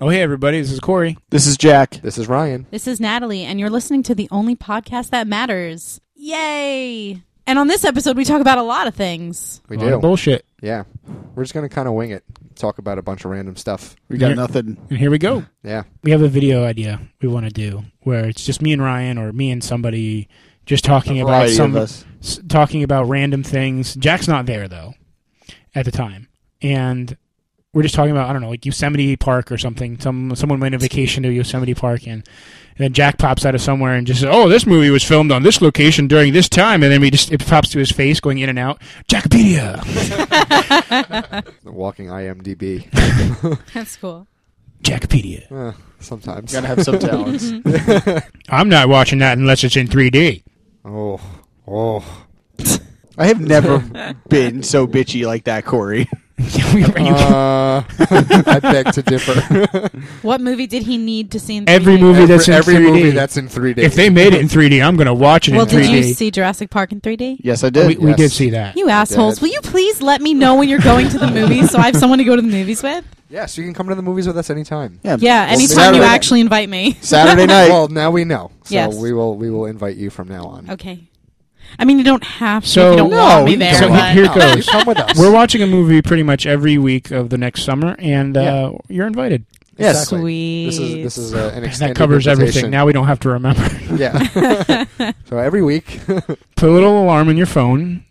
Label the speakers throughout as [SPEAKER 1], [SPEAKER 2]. [SPEAKER 1] Oh, hey, everybody. This is Corey.
[SPEAKER 2] This is Jack.
[SPEAKER 3] This is Ryan.
[SPEAKER 4] This is Natalie, and you're listening to the only podcast that matters. Yay! And on this episode, we talk about a lot of things.
[SPEAKER 3] We
[SPEAKER 1] A lot of
[SPEAKER 3] do.
[SPEAKER 1] bullshit.
[SPEAKER 3] Yeah. We're just going to kind of wing it. Talk about a bunch of random stuff.
[SPEAKER 2] We got
[SPEAKER 1] Yeah.
[SPEAKER 2] nothing.
[SPEAKER 1] And here we go.
[SPEAKER 3] Yeah.
[SPEAKER 1] We have a video idea we want to do where it's just me and Ryan or me and somebody just talking
[SPEAKER 2] A
[SPEAKER 1] about
[SPEAKER 2] variety
[SPEAKER 1] some
[SPEAKER 2] of us.
[SPEAKER 1] s- talking about random things. Jack's not there though at the time. And we're just talking about I don't know, like Yosemite Park or something. Some someone went on vacation to Yosemite Park and, and then Jack pops out of somewhere and just says, "Oh, this movie was filmed on this location during this time." And then we just it pops to his face going in and out. Jackopedia.
[SPEAKER 3] The walking IMDb.
[SPEAKER 4] That's cool.
[SPEAKER 1] Jackopedia.
[SPEAKER 3] Uh, sometimes.
[SPEAKER 2] Gotta have some talents.
[SPEAKER 1] I'm not watching that unless it's in 3D.
[SPEAKER 3] Oh. Oh.
[SPEAKER 2] I have never been so bitchy like that, Corey.
[SPEAKER 3] Uh, I beg to differ.
[SPEAKER 4] What movie did he need to see in
[SPEAKER 1] Every
[SPEAKER 4] 3D?
[SPEAKER 1] movie that's in
[SPEAKER 3] every
[SPEAKER 1] 3D.
[SPEAKER 3] movie that's in 3D.
[SPEAKER 1] If they made it in 3D, I'm going to watch it
[SPEAKER 4] Well,
[SPEAKER 1] in 3D.
[SPEAKER 4] did you see Jurassic Park in 3D?
[SPEAKER 2] Yes, I
[SPEAKER 1] we,
[SPEAKER 2] did.
[SPEAKER 1] we
[SPEAKER 3] Yes.
[SPEAKER 1] did see that.
[SPEAKER 4] You assholes.
[SPEAKER 3] did.
[SPEAKER 4] Will you please let me know when you're going to the movies so I have someone to go to the movies with?
[SPEAKER 3] yes, you can come to the movies with us anytime.
[SPEAKER 4] Yeah, anytime
[SPEAKER 2] Saturday
[SPEAKER 4] you
[SPEAKER 2] night.
[SPEAKER 4] actually invite me.
[SPEAKER 2] Saturday night.
[SPEAKER 3] Well, now we know. So
[SPEAKER 4] Yes.
[SPEAKER 3] we will we will invite you from now on.
[SPEAKER 4] Okay. I mean, you don't have to.
[SPEAKER 1] So-
[SPEAKER 4] if you don't
[SPEAKER 1] No,
[SPEAKER 4] want me
[SPEAKER 2] you
[SPEAKER 4] there.
[SPEAKER 1] so
[SPEAKER 3] Come
[SPEAKER 1] he-
[SPEAKER 4] but-
[SPEAKER 3] on.
[SPEAKER 1] here
[SPEAKER 3] No,
[SPEAKER 1] goes.
[SPEAKER 3] you Come with us.
[SPEAKER 1] We're watching a movie pretty much every week of the next summer, and uh, you're invited.
[SPEAKER 2] Yes.
[SPEAKER 3] Exactly.
[SPEAKER 4] Sweet.
[SPEAKER 3] This is this is uh, an
[SPEAKER 1] And
[SPEAKER 3] extended
[SPEAKER 1] that covers everything.
[SPEAKER 3] invitation.
[SPEAKER 1] Now we don't have to remember.
[SPEAKER 3] Yeah. so every week,
[SPEAKER 1] Put a little alarm in your phone.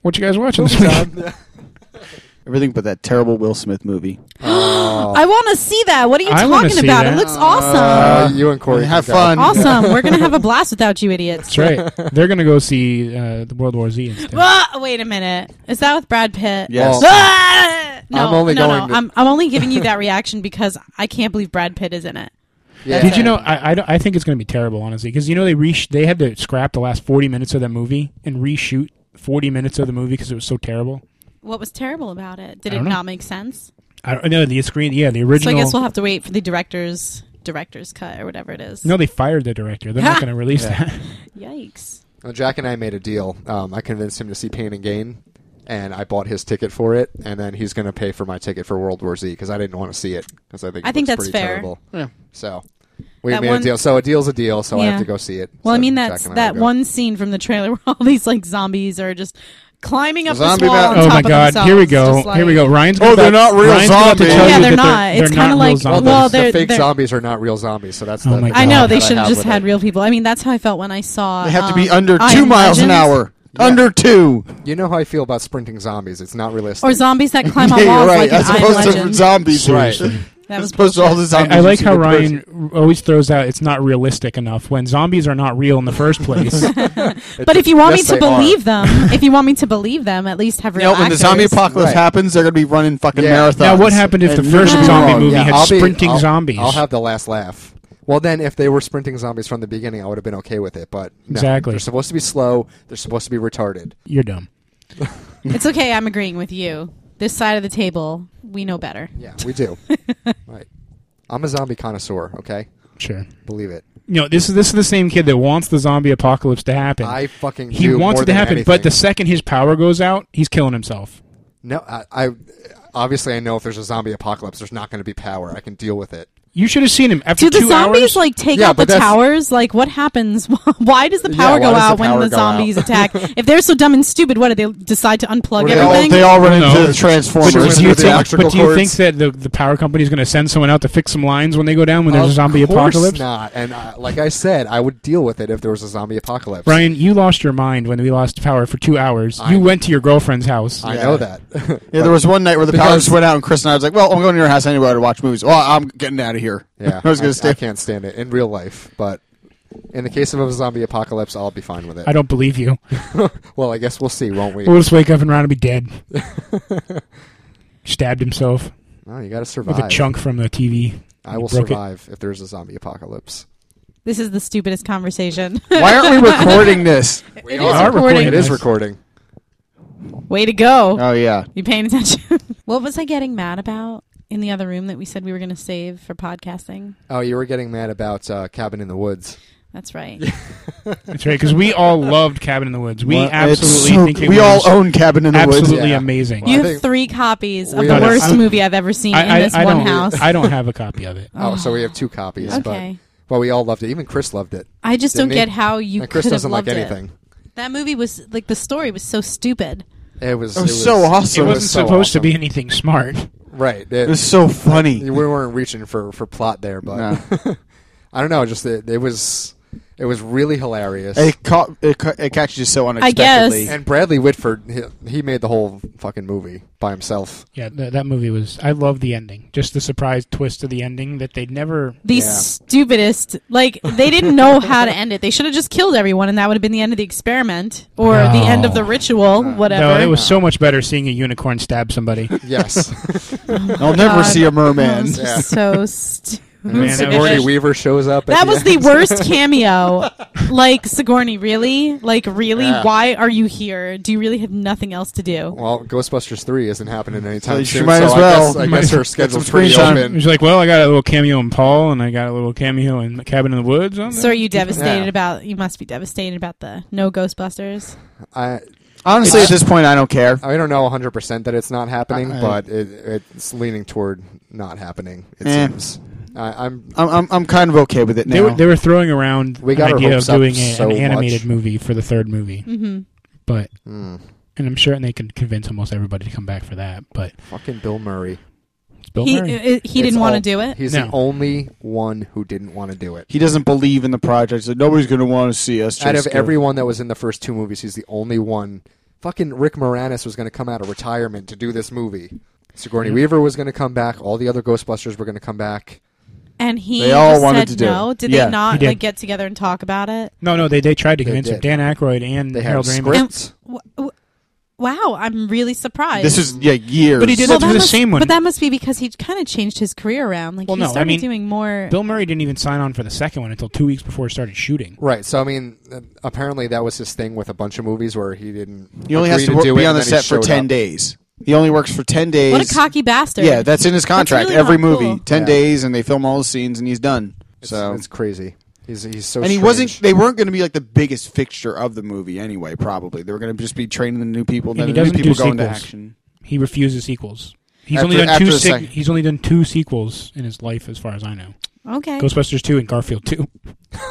[SPEAKER 1] What you guys watching this
[SPEAKER 3] movie
[SPEAKER 1] week?
[SPEAKER 3] time.
[SPEAKER 2] Everything but that terrible Will Smith movie.
[SPEAKER 3] Oh.
[SPEAKER 4] I want to see that. What are you
[SPEAKER 1] I wanna
[SPEAKER 4] talking
[SPEAKER 1] see
[SPEAKER 4] about?
[SPEAKER 1] that.
[SPEAKER 4] It looks
[SPEAKER 3] Uh,
[SPEAKER 4] awesome.
[SPEAKER 3] you and Corey
[SPEAKER 2] Have
[SPEAKER 3] can go.
[SPEAKER 2] fun.
[SPEAKER 4] awesome. We're going to have a blast without you idiots.
[SPEAKER 1] That's right. They're gonna go see uh, the World War Z instead.
[SPEAKER 4] Ah, wait a minute. Is that with Brad Pitt?
[SPEAKER 2] Yes.
[SPEAKER 3] Well,
[SPEAKER 4] Ah! No,
[SPEAKER 3] I'm only
[SPEAKER 4] no,
[SPEAKER 3] going
[SPEAKER 4] no.
[SPEAKER 3] to-
[SPEAKER 4] I'm, I'm only giving you that reaction because I can't believe Brad Pitt is in it.
[SPEAKER 3] Yeah.
[SPEAKER 1] Did you know? I, I, don't- I think it's gonna be terrible, honestly, because you know they resh- they had to scrap the last 40 minutes of that movie and reshoot 40 minutes of the movie because it was so terrible.
[SPEAKER 4] What was terrible about it? Did
[SPEAKER 1] I
[SPEAKER 4] it
[SPEAKER 1] don't know.
[SPEAKER 4] not make sense?
[SPEAKER 1] I don't know the screen. Yeah, the original.
[SPEAKER 4] So I guess we'll have to wait for the director's director's cut or whatever it is.
[SPEAKER 1] no, they fired the director. They're not gonna release
[SPEAKER 2] Yeah.
[SPEAKER 1] that.
[SPEAKER 4] Yikes.
[SPEAKER 3] Well, Jack and I made a deal. Um, I convinced him to see Pain and Gain, and I bought his ticket for it, and then he's going to pay for my ticket for World War Z because I didn't want to see it because I think it
[SPEAKER 4] I think
[SPEAKER 3] looks
[SPEAKER 4] that's
[SPEAKER 3] pretty
[SPEAKER 4] fair.
[SPEAKER 3] terrible.
[SPEAKER 2] Yeah.
[SPEAKER 3] So we
[SPEAKER 4] That
[SPEAKER 3] made
[SPEAKER 4] one-
[SPEAKER 3] a deal. So a deal's a deal. So I
[SPEAKER 4] Yeah.
[SPEAKER 3] have to go see it.
[SPEAKER 4] Well,
[SPEAKER 3] So
[SPEAKER 4] I mean
[SPEAKER 3] Jack
[SPEAKER 4] that's
[SPEAKER 3] and I
[SPEAKER 4] that
[SPEAKER 3] will go.
[SPEAKER 4] one scene from the trailer where all these like zombies are just climbing up
[SPEAKER 2] Zombie
[SPEAKER 4] this wall
[SPEAKER 2] bat-
[SPEAKER 4] on
[SPEAKER 1] oh
[SPEAKER 4] top
[SPEAKER 1] my
[SPEAKER 4] of
[SPEAKER 1] god!
[SPEAKER 4] themselves.
[SPEAKER 1] Here we
[SPEAKER 4] It's
[SPEAKER 1] go!
[SPEAKER 4] just like-
[SPEAKER 1] Here we go! Ryan's
[SPEAKER 2] Oh, they're
[SPEAKER 1] about-
[SPEAKER 2] not real
[SPEAKER 1] Ryan's about to
[SPEAKER 2] zombies.
[SPEAKER 1] tell
[SPEAKER 2] Yeah,
[SPEAKER 1] you
[SPEAKER 4] they're
[SPEAKER 1] that
[SPEAKER 4] not. It's
[SPEAKER 1] they're not
[SPEAKER 4] kinda
[SPEAKER 1] real
[SPEAKER 4] like-
[SPEAKER 1] zombies.
[SPEAKER 4] well,
[SPEAKER 3] Well, the
[SPEAKER 4] they're-
[SPEAKER 3] fake
[SPEAKER 4] they're-
[SPEAKER 3] zombies are not real zombies, so that's
[SPEAKER 1] Oh
[SPEAKER 3] the,
[SPEAKER 1] my
[SPEAKER 3] the
[SPEAKER 4] I know
[SPEAKER 3] problem
[SPEAKER 4] they
[SPEAKER 3] that
[SPEAKER 4] should have
[SPEAKER 3] have
[SPEAKER 4] just
[SPEAKER 3] with
[SPEAKER 4] had
[SPEAKER 3] it.
[SPEAKER 4] real people. I mean, that's how I felt when I saw.
[SPEAKER 2] They have to
[SPEAKER 4] um,
[SPEAKER 2] be under
[SPEAKER 4] I
[SPEAKER 2] two
[SPEAKER 4] Am
[SPEAKER 2] miles an
[SPEAKER 4] Legend
[SPEAKER 2] hour. Under two.
[SPEAKER 3] You know how I feel about sprinting zombies. It's not realistic.
[SPEAKER 4] or zombies that climb
[SPEAKER 2] Yeah,
[SPEAKER 4] on
[SPEAKER 2] you're
[SPEAKER 4] walls
[SPEAKER 2] right.
[SPEAKER 4] like in
[SPEAKER 2] As
[SPEAKER 4] I Am
[SPEAKER 2] opposed to
[SPEAKER 4] Legend.
[SPEAKER 2] zombies.
[SPEAKER 3] Right.
[SPEAKER 4] That
[SPEAKER 2] As
[SPEAKER 4] was
[SPEAKER 2] opposed to all the zombies.
[SPEAKER 1] I, I like
[SPEAKER 2] you
[SPEAKER 1] how
[SPEAKER 2] see with
[SPEAKER 1] Ryan r- always throws out it's not realistic enough when zombies are not real in the first place.
[SPEAKER 4] But if you want
[SPEAKER 3] Yes,
[SPEAKER 4] me to
[SPEAKER 3] they are.
[SPEAKER 4] believe them, if you want me to believe them, at least have
[SPEAKER 2] You
[SPEAKER 4] real
[SPEAKER 2] know, when the
[SPEAKER 4] actors.
[SPEAKER 2] zombie apocalypse
[SPEAKER 3] Right.
[SPEAKER 2] happens, they're going to be running fucking
[SPEAKER 3] Yeah.
[SPEAKER 2] marathons.
[SPEAKER 1] now, what happened if the
[SPEAKER 2] And
[SPEAKER 1] first
[SPEAKER 2] you're gonna be
[SPEAKER 1] zombie
[SPEAKER 2] wrong.
[SPEAKER 1] movie
[SPEAKER 3] Yeah,
[SPEAKER 1] had
[SPEAKER 3] I'll be-
[SPEAKER 1] sprinting
[SPEAKER 3] I'll-
[SPEAKER 1] zombies?
[SPEAKER 3] I'll have the last laugh. Well, then, if they were sprinting zombies from the beginning, I would have been okay with it. But no.
[SPEAKER 1] Exactly.
[SPEAKER 3] they're supposed to be slow. They're supposed to be retarded.
[SPEAKER 1] You're dumb.
[SPEAKER 4] It's okay. I'm agreeing with you. This side of the table, we know better.
[SPEAKER 3] Yeah, we do. right. I'm a zombie connoisseur. Okay,
[SPEAKER 1] Sure.
[SPEAKER 3] believe it.
[SPEAKER 1] You know, this is this is the same kid that wants the zombie apocalypse to happen.
[SPEAKER 3] I fucking
[SPEAKER 1] he
[SPEAKER 3] do
[SPEAKER 1] wants
[SPEAKER 3] more
[SPEAKER 1] it to
[SPEAKER 3] than
[SPEAKER 1] happen,
[SPEAKER 3] anything.
[SPEAKER 1] but the second his power goes out, he's killing himself.
[SPEAKER 3] no, I, I obviously I know if there's a zombie apocalypse, there's not going to be power. I can deal with it.
[SPEAKER 1] You should have seen him after
[SPEAKER 4] Do the
[SPEAKER 1] two
[SPEAKER 4] zombies
[SPEAKER 1] hours.
[SPEAKER 4] like take
[SPEAKER 3] Yeah,
[SPEAKER 4] out the
[SPEAKER 3] but that's-
[SPEAKER 4] towers? Like, what happens? why does the
[SPEAKER 3] Yeah,
[SPEAKER 4] power
[SPEAKER 3] why
[SPEAKER 4] go
[SPEAKER 3] does the
[SPEAKER 4] out when
[SPEAKER 3] power
[SPEAKER 4] the
[SPEAKER 3] go out?
[SPEAKER 4] zombies attack? if they're so dumb and stupid, what do they decide to unplug
[SPEAKER 3] Well,
[SPEAKER 2] They all,
[SPEAKER 4] everything?
[SPEAKER 2] they all run
[SPEAKER 1] No.
[SPEAKER 2] into the
[SPEAKER 1] but
[SPEAKER 2] Transformers.
[SPEAKER 1] do you
[SPEAKER 3] With the
[SPEAKER 1] think,
[SPEAKER 3] electrical
[SPEAKER 1] but do you
[SPEAKER 3] cords.
[SPEAKER 1] think that the, the power company is going to send someone out to fix some lines when they go down when there's
[SPEAKER 3] of
[SPEAKER 1] a zombie
[SPEAKER 3] course
[SPEAKER 1] apocalypse?
[SPEAKER 3] Not. And uh, like I said, I would deal with it if there was a zombie apocalypse.
[SPEAKER 1] Ryan, you lost your mind when we lost power for two hours.
[SPEAKER 3] I-
[SPEAKER 1] you went to your girlfriend's house.
[SPEAKER 3] I
[SPEAKER 2] Yeah.
[SPEAKER 3] know that.
[SPEAKER 2] Yeah, there was one night where the power
[SPEAKER 3] Because-
[SPEAKER 2] just went out, and Chris and I was like, "Well, I'm going to your house anyway to watch movies. Well, I'm getting out of here.
[SPEAKER 3] yeah,
[SPEAKER 2] I was going to stay.
[SPEAKER 3] I can't stand it in real life, but. In the case of a zombie apocalypse, I'll be fine with it.
[SPEAKER 1] I don't believe you.
[SPEAKER 3] well, I guess we'll see, won't we?
[SPEAKER 1] We'll just wake up and Ron will be dead. Stabbed himself
[SPEAKER 3] No, you got to survive.
[SPEAKER 1] with a chunk from the TV.
[SPEAKER 3] I will
[SPEAKER 1] He broke it.
[SPEAKER 3] survive if there's a zombie apocalypse.
[SPEAKER 4] This is the stupidest conversation.
[SPEAKER 2] Why aren't we recording this?
[SPEAKER 4] It is
[SPEAKER 3] are
[SPEAKER 1] recording
[SPEAKER 4] recording.
[SPEAKER 3] It is
[SPEAKER 1] Yes.
[SPEAKER 3] recording.
[SPEAKER 4] Way to go.
[SPEAKER 2] Oh yeah,
[SPEAKER 4] You paying attention? what was I getting mad about in the other room that we said we were going to save for podcasting?
[SPEAKER 3] Oh, you were getting mad about uh, Cabin in the Woods.
[SPEAKER 4] That's right.
[SPEAKER 1] That's right, because we all loved Cabin in the Woods. We
[SPEAKER 3] Well, it's
[SPEAKER 1] absolutely
[SPEAKER 3] so
[SPEAKER 1] think it
[SPEAKER 3] we
[SPEAKER 1] was
[SPEAKER 3] all own Cabin in the Woods.
[SPEAKER 1] absolutely
[SPEAKER 3] Yeah.
[SPEAKER 1] amazing.
[SPEAKER 3] Well,
[SPEAKER 4] you
[SPEAKER 3] I
[SPEAKER 4] have
[SPEAKER 3] think-
[SPEAKER 4] three copies of
[SPEAKER 3] we
[SPEAKER 4] the
[SPEAKER 1] have-
[SPEAKER 4] worst
[SPEAKER 1] I'm-
[SPEAKER 4] movie I've ever seen in
[SPEAKER 1] I, I,
[SPEAKER 4] this
[SPEAKER 1] I
[SPEAKER 4] one
[SPEAKER 1] don't.
[SPEAKER 4] house.
[SPEAKER 1] I don't have a copy of it.
[SPEAKER 5] Oh, so we have two copies.
[SPEAKER 4] Okay.
[SPEAKER 5] But,
[SPEAKER 3] Well, we all loved it. Even Chris loved it.
[SPEAKER 4] I just don't
[SPEAKER 3] Didn't he?
[SPEAKER 4] get how you
[SPEAKER 3] and Chris
[SPEAKER 4] could have
[SPEAKER 3] doesn't like
[SPEAKER 4] loved it.
[SPEAKER 3] anything.
[SPEAKER 4] That movie was like the story was so stupid.
[SPEAKER 3] It was,
[SPEAKER 5] It was so
[SPEAKER 1] It
[SPEAKER 3] it
[SPEAKER 5] awesome.
[SPEAKER 1] wasn't
[SPEAKER 3] was so
[SPEAKER 1] supposed to
[SPEAKER 3] awesome.
[SPEAKER 1] be anything smart.
[SPEAKER 3] Right.
[SPEAKER 5] It
[SPEAKER 3] It-
[SPEAKER 5] was so funny.
[SPEAKER 3] we weren't reaching for, for plot there, but I don't know. Just it, it was it was really hilarious. It, caught, it, ca- it catches you so unexpectedly.
[SPEAKER 4] guess.
[SPEAKER 3] And-
[SPEAKER 5] And-
[SPEAKER 3] And
[SPEAKER 5] Bradley
[SPEAKER 3] Bradley Whitford, he, he made the whole fucking movie by himself.
[SPEAKER 1] Yeah, th- that movie was. I love the ending. Just the surprise twist of the ending that they'd never.
[SPEAKER 4] The stupidest. Like they didn't know how to end it. They should have just killed everyone, and that would have been the end of the experiment or the end of the ritual, whatever.
[SPEAKER 1] No, it was so much better seeing a unicorn stab somebody.
[SPEAKER 3] Yes,
[SPEAKER 4] Oh,
[SPEAKER 3] I'll
[SPEAKER 4] never God. see a
[SPEAKER 3] merman.
[SPEAKER 4] That was
[SPEAKER 3] Yeah.
[SPEAKER 4] so stupid.
[SPEAKER 1] Man, that
[SPEAKER 3] Sigourney
[SPEAKER 1] was-
[SPEAKER 3] Weaver shows up. at
[SPEAKER 4] That was
[SPEAKER 3] the
[SPEAKER 4] the worst cameo. Like Sigourney, really? Like really?
[SPEAKER 3] Yeah.
[SPEAKER 4] Why are you here? Do you really have nothing else to do?
[SPEAKER 3] Well, Ghostbusters three isn't happening anytime
[SPEAKER 5] So you
[SPEAKER 3] soon.
[SPEAKER 5] might
[SPEAKER 3] so
[SPEAKER 5] as
[SPEAKER 3] I
[SPEAKER 5] well.
[SPEAKER 3] guess- I
[SPEAKER 5] You
[SPEAKER 3] guess,
[SPEAKER 5] might
[SPEAKER 3] her
[SPEAKER 5] as well get some
[SPEAKER 3] schedule's pretty
[SPEAKER 5] screen time.
[SPEAKER 1] It
[SPEAKER 3] open.
[SPEAKER 1] was like, well, I got a little cameo in Paul, and I got a little cameo in Cabin in the Woods. I'm-
[SPEAKER 4] So are you devastated
[SPEAKER 3] Yeah.
[SPEAKER 4] about? You must be devastated about the no Ghostbusters.
[SPEAKER 3] I
[SPEAKER 5] honestly,
[SPEAKER 3] It's-
[SPEAKER 5] at this point, I don't care.
[SPEAKER 3] I don't know 100 percent that it's not happening,
[SPEAKER 5] I- I-
[SPEAKER 3] but it, it's leaning toward not happening. It
[SPEAKER 5] Eh.
[SPEAKER 3] seems. I, I'm
[SPEAKER 5] I'm, I'm, I'm kind of okay with it
[SPEAKER 1] They
[SPEAKER 5] now.
[SPEAKER 1] were, they were throwing around
[SPEAKER 3] We
[SPEAKER 1] the
[SPEAKER 3] got our
[SPEAKER 1] idea of
[SPEAKER 3] hopes up
[SPEAKER 1] doing a,
[SPEAKER 3] so
[SPEAKER 1] an animated
[SPEAKER 3] much.
[SPEAKER 1] movie for the third movie,
[SPEAKER 4] Mm-hmm.
[SPEAKER 1] but
[SPEAKER 3] mm,
[SPEAKER 1] and I'm sure they could convince almost everybody to come back for that. But
[SPEAKER 3] fucking Bill Murray.
[SPEAKER 1] it's Bill
[SPEAKER 4] he
[SPEAKER 1] Murray.
[SPEAKER 4] uh, he
[SPEAKER 3] It's
[SPEAKER 4] didn't want to
[SPEAKER 3] all-
[SPEAKER 4] do it.
[SPEAKER 3] He's
[SPEAKER 1] No.
[SPEAKER 3] the only one who didn't want to do it.
[SPEAKER 5] he doesn't believe in the project. So nobody's going to want to see us.
[SPEAKER 3] Out of
[SPEAKER 5] just go-
[SPEAKER 3] everyone that was in the first two movies, he's the only one. Fucking Rick Moranis was going to come out of retirement to do this movie. Sigourney
[SPEAKER 1] Yeah.
[SPEAKER 3] Weaver was going to come back. All the other Ghostbusters were going to come back.
[SPEAKER 4] And he
[SPEAKER 5] They all
[SPEAKER 4] just
[SPEAKER 5] wanted
[SPEAKER 4] said
[SPEAKER 5] to do it.
[SPEAKER 4] no. Did
[SPEAKER 5] Yeah,
[SPEAKER 4] they
[SPEAKER 1] he
[SPEAKER 4] not
[SPEAKER 1] did.
[SPEAKER 4] like get together and talk about it?
[SPEAKER 1] no, no, they they tried to
[SPEAKER 3] They
[SPEAKER 1] convince him.
[SPEAKER 3] did.
[SPEAKER 1] Dan Aykroyd and
[SPEAKER 3] They had
[SPEAKER 1] Harold Ramis.
[SPEAKER 3] scripts.
[SPEAKER 4] Wh- wh- Wow, I'm really surprised.
[SPEAKER 5] This is yeah years.
[SPEAKER 1] But he did
[SPEAKER 4] Well,
[SPEAKER 1] that to
[SPEAKER 4] that
[SPEAKER 1] the
[SPEAKER 4] must-
[SPEAKER 1] same one.
[SPEAKER 4] But that must be because he kind of changed his career around. Like
[SPEAKER 1] Well,
[SPEAKER 4] he
[SPEAKER 1] no, I
[SPEAKER 4] started
[SPEAKER 1] mean,
[SPEAKER 4] doing more.
[SPEAKER 1] Bill Murray didn't even sign on for the second one until two weeks before it started shooting.
[SPEAKER 3] Right. So I mean, uh, apparently that was his thing with a bunch of movies where he didn't.
[SPEAKER 5] He only has
[SPEAKER 3] agree
[SPEAKER 5] to, work,
[SPEAKER 3] do
[SPEAKER 5] be
[SPEAKER 3] it,
[SPEAKER 5] on
[SPEAKER 3] and
[SPEAKER 5] the
[SPEAKER 3] then he
[SPEAKER 5] set for
[SPEAKER 3] showed
[SPEAKER 5] ten
[SPEAKER 3] up.
[SPEAKER 5] days. He only works for ten days.
[SPEAKER 4] what a cocky bastard!
[SPEAKER 5] Yeah, that's in his contract.
[SPEAKER 4] really
[SPEAKER 5] Every
[SPEAKER 4] not
[SPEAKER 5] movie,
[SPEAKER 4] cool.
[SPEAKER 5] ten
[SPEAKER 3] Yeah.
[SPEAKER 5] days, and they film all the scenes, and he's done.
[SPEAKER 3] It's,
[SPEAKER 5] so
[SPEAKER 3] it's crazy. He's he's so.
[SPEAKER 5] and he
[SPEAKER 3] strange.
[SPEAKER 5] wasn't. They weren't going to be like the biggest fixture of the movie anyway. Probably they were going to just be training the new people, and,
[SPEAKER 1] And he
[SPEAKER 5] then the new
[SPEAKER 1] doesn't
[SPEAKER 5] people
[SPEAKER 1] do
[SPEAKER 5] go into
[SPEAKER 1] sequels.
[SPEAKER 5] action.
[SPEAKER 1] He refuses sequels. He's
[SPEAKER 5] After-
[SPEAKER 1] only done
[SPEAKER 5] after
[SPEAKER 1] two.
[SPEAKER 5] the
[SPEAKER 1] sec-
[SPEAKER 5] second-
[SPEAKER 1] he's only done two sequels in his life, as far as I know.
[SPEAKER 4] Okay.
[SPEAKER 1] Ghostbusters two and Garfield two.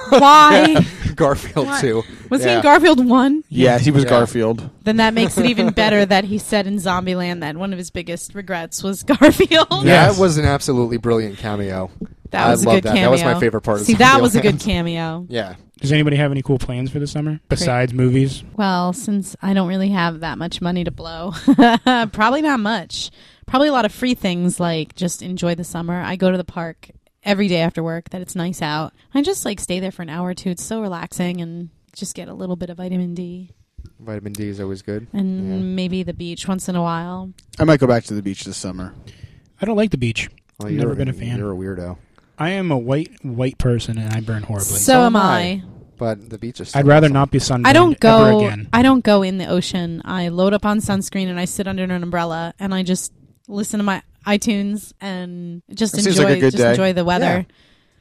[SPEAKER 4] Why
[SPEAKER 3] Garfield
[SPEAKER 4] What?
[SPEAKER 3] too.
[SPEAKER 4] was he
[SPEAKER 3] Yeah.
[SPEAKER 4] in Garfield one?
[SPEAKER 5] Yeah, he was
[SPEAKER 3] Yeah.
[SPEAKER 5] Garfield.
[SPEAKER 4] Then that makes it even better that he said in Zombieland that one of his biggest regrets was Garfield.
[SPEAKER 3] Yeah,
[SPEAKER 1] Yes.
[SPEAKER 3] it was an absolutely brilliant cameo.
[SPEAKER 4] That was
[SPEAKER 3] I
[SPEAKER 4] a
[SPEAKER 3] love
[SPEAKER 4] good
[SPEAKER 3] that.
[SPEAKER 4] cameo.
[SPEAKER 3] That was my favorite part. of
[SPEAKER 4] See, that was a
[SPEAKER 3] Zombieland.
[SPEAKER 4] good cameo.
[SPEAKER 3] Yeah.
[SPEAKER 1] Does anybody have any cool plans for the summer besides movies?
[SPEAKER 4] Well, since I don't really have that much money to blow, probably not much. Probably a lot of free things like just enjoy the summer. I go to the park every day after work that it's nice out. I just like stay there for an hour or two. It's so relaxing and just get a little bit of vitamin D
[SPEAKER 3] Vitamin D is always good.
[SPEAKER 4] and
[SPEAKER 3] Yeah.
[SPEAKER 4] maybe the beach once in a while.
[SPEAKER 5] I might go back to the beach this summer.
[SPEAKER 1] I don't like the beach.
[SPEAKER 3] Well,
[SPEAKER 1] I've
[SPEAKER 3] you're
[SPEAKER 1] never been a fan.
[SPEAKER 3] You're a weirdo.
[SPEAKER 1] I am a white white person and I burn horribly.
[SPEAKER 4] so am
[SPEAKER 3] am
[SPEAKER 4] I.
[SPEAKER 3] But the beach is. Still
[SPEAKER 1] I'd rather
[SPEAKER 3] awesome.
[SPEAKER 1] not be sunburned
[SPEAKER 4] I don't go.
[SPEAKER 1] ever again.
[SPEAKER 4] I don't go in the ocean. I load up on sunscreen and I sit under an umbrella and I just listen to my iTunes and just
[SPEAKER 5] That seems
[SPEAKER 4] enjoy
[SPEAKER 5] like a good
[SPEAKER 4] just
[SPEAKER 5] day.
[SPEAKER 4] enjoy the weather.
[SPEAKER 3] Yeah.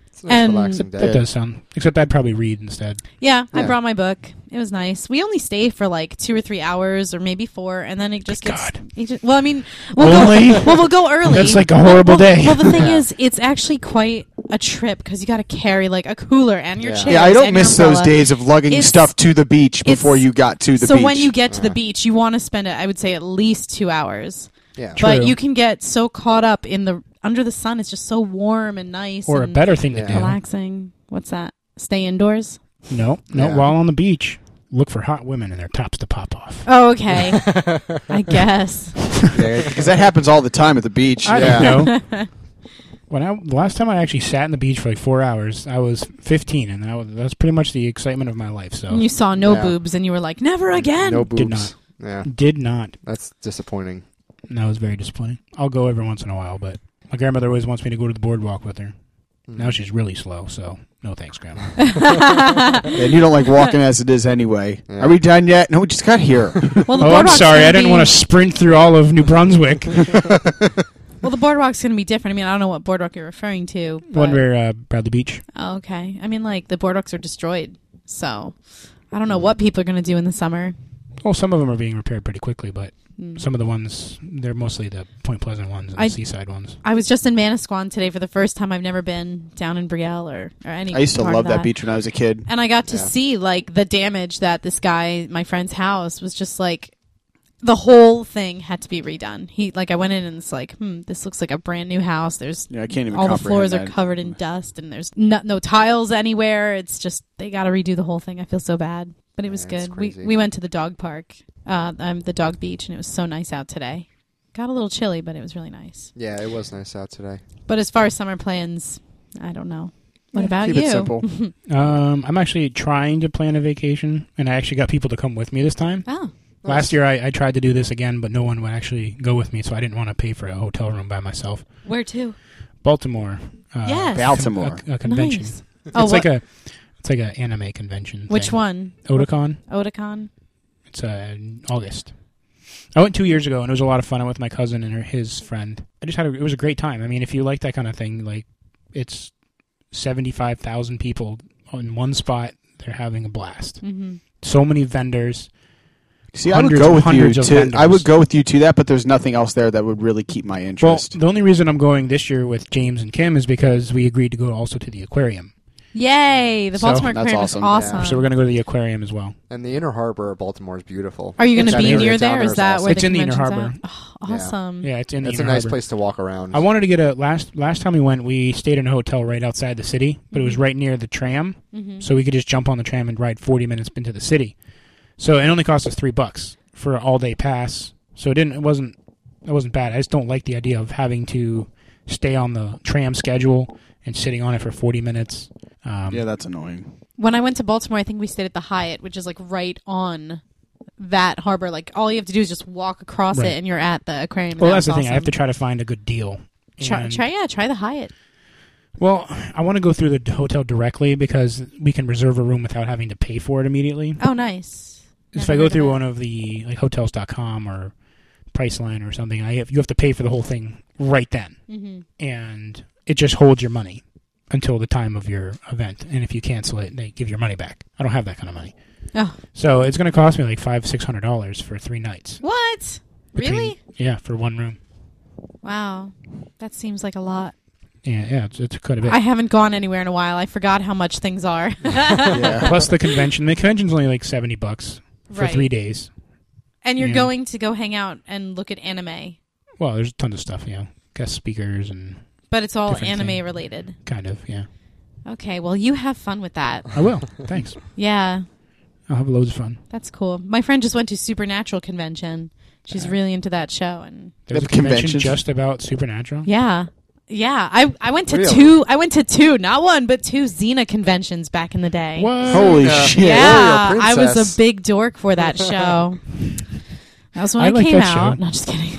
[SPEAKER 3] It's a nice
[SPEAKER 4] and-
[SPEAKER 3] relaxing
[SPEAKER 1] that
[SPEAKER 3] day.
[SPEAKER 1] does sound. Except I'd probably read instead.
[SPEAKER 4] Yeah, I
[SPEAKER 3] Yeah.
[SPEAKER 4] brought my book. It was nice. We only stay for like two or three hours, or maybe four, and then it just
[SPEAKER 1] Good
[SPEAKER 4] gets.
[SPEAKER 1] God.
[SPEAKER 4] It just, well, I mean, we'll
[SPEAKER 1] Only?
[SPEAKER 4] go. Well, we'll go early.
[SPEAKER 1] That's like a
[SPEAKER 4] Well,
[SPEAKER 1] horrible
[SPEAKER 4] well,
[SPEAKER 1] day.
[SPEAKER 4] Well, the thing is, it's actually quite a trip because you got to carry like a cooler and your
[SPEAKER 3] Yeah.
[SPEAKER 4] chairs.
[SPEAKER 5] Yeah, I don't
[SPEAKER 4] and your
[SPEAKER 5] miss those
[SPEAKER 4] umbrella.
[SPEAKER 5] days of lugging
[SPEAKER 4] It's-
[SPEAKER 5] stuff to the beach
[SPEAKER 4] it's-
[SPEAKER 5] before you got to the
[SPEAKER 4] so
[SPEAKER 5] beach.
[SPEAKER 4] when you get to the beach, you want to spend, I would say, at least two hours.
[SPEAKER 3] Yeah.
[SPEAKER 4] But
[SPEAKER 1] True.
[SPEAKER 4] you can get so caught up in the under the sun. It's just so warm and nice.
[SPEAKER 1] Or a
[SPEAKER 4] and
[SPEAKER 1] better thing
[SPEAKER 3] Yeah.
[SPEAKER 1] to do.
[SPEAKER 4] relaxing. What's that? Stay indoors.
[SPEAKER 1] No, no.
[SPEAKER 3] Yeah.
[SPEAKER 1] While on the beach, look for hot women and their tops to pop off.
[SPEAKER 4] Oh, okay. I guess.
[SPEAKER 5] because that happens all the time at the beach.
[SPEAKER 1] I
[SPEAKER 3] Yeah.
[SPEAKER 1] don't know. When I the last time I actually sat in the beach for like four hours, I was 15, and that was that's pretty much the excitement of my life. So
[SPEAKER 4] And you saw no
[SPEAKER 3] Yeah.
[SPEAKER 4] boobs and you were like, never again.
[SPEAKER 3] No
[SPEAKER 1] Did
[SPEAKER 3] boobs.
[SPEAKER 1] not.
[SPEAKER 3] Yeah.
[SPEAKER 1] did not.
[SPEAKER 3] That's disappointing.
[SPEAKER 1] And that was very disappointing. I'll go every once in a while, but my grandmother always wants me to go to the boardwalk with her. Now she's really slow, so no thanks, grandma. Oh,
[SPEAKER 5] and you don't like walking as it is anyway.
[SPEAKER 3] Yeah.
[SPEAKER 5] Are we done yet? No, we just got here.
[SPEAKER 4] Well, the
[SPEAKER 1] oh, I'm
[SPEAKER 4] boardwalk's
[SPEAKER 1] sorry.
[SPEAKER 4] gonna
[SPEAKER 1] I didn't
[SPEAKER 4] be-
[SPEAKER 1] want to sprint through all of New Brunswick.
[SPEAKER 4] Well, the boardwalk's going to be different. I mean, I don't know what boardwalk you're referring to. But,
[SPEAKER 1] One where uh, Bradley Beach.
[SPEAKER 4] Oh, okay. I mean, like the boardwalks are destroyed, so I don't know what people are going to do in the summer.
[SPEAKER 1] Well, some of them are being repaired pretty quickly, but some of the ones they're mostly the Point Pleasant ones and
[SPEAKER 4] Hmm. I-
[SPEAKER 1] the seaside ones.
[SPEAKER 4] I was just in Manasquan today for the first time. I've never been down in Brielle or, or any.
[SPEAKER 5] I used to
[SPEAKER 4] part of
[SPEAKER 5] love that. beach when I was a kid.
[SPEAKER 4] and I got to see like the damage that this guy, my friend's house, was just like the whole thing had to be redone. He like I went in and it's like, hmm, this looks like a brand new house. There's
[SPEAKER 5] Yeah, I can't even.
[SPEAKER 4] all the
[SPEAKER 5] comprehend
[SPEAKER 4] floors are
[SPEAKER 5] that.
[SPEAKER 4] covered in dust and there's no, no tiles anywhere. It's just they got to redo the whole thing. I feel so bad, but it was
[SPEAKER 3] Yeah, it's
[SPEAKER 4] good. We
[SPEAKER 3] crazy.
[SPEAKER 4] we went to the dog park, uh, um, the dog beach, and it was so nice out today. Got a little chilly, but it was really nice.
[SPEAKER 3] Yeah, it was nice out today.
[SPEAKER 4] But as far as summer plans, I don't know. What about
[SPEAKER 5] Keep
[SPEAKER 4] you?
[SPEAKER 5] it simple.
[SPEAKER 1] Um, I'm actually trying to plan a vacation, and I actually got people to come with me this time.
[SPEAKER 4] Oh,
[SPEAKER 1] Last year, I, I tried to do this again, but no one would actually go with me, so I didn't want to pay for a hotel room by myself.
[SPEAKER 4] where to?
[SPEAKER 1] Baltimore. Uh,
[SPEAKER 4] Yes.
[SPEAKER 5] Baltimore.
[SPEAKER 1] A, a convention.
[SPEAKER 4] Nice.
[SPEAKER 1] It's
[SPEAKER 4] Oh,
[SPEAKER 1] like
[SPEAKER 4] what-
[SPEAKER 1] a it's like an anime convention.
[SPEAKER 4] which
[SPEAKER 1] thing.
[SPEAKER 4] one?
[SPEAKER 1] Otakon.
[SPEAKER 4] Otakon.
[SPEAKER 1] It's uh, in August. I went two years ago, and it was a lot of fun. I went with my cousin and her, his friend. I just had a, it was a great time. I mean, if you like that kind of thing, like it's seventy five thousand people in one spot. They're having a blast.
[SPEAKER 4] Mm-hmm.
[SPEAKER 1] So many vendors.
[SPEAKER 5] See, I would
[SPEAKER 1] Hundreds
[SPEAKER 5] go
[SPEAKER 1] of-
[SPEAKER 5] with you
[SPEAKER 1] hundreds of
[SPEAKER 5] to. I
[SPEAKER 1] vendors.
[SPEAKER 5] would go with you to that, but there's nothing else there that would really keep my interest.
[SPEAKER 1] Well, the only reason I'm going this year with James and Kim is because we agreed to go also to the aquarium.
[SPEAKER 4] Yay! The
[SPEAKER 1] So-
[SPEAKER 4] Baltimore
[SPEAKER 5] That's
[SPEAKER 4] Aquarium
[SPEAKER 5] awesome.
[SPEAKER 4] is awesome.
[SPEAKER 1] so we're going to go to the aquarium as well.
[SPEAKER 3] And the inner harbor of Baltimore is beautiful.
[SPEAKER 4] Are you going
[SPEAKER 1] It's down
[SPEAKER 4] to be
[SPEAKER 1] there.
[SPEAKER 4] near
[SPEAKER 3] It's down
[SPEAKER 4] there?
[SPEAKER 3] there.
[SPEAKER 4] Is
[SPEAKER 3] It's
[SPEAKER 4] that
[SPEAKER 3] awesome.
[SPEAKER 4] where
[SPEAKER 1] It's in the inner
[SPEAKER 4] convention's at? Oh,
[SPEAKER 3] Yeah.
[SPEAKER 4] awesome.
[SPEAKER 1] Yeah, it's in
[SPEAKER 3] It's
[SPEAKER 1] the
[SPEAKER 3] a
[SPEAKER 1] Inner
[SPEAKER 3] nice
[SPEAKER 1] Harbor.
[SPEAKER 3] place to walk around.
[SPEAKER 1] I wanted to get a last last time we went, we stayed in a hotel right outside the city, but it was right near the tram, so we could just jump on the tram and ride 40 minutes into the city. So it only cost us 3 bucks for an all-day pass. So it didn't it wasn't it wasn't bad. I just don't like the idea of having to stay on the tram schedule and sitting on it for 40 minutes. Um,
[SPEAKER 5] yeah, that's annoying.
[SPEAKER 4] When I went to Baltimore, I think we stayed at the Hyatt, which is like right on that harbor. Like all you have to do is just walk across
[SPEAKER 1] Right.
[SPEAKER 4] it, and you're at the aquarium.
[SPEAKER 1] well,
[SPEAKER 4] That
[SPEAKER 1] that's the
[SPEAKER 4] was
[SPEAKER 1] thing. I have to
[SPEAKER 4] awesome.
[SPEAKER 1] try to find a good deal.
[SPEAKER 4] try,
[SPEAKER 1] And-
[SPEAKER 4] try. Yeah, try the Hyatt.
[SPEAKER 1] Well, I want to go through the hotel directly because we can reserve a room without having to pay for it immediately.
[SPEAKER 4] Oh, nice.
[SPEAKER 1] if
[SPEAKER 4] Never
[SPEAKER 1] I go
[SPEAKER 4] heard of
[SPEAKER 1] through
[SPEAKER 4] it.
[SPEAKER 1] one of the like hotels.com or Priceline or something, I have, you have to pay for the whole thing right then,
[SPEAKER 4] Mhm.
[SPEAKER 1] and it just holds your money until the time of your event. And if you cancel it, they give your money back. I don't have that kind of money,
[SPEAKER 4] Oh,
[SPEAKER 1] so it's going to cost me like five six hundred dollars for three nights.
[SPEAKER 4] what?
[SPEAKER 1] between-
[SPEAKER 4] Really?
[SPEAKER 1] Yeah, for one room.
[SPEAKER 4] Wow, that seems like a lot.
[SPEAKER 1] Yeah, yeah, it's, it's quite a bit.
[SPEAKER 4] I haven't gone anywhere in a while. I forgot how much things are.
[SPEAKER 5] Yeah.
[SPEAKER 1] Plus the convention. The convention's only like seventy bucks for
[SPEAKER 4] Right.
[SPEAKER 1] three days.
[SPEAKER 4] and you're
[SPEAKER 1] Yeah.
[SPEAKER 4] going to go hang out and look at anime,
[SPEAKER 1] Well, there's tons of stuff, you know, guest speakers and
[SPEAKER 4] but it's all
[SPEAKER 1] Different
[SPEAKER 4] anime
[SPEAKER 1] thing.
[SPEAKER 4] related.
[SPEAKER 1] kind of, yeah.
[SPEAKER 4] Okay, well, you have fun with that.
[SPEAKER 1] I will. Thanks.
[SPEAKER 4] Yeah,
[SPEAKER 1] I'll have loads of fun.
[SPEAKER 4] that's cool. My friend just went to Supernatural convention. She's really into that show, and
[SPEAKER 1] There's
[SPEAKER 5] Yep,
[SPEAKER 1] a convention
[SPEAKER 5] conventions.
[SPEAKER 1] just about Supernatural.
[SPEAKER 4] yeah, yeah. I I went to
[SPEAKER 3] Really?
[SPEAKER 4] two. I went to two, not one, but two Xena conventions back in the day.
[SPEAKER 1] What?
[SPEAKER 5] Holy
[SPEAKER 3] Yeah.
[SPEAKER 5] shit!
[SPEAKER 4] Yeah, I was
[SPEAKER 3] princess.
[SPEAKER 4] a big dork for that show. That was when
[SPEAKER 1] I
[SPEAKER 4] I
[SPEAKER 1] like
[SPEAKER 4] came
[SPEAKER 1] that show.
[SPEAKER 4] out. No, just kidding.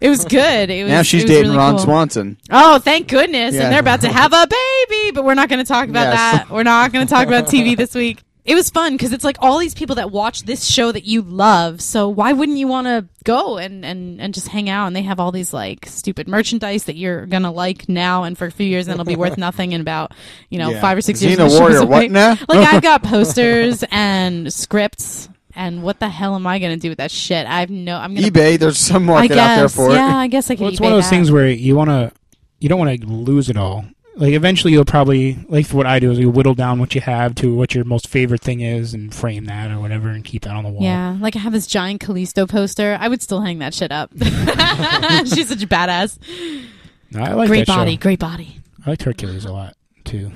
[SPEAKER 4] it was good. It was,
[SPEAKER 5] Now she's
[SPEAKER 4] it was
[SPEAKER 5] dating
[SPEAKER 4] really
[SPEAKER 5] Ron
[SPEAKER 4] cool.
[SPEAKER 5] Swanson.
[SPEAKER 4] Oh, thank goodness.
[SPEAKER 5] Yeah.
[SPEAKER 4] And they're about to have a baby, but we're not going to talk
[SPEAKER 5] Yes.
[SPEAKER 4] about that. We're not going to talk about TV this week. It was fun because it's like all these people that watch this show that you love. So why wouldn't you want to go and, and, and just hang out? And they have all these like stupid merchandise that you're going to like now and for a few years and it'll be worth nothing in about, you know,
[SPEAKER 5] Yeah.
[SPEAKER 4] five or six
[SPEAKER 5] Xena
[SPEAKER 4] years. when the show's
[SPEAKER 5] Warrior, what
[SPEAKER 4] away.
[SPEAKER 5] now?
[SPEAKER 4] Like I've got posters and scripts and what the hell am I going to do with that shit? I've no, I'm going to.
[SPEAKER 5] eBay, there's some
[SPEAKER 4] I
[SPEAKER 5] market
[SPEAKER 4] guess,
[SPEAKER 5] out there for it.
[SPEAKER 4] yeah, I guess I could.
[SPEAKER 1] Well, it's
[SPEAKER 4] eBay
[SPEAKER 1] one of those
[SPEAKER 4] that.
[SPEAKER 1] things where you want to, you don't want to lose it all. Like eventually, you'll probably like what I do is you whittle down what you have to what your most favorite thing is and frame that or whatever and keep that on the wall.
[SPEAKER 4] Yeah, like I have this giant Callisto poster. I would still hang that shit up. She's such a badass.
[SPEAKER 1] No, I like
[SPEAKER 4] great
[SPEAKER 1] that
[SPEAKER 4] body,
[SPEAKER 1] show.
[SPEAKER 4] great body.
[SPEAKER 1] I liked Hercules a lot too.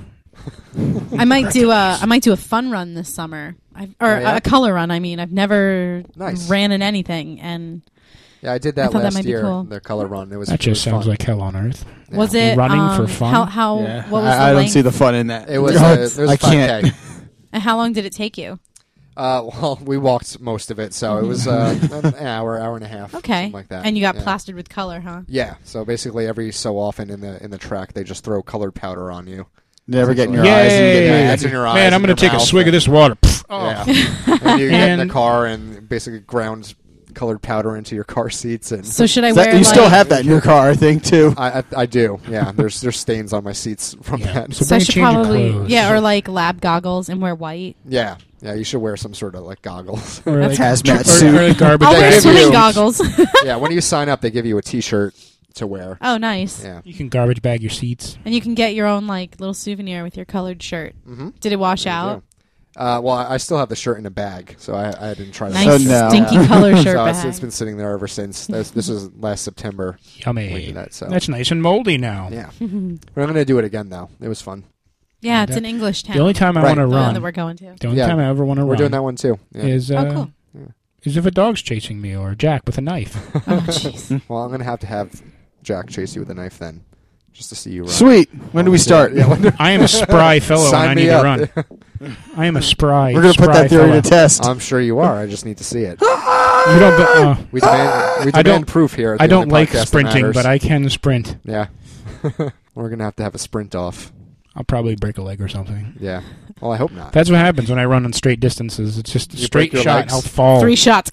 [SPEAKER 4] I might do a I might do a fun run this summer, I've, or
[SPEAKER 3] Oh, yeah?
[SPEAKER 4] a color run. I mean, I've never
[SPEAKER 3] Nice.
[SPEAKER 4] ran in anything, and
[SPEAKER 3] Yeah, I did
[SPEAKER 4] I
[SPEAKER 3] that
[SPEAKER 4] thought that
[SPEAKER 3] last
[SPEAKER 4] might be
[SPEAKER 3] year.
[SPEAKER 4] cool.
[SPEAKER 3] The color run. It was.
[SPEAKER 1] That
[SPEAKER 3] it
[SPEAKER 1] just
[SPEAKER 3] was
[SPEAKER 1] sounds
[SPEAKER 3] fun.
[SPEAKER 1] like hell on earth.
[SPEAKER 3] Yeah.
[SPEAKER 4] was it
[SPEAKER 1] Running for
[SPEAKER 4] um,
[SPEAKER 1] fun?
[SPEAKER 4] How how
[SPEAKER 5] Yeah.
[SPEAKER 4] what was
[SPEAKER 5] I,
[SPEAKER 4] the
[SPEAKER 5] I don't
[SPEAKER 4] length?
[SPEAKER 5] see the fun in that.
[SPEAKER 3] It was.
[SPEAKER 5] I
[SPEAKER 3] Uh, it was
[SPEAKER 5] I
[SPEAKER 3] 5K.
[SPEAKER 5] can't.
[SPEAKER 4] And how long did it take you?
[SPEAKER 3] Uh, well, we walked most of it, so it was uh, an hour, hour and a half,
[SPEAKER 4] Okay,
[SPEAKER 3] something like that.
[SPEAKER 4] and you got
[SPEAKER 3] yeah.
[SPEAKER 4] plastered with color, huh?
[SPEAKER 3] Yeah. So basically, every so often in the in the track, they just throw colored powder on you.
[SPEAKER 5] Never get in your
[SPEAKER 3] Yay.
[SPEAKER 5] eyes. And
[SPEAKER 3] Yeah,
[SPEAKER 5] get
[SPEAKER 3] yeah,
[SPEAKER 5] mad.
[SPEAKER 3] it's in your eyes
[SPEAKER 1] Man, I'm
[SPEAKER 3] and
[SPEAKER 1] gonna
[SPEAKER 3] your
[SPEAKER 1] take a
[SPEAKER 3] mouth
[SPEAKER 1] swig of
[SPEAKER 3] and-
[SPEAKER 1] this water. Pfft.
[SPEAKER 3] Yeah. and you get in
[SPEAKER 1] And-
[SPEAKER 3] the car and basically ground colored powder into your car seats, and
[SPEAKER 4] So should I
[SPEAKER 5] Is
[SPEAKER 4] wear?
[SPEAKER 5] that- you
[SPEAKER 4] like,
[SPEAKER 5] still have that in your car, I think, too.
[SPEAKER 3] I, I, I do. Yeah, there's there's stains on my seats from
[SPEAKER 1] Yeah.
[SPEAKER 3] that.
[SPEAKER 1] So
[SPEAKER 4] So I
[SPEAKER 1] bring a
[SPEAKER 4] should
[SPEAKER 1] change of
[SPEAKER 4] probably
[SPEAKER 1] clothes.
[SPEAKER 4] yeah, or like lab goggles and wear white.
[SPEAKER 3] Yeah, yeah. You should wear some sort of like goggles.
[SPEAKER 1] Or like,
[SPEAKER 5] That's hazmat
[SPEAKER 1] or-
[SPEAKER 5] suit.
[SPEAKER 1] or like garbage.
[SPEAKER 4] I'll Oh, wear
[SPEAKER 3] that
[SPEAKER 1] bag.
[SPEAKER 3] swim-
[SPEAKER 4] swimming
[SPEAKER 3] you-
[SPEAKER 4] goggles.
[SPEAKER 3] yeah, when you sign up, they give you a T-shirt to wear.
[SPEAKER 4] oh, nice.
[SPEAKER 3] Yeah.
[SPEAKER 1] You can garbage bag your seats.
[SPEAKER 4] And you can get your own like little souvenir with your colored shirt.
[SPEAKER 3] Mm-hmm.
[SPEAKER 4] Did it wash out?
[SPEAKER 3] Uh, well, I I still have the shirt in a bag, so I, I didn't try to.
[SPEAKER 4] Nice
[SPEAKER 5] So no.
[SPEAKER 4] stinky
[SPEAKER 5] Yeah.
[SPEAKER 4] color shirt
[SPEAKER 3] So it's,
[SPEAKER 4] bag.
[SPEAKER 3] it's been sitting there ever since. This, this was last September. we
[SPEAKER 1] Yummy.
[SPEAKER 3] did that, so.
[SPEAKER 1] That's nice and moldy now.
[SPEAKER 3] Yeah, but I'm gonna do it again though. It was fun.
[SPEAKER 4] yeah, it's an English town.
[SPEAKER 1] The only time I
[SPEAKER 3] Right.
[SPEAKER 1] want to
[SPEAKER 4] the one that
[SPEAKER 1] run,
[SPEAKER 4] we're going to.
[SPEAKER 1] the only
[SPEAKER 3] Yeah.
[SPEAKER 1] time I ever want to
[SPEAKER 3] We're
[SPEAKER 1] run
[SPEAKER 3] doing that one too. Yeah.
[SPEAKER 1] is uh,
[SPEAKER 4] oh, cool.
[SPEAKER 1] is if a dog's chasing me or Jack with a knife.
[SPEAKER 4] Oh, jeez.
[SPEAKER 3] Well, I'm gonna have to have Jack chase you with a knife then, just to see you run.
[SPEAKER 5] Sweet. When do we start?
[SPEAKER 3] Yeah, when do-
[SPEAKER 1] I am a spry fellow
[SPEAKER 3] Sign
[SPEAKER 1] and I
[SPEAKER 3] me
[SPEAKER 1] need
[SPEAKER 3] up.
[SPEAKER 1] to run. I am a spry.
[SPEAKER 5] We're going to put
[SPEAKER 1] spry
[SPEAKER 5] that theory
[SPEAKER 1] fellow.
[SPEAKER 5] to test.
[SPEAKER 3] I'm sure you are. I just need to see it.
[SPEAKER 1] You don't. be- uh,
[SPEAKER 3] We demand, we
[SPEAKER 1] I
[SPEAKER 3] demand
[SPEAKER 1] don't-
[SPEAKER 3] proof here. at
[SPEAKER 1] I
[SPEAKER 3] the
[SPEAKER 1] don't
[SPEAKER 3] only
[SPEAKER 1] like
[SPEAKER 3] podcast that
[SPEAKER 1] sprinting,
[SPEAKER 3] matters.
[SPEAKER 1] but I can sprint.
[SPEAKER 3] Yeah. We're gonna have to have a sprint off.
[SPEAKER 1] I'll probably break a leg or something.
[SPEAKER 3] Yeah. Well, I hope not.
[SPEAKER 1] That's what happens when I run on straight distances. It's just a
[SPEAKER 3] You
[SPEAKER 1] straight
[SPEAKER 3] break your
[SPEAKER 1] shot.
[SPEAKER 3] legs?
[SPEAKER 1] and I'll fall.
[SPEAKER 4] Three shots.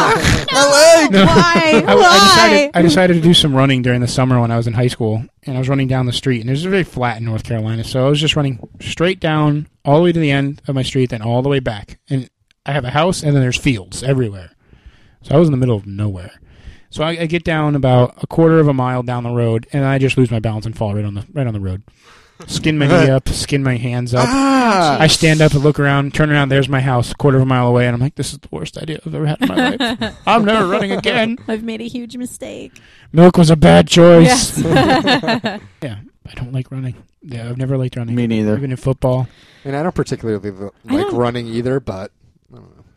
[SPEAKER 5] leg!
[SPEAKER 4] No, Why?
[SPEAKER 1] I, I, decided,
[SPEAKER 4] Why?
[SPEAKER 1] I decided to do some running during the summer when I was in high school, and I was running down the street, and it was very flat in North Carolina, so I was just running straight down all the way to the end of my street, then all the way back. And I have a house, and then there's fields everywhere, so I was in the middle of nowhere. So I, I get down about a quarter of a mile down the road, and I just lose my balance and fall right on the right on the road. Skin my knee up, skin my hands up.
[SPEAKER 5] Ah.
[SPEAKER 1] I stand up and look around, turn around. There's my house, a quarter of a mile away, and I'm like, "This is the worst idea I've ever had in my life. I'm never running again."
[SPEAKER 4] I've made a huge mistake.
[SPEAKER 1] Milk was a bad choice.
[SPEAKER 4] Yes.
[SPEAKER 1] Yeah, I don't like running. Yeah, I've never liked running.
[SPEAKER 5] Me neither.
[SPEAKER 1] Even in football,
[SPEAKER 3] and I don't particularly li- like
[SPEAKER 4] don't-
[SPEAKER 3] running either, but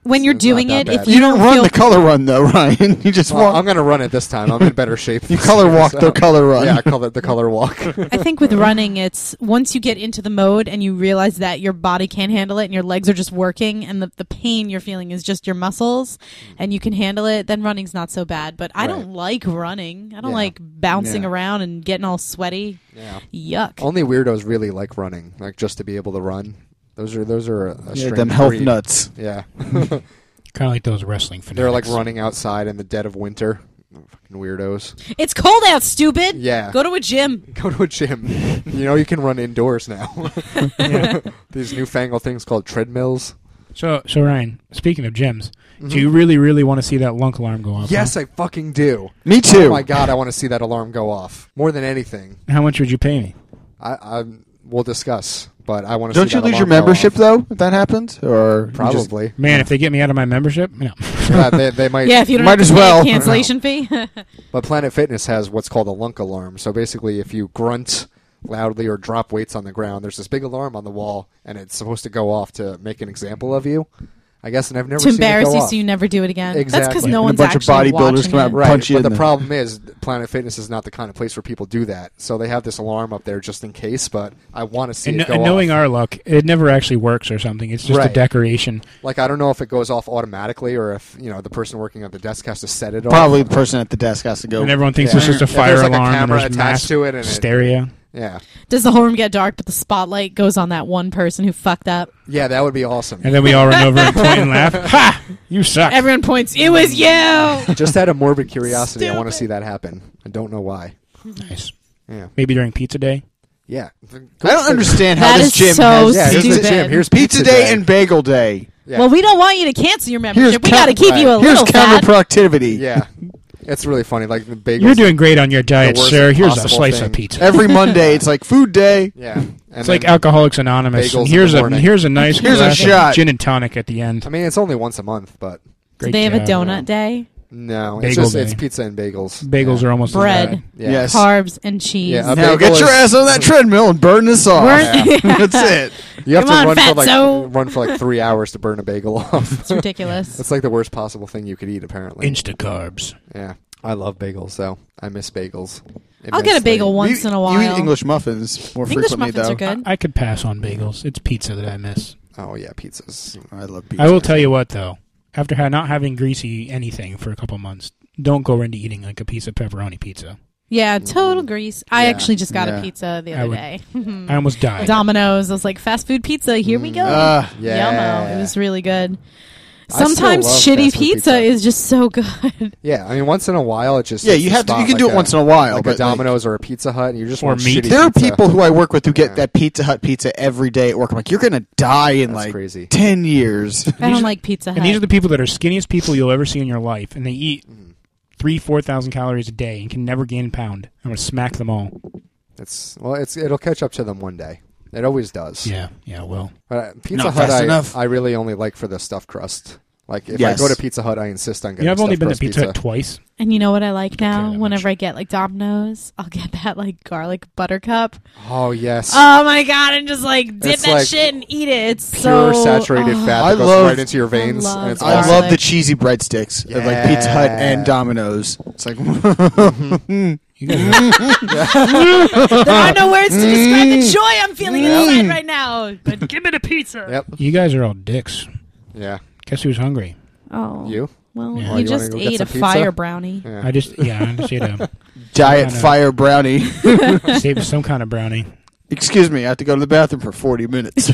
[SPEAKER 4] when you're
[SPEAKER 3] It's not
[SPEAKER 4] doing
[SPEAKER 3] that
[SPEAKER 4] it,
[SPEAKER 3] bad.
[SPEAKER 4] if you,
[SPEAKER 5] You don't run
[SPEAKER 4] feel,
[SPEAKER 5] the color run, though, Ryan. You just
[SPEAKER 3] well, I'm
[SPEAKER 5] walk.
[SPEAKER 3] gonna run it this time. I'm in better shape.
[SPEAKER 5] You
[SPEAKER 3] this
[SPEAKER 5] color
[SPEAKER 3] time,
[SPEAKER 5] walk
[SPEAKER 3] so-
[SPEAKER 5] the color run.
[SPEAKER 3] Yeah, I color the color walk.
[SPEAKER 4] I think with running, it's once you get into the mode and you realize that your body can't handle it and your legs are just working and the, the pain you're feeling is just your muscles and you can handle it, then running's not so bad. But I don't like running. I don't
[SPEAKER 3] Yeah.
[SPEAKER 4] like bouncing
[SPEAKER 5] Yeah.
[SPEAKER 4] around and getting all sweaty.
[SPEAKER 3] yeah.
[SPEAKER 4] Yuck.
[SPEAKER 3] Only weirdos really like running, like just to be able to run. Those are those are a, a
[SPEAKER 5] Yeah,
[SPEAKER 3] strange
[SPEAKER 5] them health
[SPEAKER 3] breed.
[SPEAKER 5] nuts.
[SPEAKER 3] Yeah,
[SPEAKER 1] kind of like those wrestling fanatics.
[SPEAKER 3] they're like running outside in the dead of winter. Fucking weirdos.
[SPEAKER 4] It's cold out, stupid.
[SPEAKER 3] Yeah.
[SPEAKER 4] Go to a gym.
[SPEAKER 3] Go to a gym. you know you can run indoors now.
[SPEAKER 1] Yeah.
[SPEAKER 3] These newfangled things called treadmills.
[SPEAKER 1] So, so Ryan, speaking of gyms, do you really, really want to see that lunk alarm go off?
[SPEAKER 3] Mm-hmm. Yes, I fucking do.
[SPEAKER 5] Me too.
[SPEAKER 3] Oh my god, I want to see that alarm go off more than anything.
[SPEAKER 1] How much would you pay me?
[SPEAKER 3] I, I we'll discuss, but I want to.
[SPEAKER 5] Don't
[SPEAKER 3] see
[SPEAKER 5] you
[SPEAKER 3] that
[SPEAKER 5] lose your
[SPEAKER 3] alarm go
[SPEAKER 5] membership,
[SPEAKER 3] off.
[SPEAKER 5] though, if that happens? Or you just-
[SPEAKER 3] Probably.
[SPEAKER 1] Man, if they get me out of my membership, no.
[SPEAKER 3] Yeah, they, they might.
[SPEAKER 4] Yeah, if you don't
[SPEAKER 5] Might
[SPEAKER 4] have
[SPEAKER 5] as
[SPEAKER 4] to
[SPEAKER 5] well.
[SPEAKER 4] pay a cancellation fee.
[SPEAKER 3] But Planet Fitness has what's called a lunk alarm. So basically, if you grunt loudly or drop weights on the ground, there's this big alarm on the wall, and it's supposed to go off to make an example of you. I guess, and I've never
[SPEAKER 4] to
[SPEAKER 3] seen it
[SPEAKER 4] embarrass
[SPEAKER 3] go
[SPEAKER 4] you
[SPEAKER 3] off.
[SPEAKER 4] so you never do it again. That's because
[SPEAKER 3] Exactly.
[SPEAKER 4] no
[SPEAKER 5] And a
[SPEAKER 4] one's
[SPEAKER 5] bunch of
[SPEAKER 4] actually
[SPEAKER 5] bodybuilders
[SPEAKER 4] watching
[SPEAKER 5] come out
[SPEAKER 4] it.
[SPEAKER 5] right- punch you
[SPEAKER 3] but
[SPEAKER 5] in
[SPEAKER 3] the
[SPEAKER 5] the-
[SPEAKER 3] problem is Planet Fitness is not the kind of place where people do that. So they have this alarm up there just in case. But I want to see
[SPEAKER 1] and, kn-
[SPEAKER 3] it
[SPEAKER 1] and
[SPEAKER 3] go
[SPEAKER 1] knowing
[SPEAKER 3] off.
[SPEAKER 1] our luck, it never actually works or something. It's just a
[SPEAKER 3] Right.
[SPEAKER 1] decoration.
[SPEAKER 3] like I don't know if it goes off automatically or if you know the person working at the desk has to set it.
[SPEAKER 5] Probably
[SPEAKER 3] off.
[SPEAKER 5] the person at the desk has to go.
[SPEAKER 1] And everyone thinks
[SPEAKER 3] Yeah.
[SPEAKER 1] it's just a
[SPEAKER 3] If there's,
[SPEAKER 1] fire
[SPEAKER 3] like, a
[SPEAKER 1] alarm and
[SPEAKER 3] camera
[SPEAKER 1] there's
[SPEAKER 3] attached
[SPEAKER 1] mass
[SPEAKER 3] to it and it-
[SPEAKER 1] hysteria.
[SPEAKER 3] Yeah,
[SPEAKER 4] Does the whole room get dark, but the spotlight goes on that one person who fucked up?
[SPEAKER 3] yeah, that would be awesome.
[SPEAKER 1] And then we all run over and point and laugh. Ha! You suck.
[SPEAKER 4] Everyone points, it was you!
[SPEAKER 3] just out of morbid curiosity, I want to
[SPEAKER 4] Stupid.
[SPEAKER 3] see that happen. I don't know why.
[SPEAKER 1] nice.
[SPEAKER 3] Yeah,
[SPEAKER 1] Maybe during pizza day.
[SPEAKER 3] yeah.
[SPEAKER 5] I don't understand how
[SPEAKER 4] That
[SPEAKER 5] this
[SPEAKER 4] is
[SPEAKER 5] gym
[SPEAKER 4] so
[SPEAKER 5] has
[SPEAKER 3] Yeah,
[SPEAKER 4] Stupid.
[SPEAKER 3] here's the gym. Here's
[SPEAKER 5] pizza day and bagel day.
[SPEAKER 3] yeah.
[SPEAKER 4] Well, we don't want you to cancel your membership.
[SPEAKER 5] Here's
[SPEAKER 4] we got to
[SPEAKER 5] counter-
[SPEAKER 4] keep you a
[SPEAKER 5] Here's
[SPEAKER 4] little fat.
[SPEAKER 5] counterproductivity.
[SPEAKER 3] yeah, it's really funny. Like the bagels.
[SPEAKER 1] You're doing great on your diet,
[SPEAKER 3] worst
[SPEAKER 1] sir. Here's a
[SPEAKER 3] possible
[SPEAKER 1] slice
[SPEAKER 3] thing.
[SPEAKER 1] of pizza.
[SPEAKER 5] Every Monday, it's like food day.
[SPEAKER 3] Yeah, and
[SPEAKER 1] It's like
[SPEAKER 3] then-
[SPEAKER 1] Alcoholics Anonymous.
[SPEAKER 3] bagels in
[SPEAKER 1] And here's
[SPEAKER 3] the
[SPEAKER 1] a
[SPEAKER 3] morning.
[SPEAKER 1] here's a nice
[SPEAKER 5] Here's a
[SPEAKER 1] glass of
[SPEAKER 5] shot.
[SPEAKER 1] gin and tonic at the end.
[SPEAKER 3] I mean, it's only once a month, but
[SPEAKER 4] Do
[SPEAKER 1] Great
[SPEAKER 4] they have a
[SPEAKER 1] job.
[SPEAKER 4] donut day?
[SPEAKER 3] no, it's
[SPEAKER 1] Bagel
[SPEAKER 3] just
[SPEAKER 1] day.
[SPEAKER 3] it's pizza and bagels.
[SPEAKER 1] Bagels
[SPEAKER 3] yeah.
[SPEAKER 1] are almost as
[SPEAKER 4] Bread.
[SPEAKER 1] bad.
[SPEAKER 3] Yeah.
[SPEAKER 5] Yes.
[SPEAKER 4] Carbs and cheese.
[SPEAKER 3] Yeah,
[SPEAKER 5] Now
[SPEAKER 3] a bagel
[SPEAKER 5] get your
[SPEAKER 3] is-
[SPEAKER 5] ass on that treadmill and burn this off.
[SPEAKER 4] Burn- Yeah.
[SPEAKER 5] That's it.
[SPEAKER 3] You have
[SPEAKER 4] Come
[SPEAKER 3] to
[SPEAKER 4] on,
[SPEAKER 3] run for like
[SPEAKER 4] fatso.
[SPEAKER 3] run for like three hours to burn a bagel off.
[SPEAKER 4] It's ridiculous.
[SPEAKER 3] That's like the worst possible thing you could eat, apparently.
[SPEAKER 1] Insta carbs.
[SPEAKER 3] yeah, I love bagels, though. I miss bagels.
[SPEAKER 4] I'll get a
[SPEAKER 3] immensely.
[SPEAKER 4] bagel once
[SPEAKER 5] you,
[SPEAKER 4] in a
[SPEAKER 5] You eat
[SPEAKER 4] while.
[SPEAKER 5] English muffins more
[SPEAKER 4] English
[SPEAKER 5] frequently,
[SPEAKER 4] muffins
[SPEAKER 5] though.
[SPEAKER 4] are good.
[SPEAKER 1] I could pass on bagels. It's pizza that I miss.
[SPEAKER 3] Oh yeah, pizzas.
[SPEAKER 5] I love pizza.
[SPEAKER 1] I will tell you what though, after ha- not having greasy anything for a couple months, don't go into eating like a piece of pepperoni pizza.
[SPEAKER 4] yeah, total grease. I
[SPEAKER 3] Yeah.
[SPEAKER 4] actually just got
[SPEAKER 5] Yeah.
[SPEAKER 4] a pizza the
[SPEAKER 1] I
[SPEAKER 4] other
[SPEAKER 1] would-
[SPEAKER 4] day.
[SPEAKER 1] I almost died.
[SPEAKER 4] Domino's. I was like, fast food pizza, here we go.
[SPEAKER 5] Ah,
[SPEAKER 3] Yeah,
[SPEAKER 4] Yummo. It was really good.
[SPEAKER 3] still
[SPEAKER 4] Sometimes
[SPEAKER 3] love
[SPEAKER 4] shitty
[SPEAKER 3] fast
[SPEAKER 4] pizza,
[SPEAKER 3] food pizza.
[SPEAKER 4] is just so good.
[SPEAKER 3] Yeah, I mean, once in a while, it just
[SPEAKER 5] Yeah,
[SPEAKER 3] hits
[SPEAKER 5] you
[SPEAKER 3] the
[SPEAKER 5] have to-
[SPEAKER 3] spot
[SPEAKER 5] you can
[SPEAKER 3] like
[SPEAKER 5] do it
[SPEAKER 3] a-
[SPEAKER 5] once in a while,
[SPEAKER 3] like
[SPEAKER 5] but,
[SPEAKER 3] a
[SPEAKER 5] like-
[SPEAKER 3] Domino's or a Pizza Hut, and you just
[SPEAKER 1] Or
[SPEAKER 3] want
[SPEAKER 1] meat.
[SPEAKER 3] shitty
[SPEAKER 5] There are
[SPEAKER 3] pizza.
[SPEAKER 5] people who I work with who get
[SPEAKER 3] Yeah.
[SPEAKER 5] that Pizza Hut pizza every day at work. I'm like, you're gonna die in
[SPEAKER 3] That's
[SPEAKER 5] like
[SPEAKER 3] crazy.
[SPEAKER 5] ten years.
[SPEAKER 4] I don't like Pizza Hut.
[SPEAKER 1] And these are the people that are skinniest people you'll ever see in your life, and they eat
[SPEAKER 3] Mm.
[SPEAKER 1] three, four thousand calories a day and can never gain a pound. I'm gonna smack them all.
[SPEAKER 3] It's well, it's it'll catch up to them one day. It always does.
[SPEAKER 1] Yeah, yeah, well,
[SPEAKER 3] But uh, Pizza
[SPEAKER 5] Not
[SPEAKER 3] Hut,
[SPEAKER 5] fast
[SPEAKER 3] I,
[SPEAKER 5] enough.
[SPEAKER 3] I really only like for the stuffed crust. Like if
[SPEAKER 5] Yes.
[SPEAKER 3] I go to Pizza Hut, I insist on
[SPEAKER 1] you
[SPEAKER 3] getting.
[SPEAKER 1] know, I've only
[SPEAKER 3] stuffed
[SPEAKER 1] been to
[SPEAKER 3] crust
[SPEAKER 1] Pizza Hut twice.
[SPEAKER 4] and you know what I like now?
[SPEAKER 1] that much.
[SPEAKER 4] Whenever I get like Domino's, I'll get that like garlic buttercup.
[SPEAKER 3] Oh yes,
[SPEAKER 4] Oh my god! And just like dip
[SPEAKER 3] It's
[SPEAKER 4] that
[SPEAKER 3] like
[SPEAKER 4] shit and eat it. It's
[SPEAKER 3] pure
[SPEAKER 4] so
[SPEAKER 3] saturated
[SPEAKER 4] oh.
[SPEAKER 3] fat
[SPEAKER 5] I
[SPEAKER 3] that goes
[SPEAKER 5] love-
[SPEAKER 3] right into your veins,
[SPEAKER 4] love
[SPEAKER 3] and it's
[SPEAKER 5] I
[SPEAKER 3] awesome.
[SPEAKER 5] love the cheesy breadsticks of like Pizza Hut
[SPEAKER 3] Yeah.
[SPEAKER 5] and Domino's. It's like
[SPEAKER 1] You guys are-
[SPEAKER 4] There are no words to describe
[SPEAKER 3] Mm.
[SPEAKER 4] the joy I'm feeling inside right now. But give it a pizza.
[SPEAKER 3] Yep.
[SPEAKER 1] you guys are all dicks.
[SPEAKER 3] Yeah.
[SPEAKER 1] Guess who's hungry?
[SPEAKER 4] Oh,
[SPEAKER 3] You?
[SPEAKER 4] Well,
[SPEAKER 1] Yeah.
[SPEAKER 4] you,
[SPEAKER 1] Oh, you
[SPEAKER 3] wanna
[SPEAKER 4] just
[SPEAKER 3] go get
[SPEAKER 4] ate a
[SPEAKER 3] some pizza?
[SPEAKER 4] fire brownie.
[SPEAKER 3] Yeah.
[SPEAKER 1] I just yeah, I just ate a
[SPEAKER 5] Diet
[SPEAKER 1] I know.
[SPEAKER 5] Fire Brownie.
[SPEAKER 1] save some kind of brownie.
[SPEAKER 5] Excuse me, I have to go to the bathroom for forty minutes.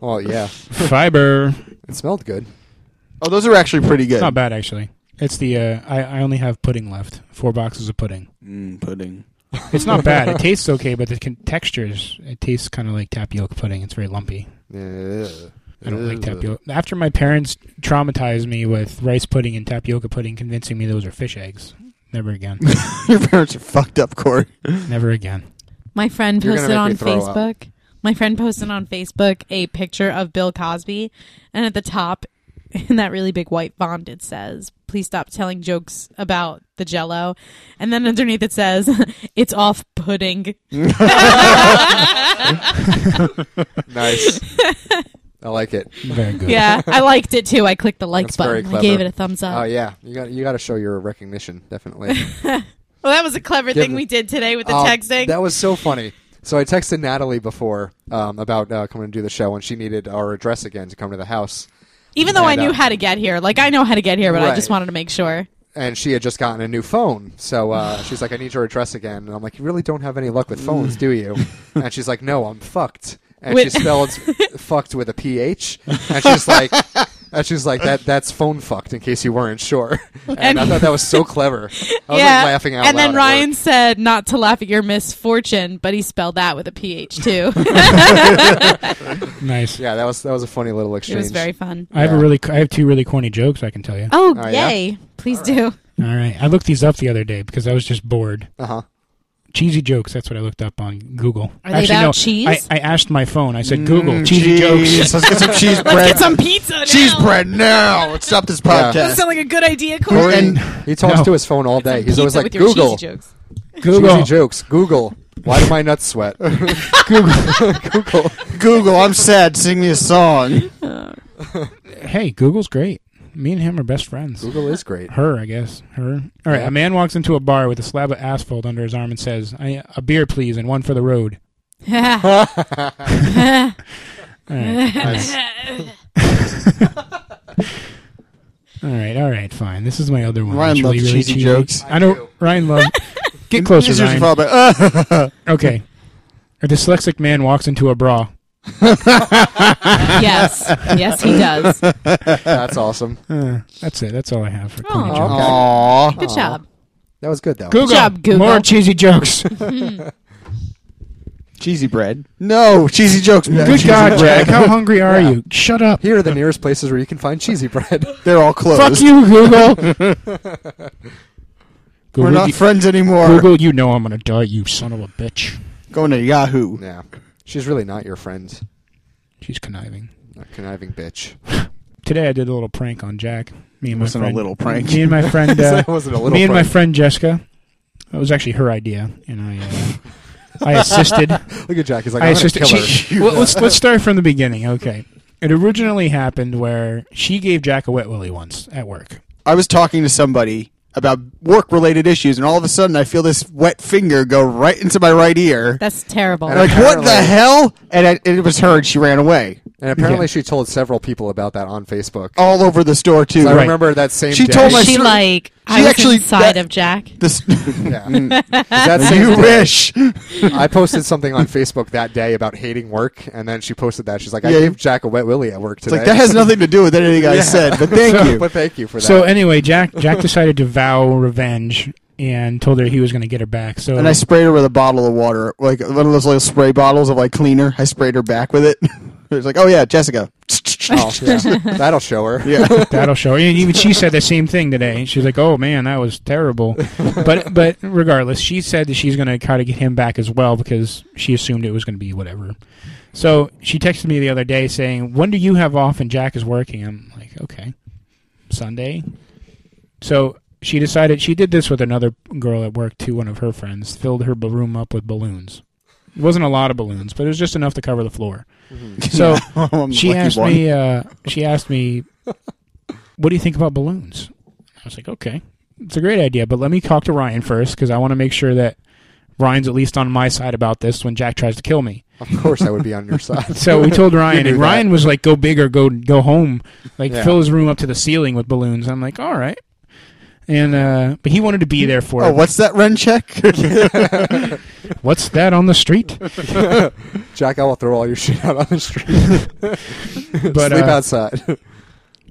[SPEAKER 3] Well, yeah.
[SPEAKER 1] Fiber,
[SPEAKER 3] It smelled good.
[SPEAKER 5] oh, those are actually pretty good.
[SPEAKER 1] not bad actually. It's the uh, I I only have pudding left. Four boxes of pudding.
[SPEAKER 5] Mm, pudding.
[SPEAKER 1] It's not bad. It tastes okay, but the con- textures it tastes kind of like tapioca pudding. It's very lumpy.
[SPEAKER 3] Yeah.
[SPEAKER 1] I don't like
[SPEAKER 3] Ugh.
[SPEAKER 1] tapioca. After my parents traumatized me with rice pudding and tapioca pudding, convincing me those are fish eggs. Never again.
[SPEAKER 5] Your parents are fucked up, Corey.
[SPEAKER 1] Never again.
[SPEAKER 4] My friend
[SPEAKER 3] You're
[SPEAKER 4] posted
[SPEAKER 3] gonna
[SPEAKER 4] on
[SPEAKER 3] make me throw up.
[SPEAKER 4] Facebook. My friend posted on Facebook a picture of Bill Cosby, and at the top, in that really big white font, it says, "Please stop telling jokes about the Jello," and then underneath it says, "It's off pudding."
[SPEAKER 3] Nice. I like it.
[SPEAKER 1] Very good.
[SPEAKER 4] yeah, I liked it too. I clicked the like
[SPEAKER 3] That's very
[SPEAKER 4] button. I
[SPEAKER 3] clever.
[SPEAKER 4] gave it a thumbs up.
[SPEAKER 3] Oh yeah, you got you got to show your recognition definitely.
[SPEAKER 4] Well, that was a clever
[SPEAKER 3] Give
[SPEAKER 4] thing
[SPEAKER 3] it-
[SPEAKER 4] we did today with the
[SPEAKER 3] Um,
[SPEAKER 4] texting.
[SPEAKER 3] That was so funny. So I texted Natalie before um, about uh, coming to do the show, and she needed our address again to come to the house.
[SPEAKER 4] Even though I
[SPEAKER 3] and,
[SPEAKER 4] knew
[SPEAKER 3] uh,
[SPEAKER 4] how to get here, like I know how to get here, but I just
[SPEAKER 3] Right.
[SPEAKER 4] wanted to make sure.
[SPEAKER 3] And she had just gotten a new phone, so uh, she's like, "I need your address again." And I'm like, "You really don't have any luck with phones, do you?" And she's like, "No, I'm fucked." And
[SPEAKER 4] Wait.
[SPEAKER 3] she spells "fucked" with a ph, and she's like, "And she's like that. That's phone fucked." In case you weren't sure, and,
[SPEAKER 4] And-
[SPEAKER 3] I thought that was so clever. I was like laughing out
[SPEAKER 4] and
[SPEAKER 3] loud.
[SPEAKER 4] then
[SPEAKER 3] at work.
[SPEAKER 4] Ryan said not to laugh at your misfortune, but he spelled that with a ph too.
[SPEAKER 1] Nice.
[SPEAKER 3] Yeah, that was that was a funny little
[SPEAKER 4] it
[SPEAKER 3] exchange.
[SPEAKER 4] was very fun.
[SPEAKER 1] I have a
[SPEAKER 3] Yeah.
[SPEAKER 1] really, I have two really corny jokes I can tell you.
[SPEAKER 4] Oh,
[SPEAKER 3] Oh, yeah?
[SPEAKER 4] yay! Please do.
[SPEAKER 1] All right, I looked these up the other day because I was just bored.
[SPEAKER 3] uh huh.
[SPEAKER 1] Cheesy jokes. That's what I looked up on Google.
[SPEAKER 4] Are they about cheese?
[SPEAKER 1] I, I asked my phone. I
[SPEAKER 3] Mm,
[SPEAKER 1] said, "Google cheesy
[SPEAKER 5] Jeez,
[SPEAKER 1] jokes."
[SPEAKER 5] Mm, Let's get some cheese bread.
[SPEAKER 4] Let's get some pizza. Now.
[SPEAKER 5] cheese bread now. Let's stop this
[SPEAKER 3] Yeah.
[SPEAKER 4] Doesn't
[SPEAKER 5] podcast.
[SPEAKER 4] sound like a good idea,
[SPEAKER 5] Corey,
[SPEAKER 4] Corey.
[SPEAKER 5] and
[SPEAKER 3] He talks
[SPEAKER 1] No.
[SPEAKER 3] to his phone all day. He's always
[SPEAKER 4] Pizza
[SPEAKER 3] like,
[SPEAKER 4] with your
[SPEAKER 3] Google,
[SPEAKER 4] cheesy jokes.
[SPEAKER 1] Google.
[SPEAKER 3] cheesy jokes, Google. Why do my nuts sweat?
[SPEAKER 5] Google, I'm sad. Sing me a song.
[SPEAKER 1] Hey, Google's great. Me and him are best friends.
[SPEAKER 3] Google is great.
[SPEAKER 1] Her, I guess. Her. All right.
[SPEAKER 3] Yeah.
[SPEAKER 1] A man walks into a bar with a slab of asphalt under his arm and says, I, "A beer, please, and one for the road." All right. all right. All right. Fine. This is my other one.
[SPEAKER 5] Ryan
[SPEAKER 1] It's really,
[SPEAKER 5] loves
[SPEAKER 1] really
[SPEAKER 5] cheesy
[SPEAKER 1] cheesy.
[SPEAKER 5] jokes.
[SPEAKER 1] I know. Ryan loves. Get closer,
[SPEAKER 5] Here's your
[SPEAKER 1] Ryan.
[SPEAKER 5] phone, but, uh,
[SPEAKER 1] Okay. A dyslexic man walks into a bra.
[SPEAKER 4] yes, yes, he does. Oh, Good
[SPEAKER 3] That's awesome.
[SPEAKER 1] Uh, that's it. That's all I have for corny
[SPEAKER 4] Aw.
[SPEAKER 1] jokes.
[SPEAKER 3] Okay.
[SPEAKER 5] Aw.
[SPEAKER 3] Aw.
[SPEAKER 4] job.
[SPEAKER 3] That was good, though.
[SPEAKER 1] Google.
[SPEAKER 4] job, Google.
[SPEAKER 1] More cheesy jokes.
[SPEAKER 5] Cheesy bread. No, cheesy jokes.
[SPEAKER 1] Good God, Jack. How hungry are you? Shut up.
[SPEAKER 3] Here are the nearest places where you can find cheesy bread.
[SPEAKER 5] They're all closed.
[SPEAKER 1] Fuck you, Google. Google,
[SPEAKER 5] We're not
[SPEAKER 1] you,
[SPEAKER 5] friends anymore.
[SPEAKER 1] Google, you know I'm gonna die, you son of a bitch.
[SPEAKER 5] Going to Yahoo.
[SPEAKER 3] yeah. She's really not your friend.
[SPEAKER 1] She's conniving.
[SPEAKER 3] A conniving bitch.
[SPEAKER 1] Today I did a little prank on Jack. Me and my
[SPEAKER 5] Wasn't a
[SPEAKER 1] friend.
[SPEAKER 5] little prank.
[SPEAKER 1] Me and my friend. Uh,
[SPEAKER 3] that wasn't a little
[SPEAKER 1] me and my
[SPEAKER 3] prank.
[SPEAKER 1] friend Jessica. That was actually her idea, and I. Uh, I assisted.
[SPEAKER 3] Look at Jack. He's like,
[SPEAKER 1] I
[SPEAKER 3] I'm going to
[SPEAKER 1] assisted.
[SPEAKER 3] kill her.
[SPEAKER 1] she- well, let's let's start from the beginning. Okay, it originally happened where she gave Jack a wet willy once at work.
[SPEAKER 5] I was talking to somebody about work-related issues, and all of a sudden, I feel this wet finger go right into my right ear.
[SPEAKER 4] That's terrible.
[SPEAKER 5] I'm like, what the
[SPEAKER 3] Apparently-
[SPEAKER 5] hell? And I, and it was her, and she ran away.
[SPEAKER 3] And apparently, she told several people about that on Facebook.
[SPEAKER 5] all over the store too.
[SPEAKER 3] I
[SPEAKER 1] Right.
[SPEAKER 3] remember that same.
[SPEAKER 5] She
[SPEAKER 3] day.
[SPEAKER 5] told my
[SPEAKER 4] she
[SPEAKER 5] sister-
[SPEAKER 4] like I
[SPEAKER 5] she
[SPEAKER 4] was
[SPEAKER 5] actually-
[SPEAKER 4] inside
[SPEAKER 5] that-
[SPEAKER 4] of Jack.
[SPEAKER 5] This,
[SPEAKER 3] Yeah. that same
[SPEAKER 5] you
[SPEAKER 3] day,
[SPEAKER 5] wish.
[SPEAKER 3] I posted something on Facebook that day about hating work, and then she posted that. She's like, "I
[SPEAKER 5] Yeah.
[SPEAKER 3] gave Jack a wet willy at work
[SPEAKER 5] It's
[SPEAKER 3] today."
[SPEAKER 5] like that has nothing to do with anything I
[SPEAKER 3] Yeah.
[SPEAKER 5] said. But thank
[SPEAKER 3] So-
[SPEAKER 5] you.
[SPEAKER 3] but thank you for that.
[SPEAKER 1] So anyway, Jack Jack decided to vow revenge and told her he was going to get her back. So
[SPEAKER 5] And I sprayed her with a bottle of water, like one of those little spray bottles of like cleaner. I sprayed her back with it. it was like, oh yeah, Jessica.
[SPEAKER 3] Oh, yeah. That'll show her.
[SPEAKER 5] Yeah,
[SPEAKER 1] that'll show. And even she said the same thing today. She's like, "Oh man, that was terrible." But but regardless, she said that she's going to try to get him back as well because she assumed it was going to be whatever. So she texted me the other day saying, "When do you have off?" And Jack is working. I'm like, "Okay, Sunday." So she decided she did this with another girl at work too. One of her friends filled her ba- room up with balloons. It wasn't a lot of balloons, but it was just enough to cover the floor. So
[SPEAKER 5] I'm
[SPEAKER 1] she
[SPEAKER 5] lucky
[SPEAKER 1] asked
[SPEAKER 5] one.
[SPEAKER 1] me. Uh, she asked me, "What do you think about balloons?" I was like, "Okay, it's a great idea, but let me talk to Ryan first because I want to make sure that Ryan's at least on my side about this when Jack tries to kill me."
[SPEAKER 3] Of course, I would be on your side.
[SPEAKER 1] So we told Ryan,
[SPEAKER 3] knew
[SPEAKER 1] and
[SPEAKER 3] that.
[SPEAKER 1] Ryan was like, "Go big or go go home." Like
[SPEAKER 3] Yeah.
[SPEAKER 1] fill his room up to the ceiling with balloons. I'm like, "All right," and uh, but he wanted to be there for
[SPEAKER 5] Oh,
[SPEAKER 1] it.
[SPEAKER 5] what's that rent check?
[SPEAKER 1] What's that on the street?
[SPEAKER 3] Jack, I will throw all your shit out on the street.
[SPEAKER 1] But
[SPEAKER 3] Sleep
[SPEAKER 1] uh,
[SPEAKER 3] outside.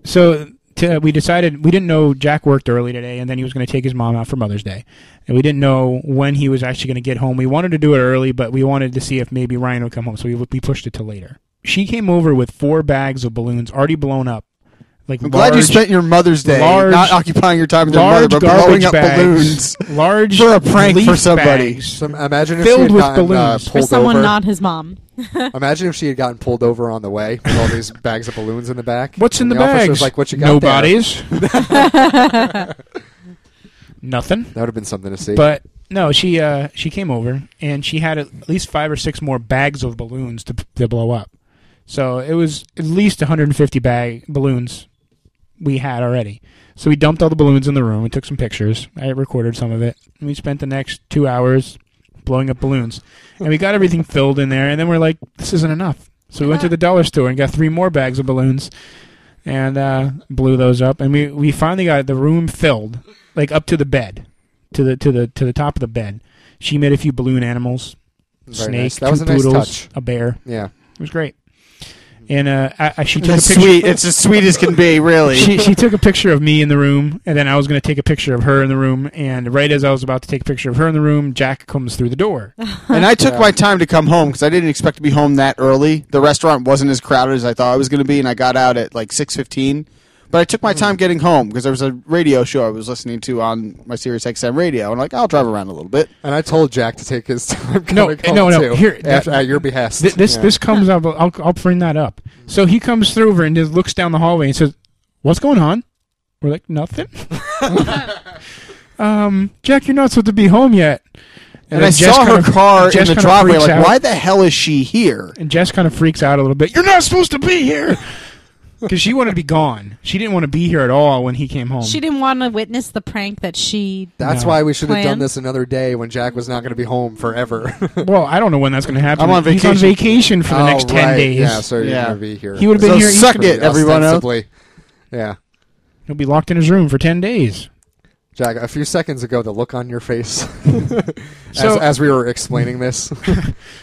[SPEAKER 1] So to, we decided we didn't know Jack worked early today, and then he was going to take his mom out for Mother's Day, and we didn't know when he was actually going to get home. We wanted to do it early, but we wanted to see if maybe Ryan would come home, so we we pushed it to later. She came over with four bags of balloons already blown up. Like
[SPEAKER 5] I'm
[SPEAKER 1] large,
[SPEAKER 5] glad you spent your Mother's Day
[SPEAKER 1] large-
[SPEAKER 5] not occupying your time with your mother,
[SPEAKER 1] large
[SPEAKER 5] but blowing
[SPEAKER 1] garbage
[SPEAKER 5] up
[SPEAKER 1] bags,
[SPEAKER 5] balloons.
[SPEAKER 1] large
[SPEAKER 5] For a prank
[SPEAKER 1] leaf
[SPEAKER 5] for somebody.
[SPEAKER 1] bags.
[SPEAKER 3] So imagine if she
[SPEAKER 1] Filled
[SPEAKER 3] had
[SPEAKER 1] with
[SPEAKER 3] gotten, uh,
[SPEAKER 1] balloons.
[SPEAKER 3] pulled
[SPEAKER 1] For
[SPEAKER 4] For someone
[SPEAKER 3] over.
[SPEAKER 4] not his mom.
[SPEAKER 3] imagine if she had gotten pulled over on the way with all these bags of balloons in the back.
[SPEAKER 1] What's in
[SPEAKER 3] And
[SPEAKER 1] the,
[SPEAKER 3] officer
[SPEAKER 1] bags?
[SPEAKER 3] was like, "What you got?"
[SPEAKER 1] No
[SPEAKER 3] there?"
[SPEAKER 1] bodies. Nothing.
[SPEAKER 3] That would have been something to see.
[SPEAKER 1] But no, she uh, she came over and she had at least five or six more bags of balloons to to blow up. So it was at least 150 bag balloons we had already. So we dumped all the balloons in the room. We took some pictures. I recorded some of it. And we spent the next two hours blowing up balloons, and we got everything filled in there. And then we're like, this isn't enough. So we went to the dollar store and got three more bags of balloons. And uh, blew those up, and we, we finally got the room filled, like up to the bed to the to the to the top of the bed. She made a few balloon animals,
[SPEAKER 3] Very
[SPEAKER 1] snake,
[SPEAKER 3] nice. That
[SPEAKER 1] two
[SPEAKER 3] was a nice
[SPEAKER 1] poodles,
[SPEAKER 3] touch.
[SPEAKER 1] a bear.
[SPEAKER 3] yeah,
[SPEAKER 1] It was great. And uh, I, I, she took
[SPEAKER 5] That's
[SPEAKER 1] a picture.
[SPEAKER 5] sweet. It's as sweet as can be, really.
[SPEAKER 1] She she took a picture of me in the room, and then I was going to take a picture of her in the room. And right as I was about to take a picture of her in the room, Jack comes through the door.
[SPEAKER 5] and I took
[SPEAKER 3] Yeah.
[SPEAKER 5] my time to come home because I didn't expect to be home that early. The restaurant wasn't as crowded as I thought it was going to be, and I got out at like six fifteen. But I took
[SPEAKER 1] Hmm.
[SPEAKER 5] my time getting home because there was a radio show I was listening to on my Sirius XM radio, and like I'll drive around a little bit.
[SPEAKER 3] and I told Jack to take his time
[SPEAKER 1] No,
[SPEAKER 3] coming
[SPEAKER 1] no,
[SPEAKER 3] home
[SPEAKER 1] no,
[SPEAKER 3] too.
[SPEAKER 1] here-
[SPEAKER 3] after,
[SPEAKER 1] that-
[SPEAKER 3] at your behest.
[SPEAKER 1] Th- this
[SPEAKER 3] Yeah.
[SPEAKER 1] this comes up. I'll I'll bring that up. So he comes through over and just looks down the hallway and says, "What's going on?" We're like, "Nothing." um, Jack, you're not supposed to be home yet.
[SPEAKER 5] And,
[SPEAKER 1] then
[SPEAKER 5] I
[SPEAKER 1] Jess
[SPEAKER 5] saw her
[SPEAKER 1] kinda-
[SPEAKER 5] car in
[SPEAKER 1] Jess
[SPEAKER 5] the
[SPEAKER 1] kinda
[SPEAKER 5] driveway.
[SPEAKER 1] freaks
[SPEAKER 5] Like,
[SPEAKER 1] out.
[SPEAKER 5] why the hell is she here?
[SPEAKER 1] And Jess kind of freaks out a little bit. You're not supposed to be here. Because she wanted to be gone. She didn't want to be here at all when he came home.
[SPEAKER 4] She didn't want to witness the prank that she.
[SPEAKER 3] That's
[SPEAKER 1] No.
[SPEAKER 3] why we should have done
[SPEAKER 4] Plan.
[SPEAKER 3] this another day when Jack was not going to be home forever.
[SPEAKER 1] well, I don't know when that's going to happen.
[SPEAKER 5] I'm on
[SPEAKER 1] He's on
[SPEAKER 5] vacation.
[SPEAKER 1] vacation for the
[SPEAKER 3] Oh,
[SPEAKER 1] next 10
[SPEAKER 3] right.
[SPEAKER 1] days.
[SPEAKER 3] Yeah, so you're
[SPEAKER 5] Yeah.
[SPEAKER 3] going to be here.
[SPEAKER 1] He would've been
[SPEAKER 5] So
[SPEAKER 1] here
[SPEAKER 5] suck it, everyone else.
[SPEAKER 3] Ostensibly. Yeah.
[SPEAKER 1] He'll be locked in his room for 10 days.
[SPEAKER 3] Jack, a few seconds ago, the look on your face as,
[SPEAKER 1] So-
[SPEAKER 3] as we were explaining this.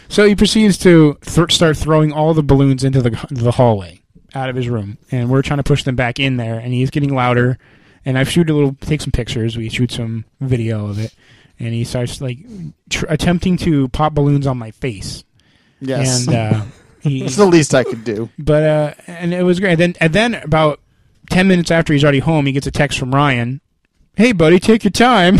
[SPEAKER 1] So he proceeds to th- start throwing all the balloons into the, the hallway out of his room. And we're trying to push them back in there. And he's getting louder. And I shoot a little, take some pictures. We shoot some video of it. And he starts like tr- attempting to pop balloons on my face.
[SPEAKER 5] Yes,
[SPEAKER 1] And uh, he,
[SPEAKER 5] it's the least I could do.
[SPEAKER 1] But uh, and it was great. And then and then about ten minutes after he's already home, he gets a text from Ryan. Hey, buddy, take your time.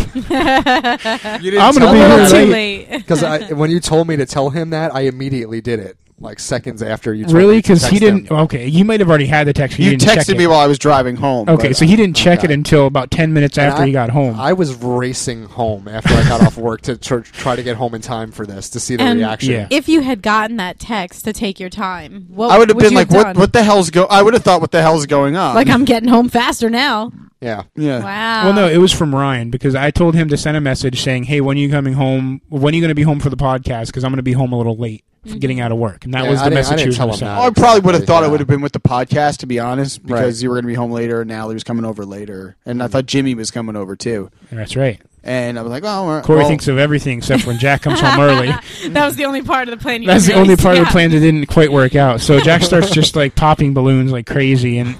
[SPEAKER 1] I'm
[SPEAKER 3] tell
[SPEAKER 1] gonna be
[SPEAKER 3] me
[SPEAKER 1] here
[SPEAKER 3] that.
[SPEAKER 1] late.
[SPEAKER 4] late.
[SPEAKER 3] Because when you told me to tell him that, I immediately did it, like seconds after you told
[SPEAKER 1] Really?
[SPEAKER 3] me to
[SPEAKER 1] Because he
[SPEAKER 3] text
[SPEAKER 1] didn't.
[SPEAKER 3] him.
[SPEAKER 1] Okay, you might have already had the text.
[SPEAKER 5] You,
[SPEAKER 1] didn't check
[SPEAKER 5] texted
[SPEAKER 1] it.
[SPEAKER 5] me while I was driving home.
[SPEAKER 1] Okay,
[SPEAKER 5] but-
[SPEAKER 1] so he didn't check
[SPEAKER 3] okay.
[SPEAKER 1] it until about ten minutes
[SPEAKER 3] And
[SPEAKER 1] after
[SPEAKER 3] oh I-
[SPEAKER 1] he got home.
[SPEAKER 3] I was racing home after I got off work to tr- try to get home in time for this, to see the
[SPEAKER 4] And-
[SPEAKER 3] reaction.
[SPEAKER 1] Yeah.
[SPEAKER 4] If you had gotten that text to take your time, what
[SPEAKER 5] I would have been
[SPEAKER 4] you
[SPEAKER 5] like, "What?
[SPEAKER 4] done?
[SPEAKER 5] What the hell's go?" I would have thought, "What the hell's going on?"
[SPEAKER 4] Like I'm getting home faster now.
[SPEAKER 3] Yeah.
[SPEAKER 5] yeah.
[SPEAKER 4] Wow.
[SPEAKER 1] well, no, it was from Ryan because I told him to send a message saying, "Hey, when are you coming home? When are you going to be home for the podcast? Because I'm going to be home a little late."
[SPEAKER 4] Mm-hmm.
[SPEAKER 1] for getting out of work, and that
[SPEAKER 3] Yeah,
[SPEAKER 1] was
[SPEAKER 3] I
[SPEAKER 1] the
[SPEAKER 3] didn't- I
[SPEAKER 1] message
[SPEAKER 3] didn't
[SPEAKER 1] she was
[SPEAKER 3] tell
[SPEAKER 1] gonna
[SPEAKER 3] him
[SPEAKER 1] send.
[SPEAKER 3] that.
[SPEAKER 5] I probably would have
[SPEAKER 3] Yeah.
[SPEAKER 5] thought it would have been with the podcast, to be honest, because
[SPEAKER 3] Right.
[SPEAKER 5] you were going to be home later, and Allie was coming over later, and
[SPEAKER 1] Mm.
[SPEAKER 5] I thought Jimmy was coming over too,
[SPEAKER 1] That's right.
[SPEAKER 5] and I was like, oh,
[SPEAKER 1] Corey
[SPEAKER 5] well,
[SPEAKER 1] thinks of everything except when Jack comes home early.
[SPEAKER 4] that was the only part of the plan. You
[SPEAKER 1] That's the
[SPEAKER 4] erased.
[SPEAKER 1] only part of the
[SPEAKER 4] Yeah.
[SPEAKER 1] plan that didn't quite work out. So Jack starts just like popping balloons like crazy, and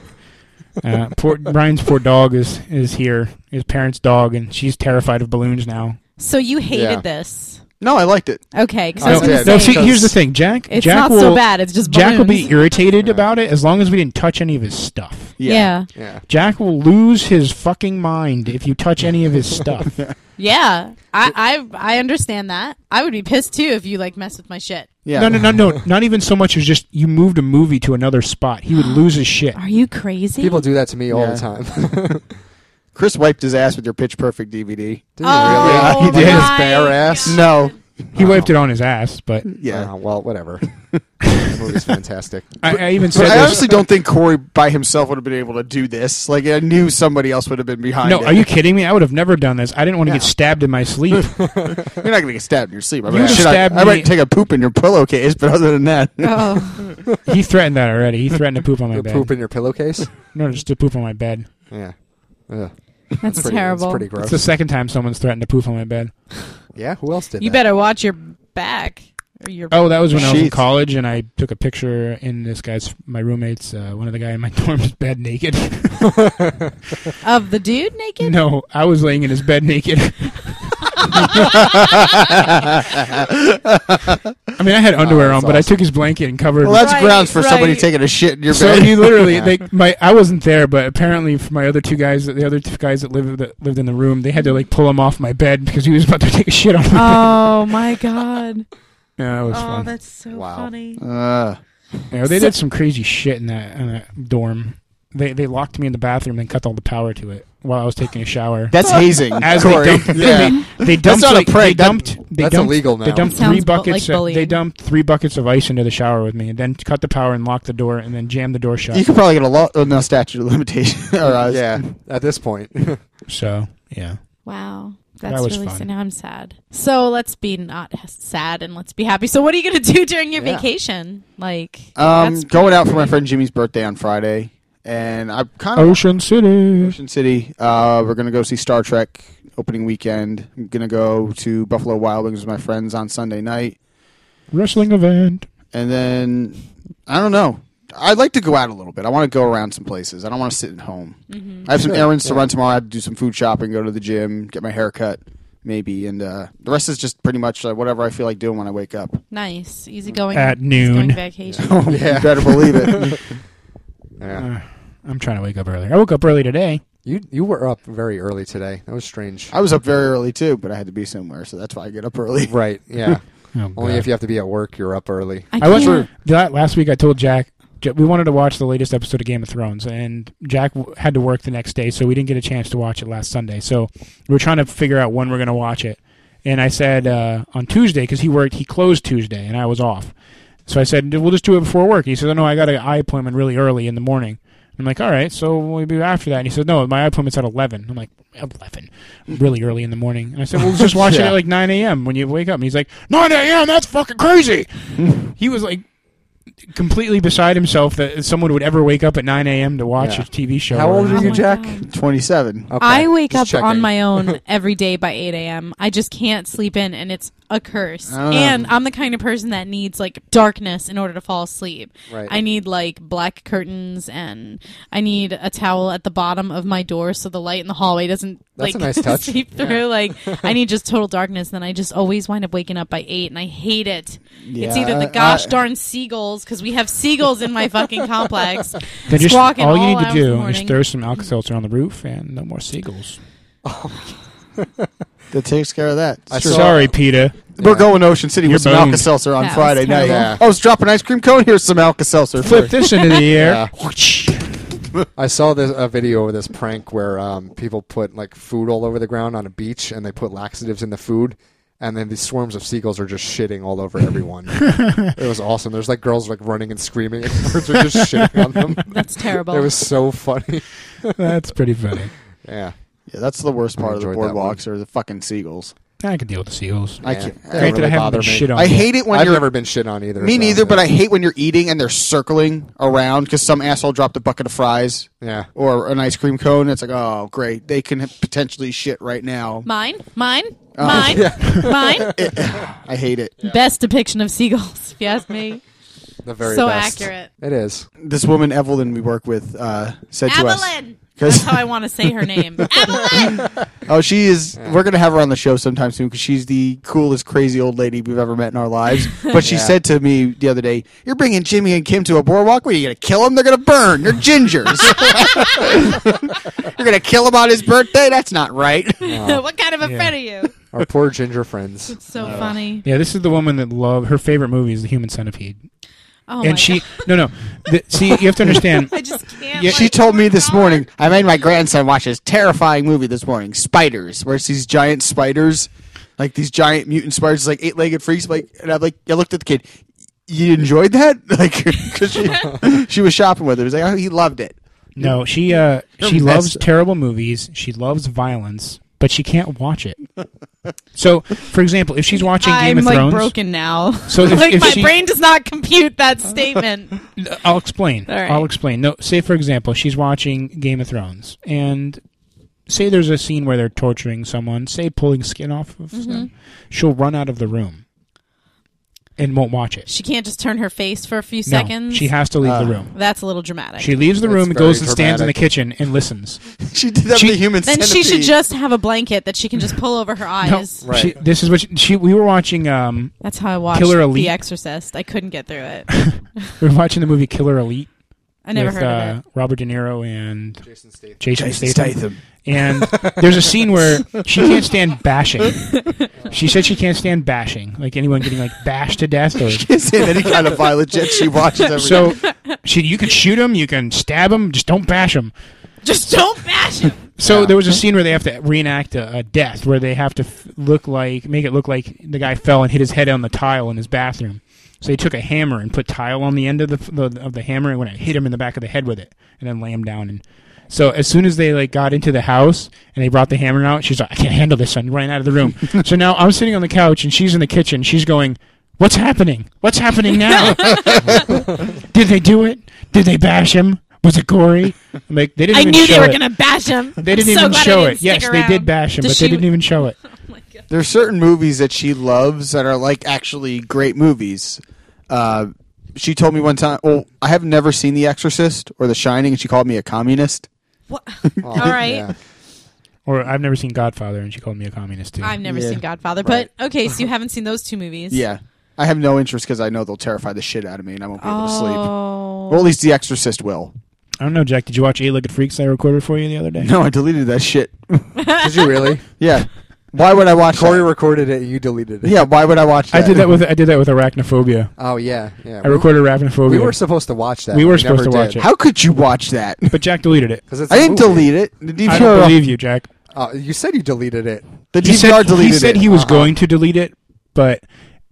[SPEAKER 1] uh, poor, Brian's poor dog is is here, his parents' dog, and she's terrified of balloons now.
[SPEAKER 4] So you hated
[SPEAKER 3] Yeah.
[SPEAKER 4] this,
[SPEAKER 5] no, I liked it.
[SPEAKER 4] okay? 'cause I
[SPEAKER 3] I
[SPEAKER 4] was gonna
[SPEAKER 3] did.
[SPEAKER 1] no.
[SPEAKER 4] say,
[SPEAKER 1] See, here's the thing, Jack.
[SPEAKER 4] It's
[SPEAKER 1] Jack
[SPEAKER 4] not
[SPEAKER 1] will,
[SPEAKER 4] so bad. It's just
[SPEAKER 1] Jack will be
[SPEAKER 4] balloons.
[SPEAKER 1] irritated
[SPEAKER 3] Yeah.
[SPEAKER 1] about it as long as we didn't touch any of his stuff.
[SPEAKER 5] Yeah.
[SPEAKER 3] Yeah.
[SPEAKER 1] Jack will lose his fucking mind if you touch any of his stuff.
[SPEAKER 4] Yeah, I, I I understand that. I would be pissed too if you like mess with my shit.
[SPEAKER 5] Yeah.
[SPEAKER 1] No, no, no, no. Not even so much as just you moved a movie to another spot. He would lose his shit.
[SPEAKER 4] Are you crazy?
[SPEAKER 3] People do that to me all
[SPEAKER 5] Yeah.
[SPEAKER 3] the
[SPEAKER 4] Oh.
[SPEAKER 3] time.
[SPEAKER 5] Chris wiped his ass with your Pitch Perfect DVD.
[SPEAKER 3] Dude,
[SPEAKER 4] oh,
[SPEAKER 3] really?
[SPEAKER 5] Yeah, he did.
[SPEAKER 4] my
[SPEAKER 5] His
[SPEAKER 3] bare ass.
[SPEAKER 4] God.
[SPEAKER 5] No.
[SPEAKER 1] He wiped it on his ass, but
[SPEAKER 5] Yeah.
[SPEAKER 3] Uh, well, whatever. the movie's fantastic.
[SPEAKER 1] I, I even said
[SPEAKER 5] But I
[SPEAKER 1] this.
[SPEAKER 5] honestly don't think Corey by himself would have been able to do this. Like I knew somebody else would have been behind.
[SPEAKER 1] No,
[SPEAKER 5] it.
[SPEAKER 1] are you kidding me? I would have never done this. I didn't want to
[SPEAKER 5] No.
[SPEAKER 1] get stabbed in my sleep.
[SPEAKER 5] You're not gonna get stabbed in your sleep. I
[SPEAKER 1] You
[SPEAKER 5] mean,
[SPEAKER 1] would've
[SPEAKER 5] shit, I,
[SPEAKER 1] stabbed
[SPEAKER 5] I
[SPEAKER 1] me-
[SPEAKER 5] might take a poop in your pillowcase, but other than that,
[SPEAKER 4] Oh,
[SPEAKER 1] he threatened that already. He threatened to poop on my
[SPEAKER 3] Your
[SPEAKER 1] bed.
[SPEAKER 3] poop in your pillowcase?
[SPEAKER 1] No, just to poop on my bed.
[SPEAKER 3] Yeah. Ugh,
[SPEAKER 4] that's
[SPEAKER 3] pretty,
[SPEAKER 4] terrible.
[SPEAKER 3] It's pretty
[SPEAKER 1] It's
[SPEAKER 3] gross.
[SPEAKER 1] the second time someone's threatened to poop on my bed.
[SPEAKER 3] yeah, who else did
[SPEAKER 4] you
[SPEAKER 3] that?
[SPEAKER 4] better watch your back. Or your
[SPEAKER 1] Oh, that was when I was in
[SPEAKER 5] Sheets.
[SPEAKER 1] college, and I took a picture in this guy's, my roommate's, uh, one of the guy in my dorm's bed naked.
[SPEAKER 4] of the dude naked.
[SPEAKER 1] no, I was laying in his bed naked. I mean, I had underwear
[SPEAKER 3] Oh,
[SPEAKER 1] on,
[SPEAKER 3] that's
[SPEAKER 1] but I took his blanket and covered.
[SPEAKER 5] well, that's
[SPEAKER 4] Right,
[SPEAKER 5] grounds for somebody
[SPEAKER 4] right.
[SPEAKER 5] taking a shit in your
[SPEAKER 1] so
[SPEAKER 5] bed.
[SPEAKER 1] he literally,
[SPEAKER 3] Yeah.
[SPEAKER 1] they, my, I wasn't there, but apparently, for my other two guys, the other two guys that lived that lived in the room, they had to like pull him off my bed because he was about to take a shit on. My
[SPEAKER 4] Oh my god!
[SPEAKER 1] bed. Yeah, that was
[SPEAKER 4] Oh,
[SPEAKER 1] fun.
[SPEAKER 4] that's so
[SPEAKER 3] Wow.
[SPEAKER 4] funny.
[SPEAKER 5] Uh,
[SPEAKER 1] Yeah, they
[SPEAKER 4] So-
[SPEAKER 1] did some crazy shit in that, in that dorm. They they locked me in the bathroom and cut all the power to it while I was taking a shower.
[SPEAKER 5] that's hazing,
[SPEAKER 1] As they
[SPEAKER 5] Corey.
[SPEAKER 1] dumped-
[SPEAKER 5] yeah.
[SPEAKER 1] they dumped
[SPEAKER 5] not a
[SPEAKER 1] like,
[SPEAKER 5] prank.
[SPEAKER 1] They
[SPEAKER 5] That-
[SPEAKER 1] dumped. they
[SPEAKER 3] that's
[SPEAKER 1] dumped,
[SPEAKER 3] illegal now.
[SPEAKER 1] They dumped
[SPEAKER 4] Sounds
[SPEAKER 1] three
[SPEAKER 4] bu- like
[SPEAKER 1] buckets. of, they
[SPEAKER 4] bullying.
[SPEAKER 1] dumped three buckets of ice into the shower with me, and then cut the power and locked the door, and then jammed the door shut.
[SPEAKER 5] You could probably get a lot. Oh, no statute of limitation. or, uh,
[SPEAKER 3] yeah, at this point.
[SPEAKER 1] so yeah,
[SPEAKER 4] Wow.
[SPEAKER 1] That
[SPEAKER 4] That's
[SPEAKER 1] was
[SPEAKER 4] really
[SPEAKER 1] fun.
[SPEAKER 4] sad. Now I'm sad. So let's be not h- sad and let's be happy. So what are you going to do during your
[SPEAKER 3] Yeah.
[SPEAKER 4] vacation? Like
[SPEAKER 5] Um,
[SPEAKER 4] that's
[SPEAKER 5] going
[SPEAKER 4] pretty
[SPEAKER 5] out for my
[SPEAKER 4] great.
[SPEAKER 5] friend Jimmy's birthday on Friday, and I'm kind
[SPEAKER 4] Um,
[SPEAKER 5] of
[SPEAKER 3] Oh,
[SPEAKER 1] Ocean City.
[SPEAKER 5] Ocean City. Uh, we're gonna go see Star Trek opening weekend. I'm gonna go to Buffalo Wild Wings with my friends on Sunday night,
[SPEAKER 1] wrestling event.
[SPEAKER 5] and then I don't know. I'd like to go out a little bit. I want to go around some places. I don't want to sit at home.
[SPEAKER 4] Mm-hmm.
[SPEAKER 5] I have some
[SPEAKER 3] Sure,
[SPEAKER 5] errands to
[SPEAKER 3] yeah.
[SPEAKER 5] run tomorrow. I have to do some food shopping, go to the gym, get my hair cut, maybe, and uh, the rest is just pretty much uh, whatever I feel like doing when I wake up.
[SPEAKER 4] nice, easy going
[SPEAKER 1] At noon.
[SPEAKER 4] going vacation.
[SPEAKER 3] Oh,
[SPEAKER 5] you better believe it. Ah.
[SPEAKER 3] Yeah.
[SPEAKER 1] Uh, I'm trying to wake up early. I woke up early today.
[SPEAKER 3] You you were up very early today. That was strange.
[SPEAKER 5] I was up very early too, but I had to be somewhere, so that's why I get up early.
[SPEAKER 3] Right, yeah.
[SPEAKER 1] Oh,
[SPEAKER 3] Only
[SPEAKER 1] God.
[SPEAKER 3] if you have to be at work, you're up early.
[SPEAKER 4] I,
[SPEAKER 1] I went
[SPEAKER 4] can't.
[SPEAKER 1] through that last week. I told Jack J- we wanted to watch the latest episode of Game of Thrones, and Jack w- had to work the next day, so we didn't get a chance to watch it last Sunday. So we were trying to figure out when we're going to watch it. And I said uh, on Tuesday because he worked, he closed Tuesday, and I was off. So I said we'll just do it before work. He said, "Oh, no, I got an eye appointment really early in the morning." I'm like, "All right, so we'll do after that." And he said, "No, my eye appointment's at 11." I'm like, "11, really early in the morning." And I said, "Well, just watch it
[SPEAKER 5] Yeah.
[SPEAKER 1] at like 9 a.m. when you wake up." And he's like, "9 a.m. That's fucking crazy." he was like completely beside himself that someone would ever wake up at 9 a.m. to watch
[SPEAKER 3] Yeah.
[SPEAKER 1] a TV show.
[SPEAKER 3] How
[SPEAKER 1] or-
[SPEAKER 3] old are
[SPEAKER 4] Oh
[SPEAKER 3] you,
[SPEAKER 4] my
[SPEAKER 3] Jack?
[SPEAKER 4] God.
[SPEAKER 5] Twenty-seven.
[SPEAKER 3] Okay,
[SPEAKER 4] I wake up
[SPEAKER 3] just
[SPEAKER 4] on
[SPEAKER 3] checking.
[SPEAKER 4] my own every day by 8 a.m. I just can't sleep in, and it's a curse.
[SPEAKER 3] Ah.
[SPEAKER 5] I don't know.
[SPEAKER 4] And I'm the kind of person that needs like darkness in order to fall asleep.
[SPEAKER 3] Right.
[SPEAKER 4] I need like black curtains, and I need a towel at the bottom of my door so the light in the hallway doesn't
[SPEAKER 3] That's
[SPEAKER 4] like
[SPEAKER 3] a nice touch.
[SPEAKER 4] seep
[SPEAKER 3] Yeah.
[SPEAKER 4] through. Like I need just total darkness. Then I just always wind up waking up by eight, and I hate it. it's
[SPEAKER 5] Yeah,
[SPEAKER 4] either the
[SPEAKER 5] I-
[SPEAKER 4] gosh
[SPEAKER 5] I-
[SPEAKER 4] darn seagulls because we have seagulls in my fucking complex.
[SPEAKER 1] Then just, all
[SPEAKER 4] squawking
[SPEAKER 1] you need
[SPEAKER 4] hours
[SPEAKER 1] to
[SPEAKER 4] of the
[SPEAKER 1] do is
[SPEAKER 4] morning.
[SPEAKER 1] throw some Alka-Seltzer on the roof and no more seagulls.
[SPEAKER 5] That takes care of that.
[SPEAKER 3] I saw-
[SPEAKER 1] Sorry, PETA.
[SPEAKER 5] We're going to Ocean City
[SPEAKER 1] You're
[SPEAKER 5] with some
[SPEAKER 1] boned.
[SPEAKER 5] Alka Seltzer on
[SPEAKER 4] That was
[SPEAKER 5] Friday night.
[SPEAKER 4] terrible.
[SPEAKER 5] I was dropping ice cream cone. Here's some Alka Seltzer.
[SPEAKER 1] Flip this into the air.
[SPEAKER 3] I saw this a video of this prank where um, people put like food all over the ground on a beach, and they put laxatives in the food, and then these swarms of seagulls are just shitting all over everyone. it was awesome. There's like girls like running and screaming, and birds are just shitting on them.
[SPEAKER 4] That's terrible.
[SPEAKER 3] It was so funny.
[SPEAKER 1] That's pretty funny.
[SPEAKER 3] Yeah,
[SPEAKER 5] Yeah, that's the worst
[SPEAKER 3] I
[SPEAKER 5] part of the
[SPEAKER 3] enjoyed that
[SPEAKER 5] boardwalks or the fucking seagulls.
[SPEAKER 1] I can deal with the seagulls.
[SPEAKER 5] I
[SPEAKER 3] Yeah.
[SPEAKER 5] can't.
[SPEAKER 3] They don't
[SPEAKER 1] Granted,
[SPEAKER 3] really
[SPEAKER 1] I haven't
[SPEAKER 3] bother
[SPEAKER 1] been
[SPEAKER 3] me.
[SPEAKER 1] shit on.
[SPEAKER 5] I
[SPEAKER 1] yet.
[SPEAKER 5] hate it when
[SPEAKER 3] I've
[SPEAKER 5] you're.
[SPEAKER 3] never been shit on either.
[SPEAKER 5] me
[SPEAKER 3] so-
[SPEAKER 5] neither, but I hate when you're eating and they're circling around because some asshole dropped a bucket of fries
[SPEAKER 3] Yeah.
[SPEAKER 5] or an ice cream cone. It's like, oh, great. They can potentially shit right now.
[SPEAKER 4] Mine, mine, mine, mine.
[SPEAKER 5] I hate it.
[SPEAKER 4] Best depiction of seagulls, if you ask me.
[SPEAKER 3] the very
[SPEAKER 4] so
[SPEAKER 3] best.
[SPEAKER 4] accurate.
[SPEAKER 3] It is.
[SPEAKER 5] This woman, Evelyn, we work with, uh, said to us.
[SPEAKER 4] Evelyn. That's how I want to say her name. Evelyn.
[SPEAKER 5] Oh, she is. We're gonna have her on the show sometime soon because she's the coolest, crazy old lady we've ever met in our lives. But she said to me the other day, "You're bringing Jimmy and Kim to a boardwalk. What are you gonna kill them? They're gonna burn. You're gingers. You're gonna kill him on his birthday. That's not right."
[SPEAKER 4] what kind of a friend are you?
[SPEAKER 3] Our poor ginger friends.
[SPEAKER 4] So funny.
[SPEAKER 1] Yeah, this is the woman that love her favorite movie is The Human Centipede,
[SPEAKER 4] Oh my
[SPEAKER 1] and she
[SPEAKER 4] God.
[SPEAKER 1] no no. The, see, you have to understand.
[SPEAKER 4] I just can't.
[SPEAKER 1] Yeah,
[SPEAKER 5] She
[SPEAKER 4] like,
[SPEAKER 5] told
[SPEAKER 4] oh
[SPEAKER 5] me
[SPEAKER 4] my
[SPEAKER 5] this
[SPEAKER 4] God.
[SPEAKER 5] morning, I made my grandson watch this terrifying movie this morning, Spiders, where it's these giant spiders, like these giant mutant spiders, like eight legged freaks. Like, and I like, I looked at the kid, you enjoyed that? Like, 'cause she, she was shopping with her. It was like, oh, he loved it.
[SPEAKER 1] No, she uh,
[SPEAKER 5] You're
[SPEAKER 1] she loves
[SPEAKER 5] messed up.
[SPEAKER 1] terrible movies. She loves violence, but she can't watch it. so, for example, if she's watching Game
[SPEAKER 4] I'm
[SPEAKER 1] of
[SPEAKER 4] like
[SPEAKER 1] Thrones,
[SPEAKER 4] broken now.
[SPEAKER 1] So if-
[SPEAKER 4] like
[SPEAKER 1] if
[SPEAKER 4] my
[SPEAKER 1] she-
[SPEAKER 4] brain does not compute that statement.
[SPEAKER 1] uh, I'll explain.
[SPEAKER 4] All right.
[SPEAKER 1] I'll explain. No, say for example, she's watching Game of Thrones, and say there's a scene where they're torturing someone, say pulling skin off of
[SPEAKER 4] Mm-hmm.
[SPEAKER 1] them, she'll run out of the room and won't watch it.
[SPEAKER 4] she can't just turn her face for a few
[SPEAKER 1] No,
[SPEAKER 4] seconds.
[SPEAKER 1] she has to leave
[SPEAKER 5] Ah.
[SPEAKER 1] the room.
[SPEAKER 4] That's a little dramatic.
[SPEAKER 1] She leaves the
[SPEAKER 3] That's
[SPEAKER 1] room, and
[SPEAKER 3] very
[SPEAKER 1] goes and stands in the
[SPEAKER 3] dramatic.
[SPEAKER 1] kitchen and listens.
[SPEAKER 5] She did that
[SPEAKER 1] She-
[SPEAKER 5] with the human
[SPEAKER 4] then she
[SPEAKER 5] centipede.
[SPEAKER 4] should just have a blanket that she can just pull over her eyes.
[SPEAKER 1] She, this is what she, she. We were watching. Um,
[SPEAKER 4] That's how I watched
[SPEAKER 1] Killer Elite.
[SPEAKER 4] The Exorcist. I couldn't get through it.
[SPEAKER 1] we were watching the movie Killer Elite.
[SPEAKER 4] I never
[SPEAKER 1] with,
[SPEAKER 4] heard
[SPEAKER 1] uh,
[SPEAKER 4] of it.
[SPEAKER 1] Robert De Niro and
[SPEAKER 3] Jason Statham.
[SPEAKER 1] Jason,
[SPEAKER 5] Jason
[SPEAKER 1] Statham.
[SPEAKER 5] Statham.
[SPEAKER 1] And there's a scene where she can't stand bashing. She said she can't stand bashing, like anyone getting like bashed to death. Or
[SPEAKER 5] Is in any kind of violent jet she watches every
[SPEAKER 1] so, she you can shoot him, you can stab him, just don't bash him.
[SPEAKER 4] Just don't bash him.
[SPEAKER 1] So there was a scene where they have to reenact a, a death, where they have to f- look like make it look like the guy fell and hit his head on the tile in his bathroom. So he took a hammer and put tile on the end of the, f- the of the hammer and went and hit him in the back of the head with it, and then lay him down. And so as soon as they like got into the house and they brought the hammer out, she's like, "I can't handle this," and running out of the room. so now I'm sitting on the couch and she's in the kitchen. She's going, "What's happening? What's happening now? Did they do it? Did they bash him?" Was it gory? I'm like they didn't.
[SPEAKER 4] I
[SPEAKER 1] even
[SPEAKER 4] knew they
[SPEAKER 1] show
[SPEAKER 4] were
[SPEAKER 1] it.
[SPEAKER 4] gonna bash him.
[SPEAKER 1] They didn't
[SPEAKER 4] I'm so
[SPEAKER 1] even
[SPEAKER 4] glad I
[SPEAKER 1] show
[SPEAKER 4] didn't
[SPEAKER 1] it. Yes,
[SPEAKER 4] stick
[SPEAKER 1] they did
[SPEAKER 4] around.
[SPEAKER 1] bash him,
[SPEAKER 4] Does
[SPEAKER 1] but they
[SPEAKER 4] she-
[SPEAKER 1] didn't even show it.
[SPEAKER 4] Oh my God.
[SPEAKER 5] There's certain movies that she loves that are like actually great movies. Uh, she told me one time, "Well, I have never seen The Exorcist or The Shining," and she called me a communist.
[SPEAKER 4] What?
[SPEAKER 3] Oh,
[SPEAKER 4] All right.
[SPEAKER 3] yeah.
[SPEAKER 1] Or I've never seen Godfather, and she called me a communist too.
[SPEAKER 4] I've never
[SPEAKER 5] Yeah.
[SPEAKER 4] seen Godfather, but okay, so you haven't seen those two movies.
[SPEAKER 5] Yeah, I have no interest because I know they'll terrify the shit out of me, and I won't be able to sleep.
[SPEAKER 4] Oh.
[SPEAKER 5] Well, at least The Exorcist will.
[SPEAKER 1] I don't know, Jack. Did you watch Eight Legged Freaks I recorded for you the other day?
[SPEAKER 5] No, I deleted that shit.
[SPEAKER 3] Did you really?
[SPEAKER 5] Yeah, why would I watch?
[SPEAKER 3] Corey
[SPEAKER 5] that?
[SPEAKER 3] recorded it and you deleted it.
[SPEAKER 5] Yeah, why would I watch?
[SPEAKER 1] I
[SPEAKER 5] That?
[SPEAKER 1] did that with I did that with arachnophobia.
[SPEAKER 3] Oh yeah. Yeah.
[SPEAKER 1] I recorded arachnophobia.
[SPEAKER 3] we were supposed to watch that.
[SPEAKER 1] We were supposed to watch it.
[SPEAKER 5] How could you watch that?
[SPEAKER 1] but Jack deleted it.
[SPEAKER 3] Because
[SPEAKER 5] I didn't delete it. The
[SPEAKER 1] I don't
[SPEAKER 5] DVR,
[SPEAKER 1] believe you, Jack.
[SPEAKER 3] Oh, you said you deleted it.
[SPEAKER 5] the
[SPEAKER 1] He
[SPEAKER 5] DVR
[SPEAKER 1] said he,
[SPEAKER 5] deleted
[SPEAKER 1] said
[SPEAKER 5] it.
[SPEAKER 1] he was
[SPEAKER 3] Uh-huh.
[SPEAKER 1] going to delete it, but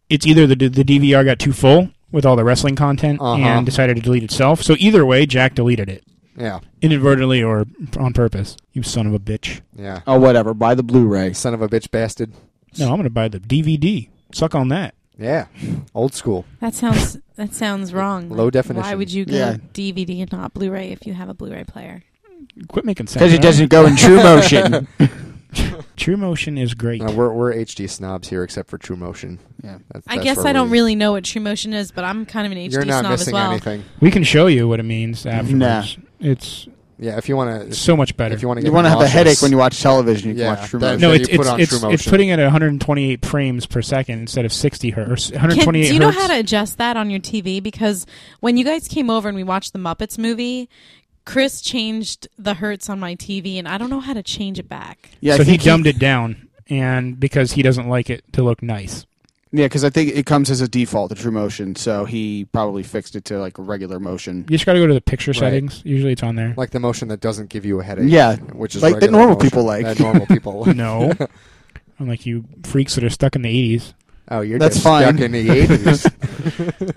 [SPEAKER 1] it's either the the DVR got too full with all the wrestling content
[SPEAKER 3] Uh-huh.
[SPEAKER 1] and decided to delete itself. So either way, Jack deleted it
[SPEAKER 3] Yeah.
[SPEAKER 1] inadvertently or on purpose. You son of a bitch.
[SPEAKER 3] Yeah.
[SPEAKER 5] Oh, whatever. Buy the Blu-ray.
[SPEAKER 3] You son of a bitch bastard.
[SPEAKER 1] No, I'm going to buy the DVD. Suck on that.
[SPEAKER 3] Yeah. Old school.
[SPEAKER 4] That sounds that sounds wrong.
[SPEAKER 3] Low
[SPEAKER 4] Like, Why
[SPEAKER 3] definition.
[SPEAKER 4] would you go
[SPEAKER 5] Yeah.
[SPEAKER 4] DVD and not Blu-ray if you have a Blu-ray player?
[SPEAKER 1] Quit making sense.
[SPEAKER 5] Because it doesn't go in true motion.
[SPEAKER 1] True motion is great.
[SPEAKER 3] No, we're we're HD snobs here, except for True Motion.
[SPEAKER 5] yeah.
[SPEAKER 3] That's,
[SPEAKER 4] I
[SPEAKER 3] that's
[SPEAKER 4] guess
[SPEAKER 3] where
[SPEAKER 4] I don't
[SPEAKER 3] we-
[SPEAKER 4] really know what True Motion is, but I'm kind of an HD
[SPEAKER 3] You're not
[SPEAKER 4] snob as
[SPEAKER 3] missing
[SPEAKER 4] well.
[SPEAKER 3] anything.
[SPEAKER 1] We can show you what it means afterwards. It's
[SPEAKER 3] Yeah. If you want to,
[SPEAKER 1] so much better.
[SPEAKER 3] if you want to,
[SPEAKER 5] You want to have a headache when you watch television. You
[SPEAKER 3] Yeah,
[SPEAKER 5] can watch True
[SPEAKER 3] that-
[SPEAKER 5] Motion.
[SPEAKER 1] no,
[SPEAKER 3] that
[SPEAKER 1] it's
[SPEAKER 3] you put
[SPEAKER 1] it's
[SPEAKER 3] on
[SPEAKER 1] it's,
[SPEAKER 3] true
[SPEAKER 1] it's
[SPEAKER 3] motion.
[SPEAKER 1] putting it at 128 frames per second instead of 60 hertz. or
[SPEAKER 4] Can, do
[SPEAKER 1] 128
[SPEAKER 4] you know
[SPEAKER 1] hertz.
[SPEAKER 4] how to adjust that on your TV? Because when you guys came over and we watched the Muppets movie, Chris changed the hertz on my TV, and I don't know how to change it back.
[SPEAKER 5] yeah,
[SPEAKER 1] so
[SPEAKER 5] I
[SPEAKER 1] he
[SPEAKER 5] think
[SPEAKER 1] dumbed it down, and because he doesn't like it to look nice.
[SPEAKER 5] Yeah, because I think it comes as a default to True Motion, so he probably fixed it to like regular motion.
[SPEAKER 1] You just got to go to the picture
[SPEAKER 3] Right.
[SPEAKER 1] settings. Usually it's on there.
[SPEAKER 3] like the motion that doesn't give you a headache.
[SPEAKER 5] Yeah,
[SPEAKER 3] Which is
[SPEAKER 5] like that
[SPEAKER 3] regular
[SPEAKER 5] normal
[SPEAKER 3] motion
[SPEAKER 5] people like.
[SPEAKER 3] That normal people.
[SPEAKER 1] no, unlike you freaks that are stuck in the 80s.
[SPEAKER 3] Oh, you're
[SPEAKER 5] That's
[SPEAKER 3] just
[SPEAKER 5] fine.
[SPEAKER 3] stuck in the eighties.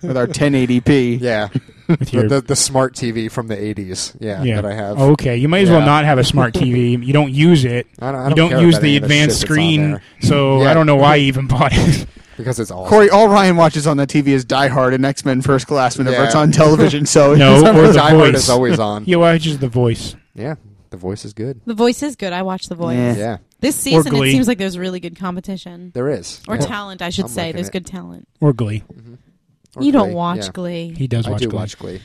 [SPEAKER 5] With our 1080p,
[SPEAKER 3] yeah.
[SPEAKER 1] with
[SPEAKER 3] The,
[SPEAKER 1] your
[SPEAKER 3] the, the smart TV from the 80s, yeah, that I have.
[SPEAKER 1] Okay, you might as well
[SPEAKER 3] Yeah.
[SPEAKER 1] not have a smart TV. You don't use it.
[SPEAKER 3] I don't, I
[SPEAKER 1] you
[SPEAKER 3] don't
[SPEAKER 1] don't
[SPEAKER 3] care
[SPEAKER 1] use
[SPEAKER 3] about
[SPEAKER 1] the
[SPEAKER 3] any of shit
[SPEAKER 1] advanced
[SPEAKER 3] that's on
[SPEAKER 1] screen,
[SPEAKER 3] there,
[SPEAKER 1] so
[SPEAKER 3] Yeah.
[SPEAKER 1] I don't know why you even bought it.
[SPEAKER 3] because it's awesome.
[SPEAKER 5] Corey, all Ryan watches on that TV is Die Hard and X Men First Class whenever
[SPEAKER 3] Yeah.
[SPEAKER 5] it's on television. So
[SPEAKER 1] No,
[SPEAKER 5] it's not
[SPEAKER 1] or
[SPEAKER 5] really-
[SPEAKER 1] the
[SPEAKER 3] Die Hard
[SPEAKER 1] voice.
[SPEAKER 3] is always on.
[SPEAKER 1] yeah, well, it's just the voice.
[SPEAKER 3] Yeah, the voice is good.
[SPEAKER 4] The voice is good. I watch The Voice.
[SPEAKER 5] Yeah.
[SPEAKER 3] Yeah,
[SPEAKER 4] This season, it
[SPEAKER 1] Glee.
[SPEAKER 4] seems like there's really good competition
[SPEAKER 3] there is.
[SPEAKER 4] or
[SPEAKER 3] Yeah.
[SPEAKER 4] talent. I should
[SPEAKER 3] I'm
[SPEAKER 4] say
[SPEAKER 3] liking
[SPEAKER 4] there's
[SPEAKER 3] it.
[SPEAKER 4] good talent.
[SPEAKER 1] Or Glee.
[SPEAKER 3] Or
[SPEAKER 4] you don't
[SPEAKER 3] Glee,
[SPEAKER 4] watch
[SPEAKER 3] yeah.
[SPEAKER 4] Glee.
[SPEAKER 1] He does
[SPEAKER 3] I
[SPEAKER 1] watch
[SPEAKER 3] do
[SPEAKER 1] Glee.
[SPEAKER 3] watch Glee.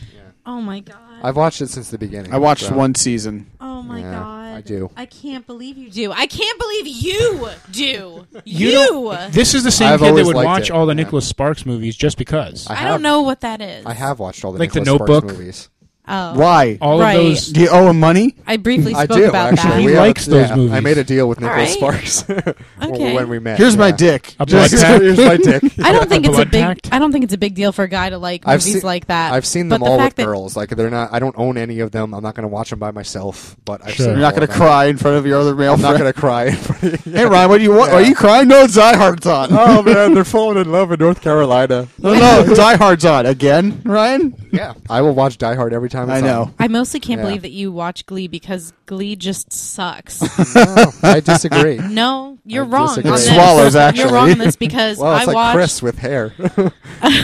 [SPEAKER 4] Oh my god.
[SPEAKER 3] I've watched it since the beginning.
[SPEAKER 5] I watched
[SPEAKER 3] so-
[SPEAKER 5] one season.
[SPEAKER 4] oh my
[SPEAKER 3] Yeah,
[SPEAKER 4] god.
[SPEAKER 3] I do.
[SPEAKER 4] I can't believe you do. I can't believe you do. you.
[SPEAKER 1] don't- This is the same
[SPEAKER 3] I've
[SPEAKER 1] kid that
[SPEAKER 3] always
[SPEAKER 1] would
[SPEAKER 3] liked
[SPEAKER 1] watch
[SPEAKER 3] it,
[SPEAKER 1] all the
[SPEAKER 3] yeah.
[SPEAKER 1] Nicholas Sparks movies just because.
[SPEAKER 3] I
[SPEAKER 4] I,
[SPEAKER 3] have-
[SPEAKER 4] don't know what that is.
[SPEAKER 3] I have watched all the
[SPEAKER 1] Like The
[SPEAKER 3] Nicholas Sparks
[SPEAKER 1] Notebook.
[SPEAKER 3] movies.
[SPEAKER 4] Oh.
[SPEAKER 5] Why?
[SPEAKER 1] all
[SPEAKER 4] Right.
[SPEAKER 1] of those.
[SPEAKER 5] Do you owe him money?
[SPEAKER 4] I briefly
[SPEAKER 3] I
[SPEAKER 4] spoke
[SPEAKER 3] do
[SPEAKER 4] about
[SPEAKER 3] actually.
[SPEAKER 4] that.
[SPEAKER 1] He
[SPEAKER 3] We have-
[SPEAKER 1] likes those
[SPEAKER 3] yeah, I
[SPEAKER 1] movies.
[SPEAKER 3] made a deal with Nicholas
[SPEAKER 4] right.
[SPEAKER 3] Sparks when-
[SPEAKER 4] Okay.
[SPEAKER 3] when we met.
[SPEAKER 5] Here's my
[SPEAKER 3] yeah.
[SPEAKER 5] dick.
[SPEAKER 1] A blood
[SPEAKER 5] Just-
[SPEAKER 1] pact.
[SPEAKER 3] Here's my dick.
[SPEAKER 4] I don't think
[SPEAKER 1] A
[SPEAKER 4] it's a
[SPEAKER 1] blood
[SPEAKER 4] big.
[SPEAKER 1] pact?
[SPEAKER 4] I don't think it's a big deal for a guy to like
[SPEAKER 3] I've
[SPEAKER 4] movies
[SPEAKER 3] seen-
[SPEAKER 4] like that.
[SPEAKER 3] I've seen
[SPEAKER 4] But
[SPEAKER 3] them
[SPEAKER 4] the
[SPEAKER 3] all with
[SPEAKER 4] fact that-
[SPEAKER 3] girls. Like they're not. I don't own any of them. I'm not going to watch them by myself. But I've
[SPEAKER 1] Sure.
[SPEAKER 3] seen
[SPEAKER 5] You're
[SPEAKER 3] all
[SPEAKER 5] not
[SPEAKER 3] of
[SPEAKER 5] going to
[SPEAKER 3] them.
[SPEAKER 5] cry in front of your other male
[SPEAKER 3] I'm not
[SPEAKER 5] friend.
[SPEAKER 3] going to cry. in front of you.
[SPEAKER 5] Hey Ryan, what do you want? Are
[SPEAKER 3] Yeah.
[SPEAKER 5] you crying? No, it's Die Hard's on. Oh
[SPEAKER 3] oh man, they're falling in love in North Carolina.
[SPEAKER 5] no, no, Die Hard's on again, Ryan.
[SPEAKER 3] Yeah, I will watch Die Hard every time. It's
[SPEAKER 5] I know.
[SPEAKER 4] I mostly can't
[SPEAKER 3] Yeah.
[SPEAKER 4] believe that you watch Glee because Glee just sucks.
[SPEAKER 3] on. No, I disagree.
[SPEAKER 4] no, you're
[SPEAKER 3] I
[SPEAKER 4] wrong.
[SPEAKER 3] disagree.
[SPEAKER 4] on
[SPEAKER 3] It
[SPEAKER 4] this.
[SPEAKER 5] swallows, actually.
[SPEAKER 4] You're wrong on this because
[SPEAKER 3] Well, it's
[SPEAKER 4] I
[SPEAKER 3] like
[SPEAKER 4] watched.
[SPEAKER 3] Chris with hair.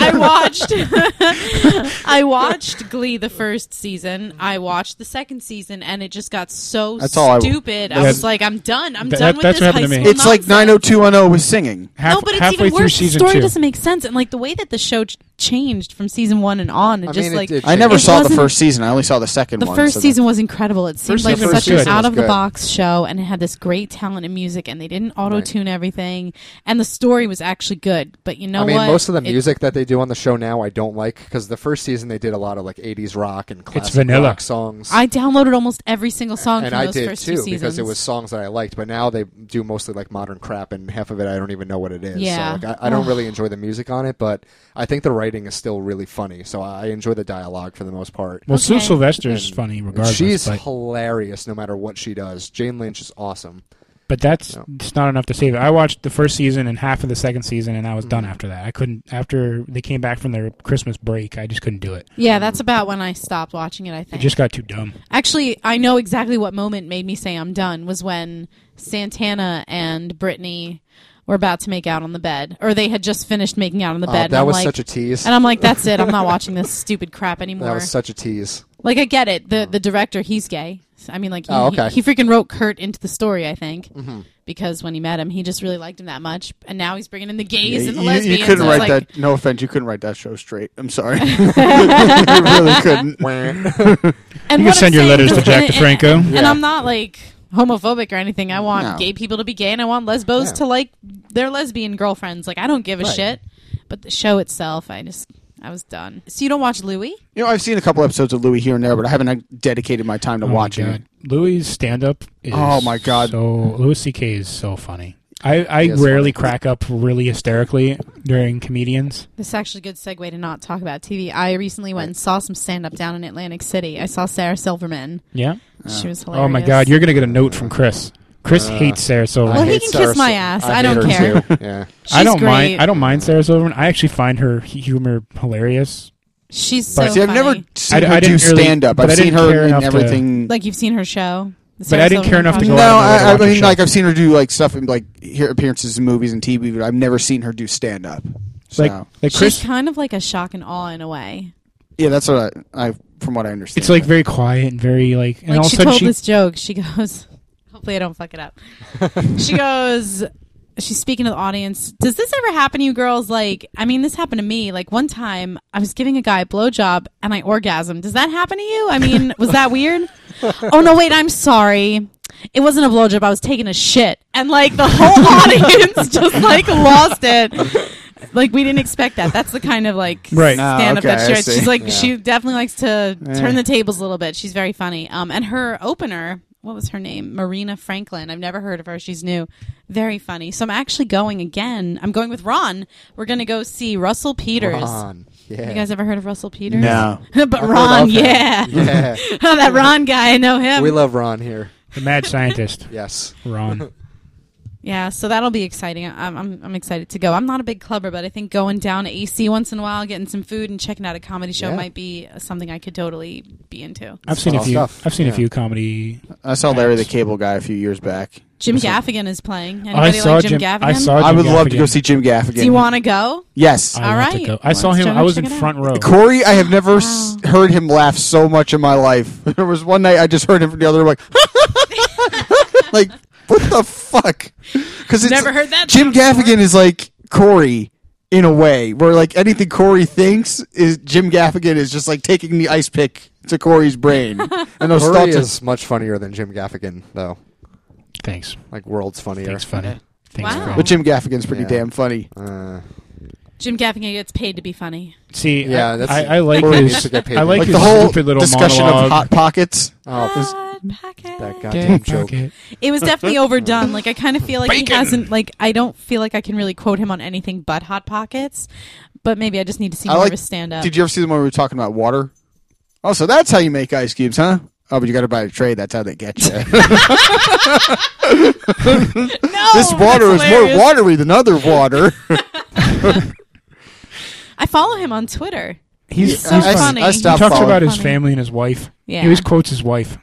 [SPEAKER 4] I watched. I watched Glee the first season. I watched the second season, and it just got so
[SPEAKER 5] That's all I-
[SPEAKER 4] stupid. I,
[SPEAKER 1] That's-
[SPEAKER 4] was like, I'm done. I'm
[SPEAKER 1] That-
[SPEAKER 4] done with
[SPEAKER 1] that's
[SPEAKER 4] this
[SPEAKER 1] what
[SPEAKER 4] high
[SPEAKER 1] happened to
[SPEAKER 4] school
[SPEAKER 1] me.
[SPEAKER 5] It's like
[SPEAKER 4] nonsense.
[SPEAKER 5] 90210 was singing.
[SPEAKER 1] Half,
[SPEAKER 4] no, but it's
[SPEAKER 1] halfway
[SPEAKER 4] even
[SPEAKER 1] through
[SPEAKER 4] worse. The
[SPEAKER 1] season
[SPEAKER 4] story
[SPEAKER 1] two.
[SPEAKER 4] doesn't make sense, and like the way that the show ch- changed from season one and on, it
[SPEAKER 3] I
[SPEAKER 4] just
[SPEAKER 3] mean, it-
[SPEAKER 4] like
[SPEAKER 3] it
[SPEAKER 5] I never
[SPEAKER 4] It
[SPEAKER 5] saw the
[SPEAKER 4] wasn't-
[SPEAKER 5] first season. I only saw the second
[SPEAKER 4] the
[SPEAKER 5] one.
[SPEAKER 4] first
[SPEAKER 5] so that-
[SPEAKER 4] season was incredible. It seemed
[SPEAKER 1] First
[SPEAKER 4] like
[SPEAKER 1] season was
[SPEAKER 4] such an
[SPEAKER 1] good.
[SPEAKER 4] out of the
[SPEAKER 3] Good.
[SPEAKER 4] box show, and it had this great talent in music, and they didn't auto tune everything, and the story was actually good. But you know
[SPEAKER 3] I mean,
[SPEAKER 4] what?
[SPEAKER 3] most of the
[SPEAKER 4] It-
[SPEAKER 3] music that they do on the show now, I don't like because the first season they did a lot of like '80s rock and classic
[SPEAKER 1] vanilla.
[SPEAKER 3] rock songs.
[SPEAKER 4] I downloaded almost every single song
[SPEAKER 3] and
[SPEAKER 4] from
[SPEAKER 3] I
[SPEAKER 4] those
[SPEAKER 3] did
[SPEAKER 4] first
[SPEAKER 3] too
[SPEAKER 4] two seasons
[SPEAKER 3] because it was songs that I liked. But now they do mostly like modern crap, and half of it I don't even know what it is.
[SPEAKER 4] Yeah.
[SPEAKER 3] So like, I, I don't really enjoy the music on it, but I think the writing is still really funny. So I enjoy the dialogue for the most part.
[SPEAKER 1] Well, Sue
[SPEAKER 4] Okay.
[SPEAKER 1] Sylvester's funny regardless,
[SPEAKER 3] She's
[SPEAKER 1] but,
[SPEAKER 3] hilarious no matter what she does. Jane Lynch is awesome.
[SPEAKER 1] but that's it's not enough to save it. I watched the first season and half of the second season, and I was
[SPEAKER 3] Mm.
[SPEAKER 1] done after that. I couldn't after they came back from their Christmas break. I just couldn't do it.
[SPEAKER 4] yeah. That's about when I stopped watching it. I
[SPEAKER 1] It
[SPEAKER 4] think
[SPEAKER 1] just got too dumb.
[SPEAKER 4] actually, I know exactly what moment made me say I'm done was when Santana and Brittany were about to make out on the bed, or they had just finished making out on the
[SPEAKER 3] Uh,
[SPEAKER 4] bed. and
[SPEAKER 3] that
[SPEAKER 4] I'm
[SPEAKER 3] was
[SPEAKER 4] like-
[SPEAKER 3] such a tease.
[SPEAKER 4] And I'm like, that's it. I'm not watching this stupid crap
[SPEAKER 3] That
[SPEAKER 4] anymore.
[SPEAKER 3] was such a tease.
[SPEAKER 4] Like I get it.
[SPEAKER 5] Uh-huh.
[SPEAKER 4] The the director, he's gay. I mean, like he,
[SPEAKER 3] Oh, okay.
[SPEAKER 4] he, he freaking wrote Kurt into the story. I think
[SPEAKER 5] Mm-hmm.
[SPEAKER 4] because when he met him, he just really liked him that much, and now he's bringing in the
[SPEAKER 5] Yeah,
[SPEAKER 4] gays and the
[SPEAKER 5] you,
[SPEAKER 4] lesbians.
[SPEAKER 5] you couldn't
[SPEAKER 4] I was
[SPEAKER 5] write
[SPEAKER 4] like,
[SPEAKER 5] that. No offense, you couldn't write that show straight. I'm sorry, you really couldn't.
[SPEAKER 4] And
[SPEAKER 1] You
[SPEAKER 4] what
[SPEAKER 1] can send
[SPEAKER 4] I'm
[SPEAKER 1] your
[SPEAKER 4] saying
[SPEAKER 1] letters
[SPEAKER 4] is-
[SPEAKER 1] to Jack
[SPEAKER 4] and-
[SPEAKER 1] DeFranco.
[SPEAKER 4] And, and
[SPEAKER 3] Yeah.
[SPEAKER 4] I'm not like homophobic or anything. I want
[SPEAKER 5] No.
[SPEAKER 4] gay people to be gay, and I want lesbos
[SPEAKER 3] Yeah.
[SPEAKER 4] to like their lesbian girlfriends. Like I don't give a shit. But the show itself, I just I was done. So you don't watch Louis?
[SPEAKER 5] You know, I've seen a couple episodes of Louis here and there, but I haven't like, dedicated my
[SPEAKER 1] Oh
[SPEAKER 5] time to watching it.
[SPEAKER 1] Louis' stand up is
[SPEAKER 5] Oh, my God.
[SPEAKER 1] So Louis C.K. is so funny. I, I
[SPEAKER 3] is
[SPEAKER 1] rarely crack up really hysterically during comedians.
[SPEAKER 4] This is actually a good segue to not talk about TV. I recently went and saw some stand up down in Atlantic City. I saw Sarah Silverman.
[SPEAKER 1] Yeah.
[SPEAKER 4] She was hilarious.
[SPEAKER 1] Oh my God, you're gonna get a note from Chris. Chris
[SPEAKER 3] Uh,
[SPEAKER 1] hates Sarah Silverman.
[SPEAKER 4] Well,
[SPEAKER 3] I
[SPEAKER 4] he
[SPEAKER 3] hate
[SPEAKER 4] can
[SPEAKER 3] Sarah
[SPEAKER 4] kiss my
[SPEAKER 3] Sil-
[SPEAKER 4] ass.
[SPEAKER 3] I
[SPEAKER 4] I
[SPEAKER 3] hate
[SPEAKER 4] don't
[SPEAKER 3] her,
[SPEAKER 4] care.
[SPEAKER 3] too. Yeah.
[SPEAKER 4] She's
[SPEAKER 1] I don't
[SPEAKER 4] great.
[SPEAKER 1] mind. I don't mind Sarah Silverman. I actually find her hu- humor hilarious.
[SPEAKER 4] She's so.
[SPEAKER 1] But-
[SPEAKER 5] See, I've
[SPEAKER 4] funny.
[SPEAKER 5] never seen
[SPEAKER 1] I-
[SPEAKER 5] her
[SPEAKER 1] I
[SPEAKER 5] do
[SPEAKER 1] didn't really-
[SPEAKER 5] stand up.
[SPEAKER 1] but
[SPEAKER 5] I've
[SPEAKER 1] I
[SPEAKER 5] seen
[SPEAKER 1] didn't care
[SPEAKER 5] her in
[SPEAKER 1] enough to-
[SPEAKER 5] everything.
[SPEAKER 4] Like you've seen her show. the
[SPEAKER 1] But I
[SPEAKER 4] Sarah
[SPEAKER 1] didn't care
[SPEAKER 4] Silverman
[SPEAKER 1] enough to
[SPEAKER 4] Project.
[SPEAKER 1] go
[SPEAKER 5] no,
[SPEAKER 1] out and
[SPEAKER 5] I, I
[SPEAKER 1] watch her
[SPEAKER 5] mean,
[SPEAKER 1] show.
[SPEAKER 5] like I've seen her do like stuff in like here appearances in movies and TV, but I've never seen her do stand up. So
[SPEAKER 1] Like, like Chris,
[SPEAKER 4] She's kind of like a shock and awe in a way.
[SPEAKER 5] yeah, that's what I, I from what I understand.
[SPEAKER 1] it's like very quiet and very like, and
[SPEAKER 4] like
[SPEAKER 1] all of a
[SPEAKER 4] she
[SPEAKER 1] sudden
[SPEAKER 4] told
[SPEAKER 1] she
[SPEAKER 4] this joke. She goes, hopefully I don't fuck it up. she goes, she's speaking to the audience. Does this ever happen to you girls? Like, I mean, this happened to me. Like one time, I was giving a guy a blowjob and I orgasmed. Does that happen to you? I mean, was that weird? oh no, wait, I'm sorry. It wasn't a blowjob. I was taking a shit, and like the whole audience just like lost it. Like we didn't expect that. That's the kind of like
[SPEAKER 1] Right.
[SPEAKER 5] Ah,
[SPEAKER 4] stand up
[SPEAKER 5] okay,
[SPEAKER 4] that
[SPEAKER 5] I
[SPEAKER 4] she writes.
[SPEAKER 5] see.
[SPEAKER 4] She's like
[SPEAKER 3] Yeah.
[SPEAKER 4] she definitely likes to turn the tables a little bit. She's very funny. Um, and her opener, what was her name? Marina Franklin. I've never heard of her. She's new. Very funny. So I'm actually going again. I'm going with Ron. We're gonna go see Russell Peters.
[SPEAKER 3] Ron. Yeah.
[SPEAKER 4] You guys ever heard of Russell Peters?
[SPEAKER 5] No.
[SPEAKER 4] but
[SPEAKER 3] I've heard
[SPEAKER 4] Ron,
[SPEAKER 3] of him.
[SPEAKER 4] yeah.
[SPEAKER 3] Yeah.
[SPEAKER 4] that Ron guy, I know him.
[SPEAKER 3] we love Ron here.
[SPEAKER 1] the mad scientist
[SPEAKER 3] Yes.
[SPEAKER 1] Ron.
[SPEAKER 4] Yeah, so that'll be exciting. I'm, I'm, I'm excited to go. I'm not a big clubber, but I think going down to AC once in a while, getting some food, and checking out a comedy show
[SPEAKER 2] Yeah.
[SPEAKER 4] might be something I could totally be into.
[SPEAKER 1] I've seen a
[SPEAKER 2] all
[SPEAKER 1] few.
[SPEAKER 2] stuff.
[SPEAKER 1] I've seen
[SPEAKER 2] Yeah.
[SPEAKER 1] a few comedy.
[SPEAKER 5] I saw Larry the Cable Guy a few years back.
[SPEAKER 4] Jim Gaffigan is playing. Anybody
[SPEAKER 1] I saw
[SPEAKER 4] like Jim, Gaffigan?
[SPEAKER 1] I saw.
[SPEAKER 5] I
[SPEAKER 1] Oh, Jim
[SPEAKER 5] would love to
[SPEAKER 1] Gaffigan.
[SPEAKER 5] go see Jim Gaffigan.
[SPEAKER 4] Do you want to go?
[SPEAKER 5] Yes.
[SPEAKER 1] I
[SPEAKER 4] All
[SPEAKER 1] want to
[SPEAKER 4] right.
[SPEAKER 1] go. I saw
[SPEAKER 4] Let's
[SPEAKER 1] him.
[SPEAKER 4] go
[SPEAKER 1] I was in
[SPEAKER 4] check it out.
[SPEAKER 1] front row.
[SPEAKER 5] Corey, I have never s-
[SPEAKER 4] Wow.
[SPEAKER 5] heard him laugh so much in my life. There was one night I just heard him from the other room, like, like what the fuck? Because
[SPEAKER 4] Never heard that
[SPEAKER 5] Jim
[SPEAKER 4] sound
[SPEAKER 5] Gaffigan is like Corey in a way, where like anything Corey thinks is Jim Gaffigan is just like taking the ice pick to Corey's brain, and those
[SPEAKER 2] Corey
[SPEAKER 5] thoughts.
[SPEAKER 2] is-
[SPEAKER 5] Is-
[SPEAKER 2] It's
[SPEAKER 3] much funnier than Jim Gaffigan, though.
[SPEAKER 1] Thanks.
[SPEAKER 3] Like world's funnier.
[SPEAKER 1] Thanks, funny. Thanks,
[SPEAKER 4] Wow.
[SPEAKER 1] funny.
[SPEAKER 5] but Jim Gaffigan's pretty
[SPEAKER 3] Yeah.
[SPEAKER 5] damn funny.
[SPEAKER 3] Uh,
[SPEAKER 4] Jim Gaffigan gets paid to be funny.
[SPEAKER 1] See,
[SPEAKER 3] Yeah,
[SPEAKER 1] I,
[SPEAKER 3] that's-
[SPEAKER 1] I, I like
[SPEAKER 3] Corey needs
[SPEAKER 1] his.
[SPEAKER 3] to get paid.
[SPEAKER 1] I like,
[SPEAKER 5] Like
[SPEAKER 1] his
[SPEAKER 5] the whole
[SPEAKER 1] stupid little
[SPEAKER 5] discussion
[SPEAKER 1] monologue.
[SPEAKER 5] of hot pockets.
[SPEAKER 4] Hot pocket.
[SPEAKER 3] Oh, that goddamn
[SPEAKER 1] Dick
[SPEAKER 3] joke.
[SPEAKER 1] bucket.
[SPEAKER 4] It was definitely overdone. Like I kind of feel like he hasn't. Like I don't feel like I can really quote him on anything but Hot Pockets. But maybe I just need to see
[SPEAKER 5] I
[SPEAKER 4] more
[SPEAKER 5] like-
[SPEAKER 4] of his stand up.
[SPEAKER 5] Did you ever see the one we were talking about water? Oh, so that's how you make ice cubes, huh? Oh, but you got to buy a tray. That's how they get you.
[SPEAKER 4] Oh, no,
[SPEAKER 5] this water is
[SPEAKER 4] that's
[SPEAKER 5] more
[SPEAKER 4] hilarious.
[SPEAKER 5] watery than other water.
[SPEAKER 4] I follow him on Twitter.
[SPEAKER 1] He's,
[SPEAKER 4] So
[SPEAKER 1] he's funny.
[SPEAKER 4] funny.
[SPEAKER 5] I
[SPEAKER 1] He
[SPEAKER 5] stopped
[SPEAKER 1] talks
[SPEAKER 5] following.
[SPEAKER 1] about his
[SPEAKER 4] Funny.
[SPEAKER 1] family and his wife.
[SPEAKER 4] Yeah.
[SPEAKER 1] He always quotes his wife.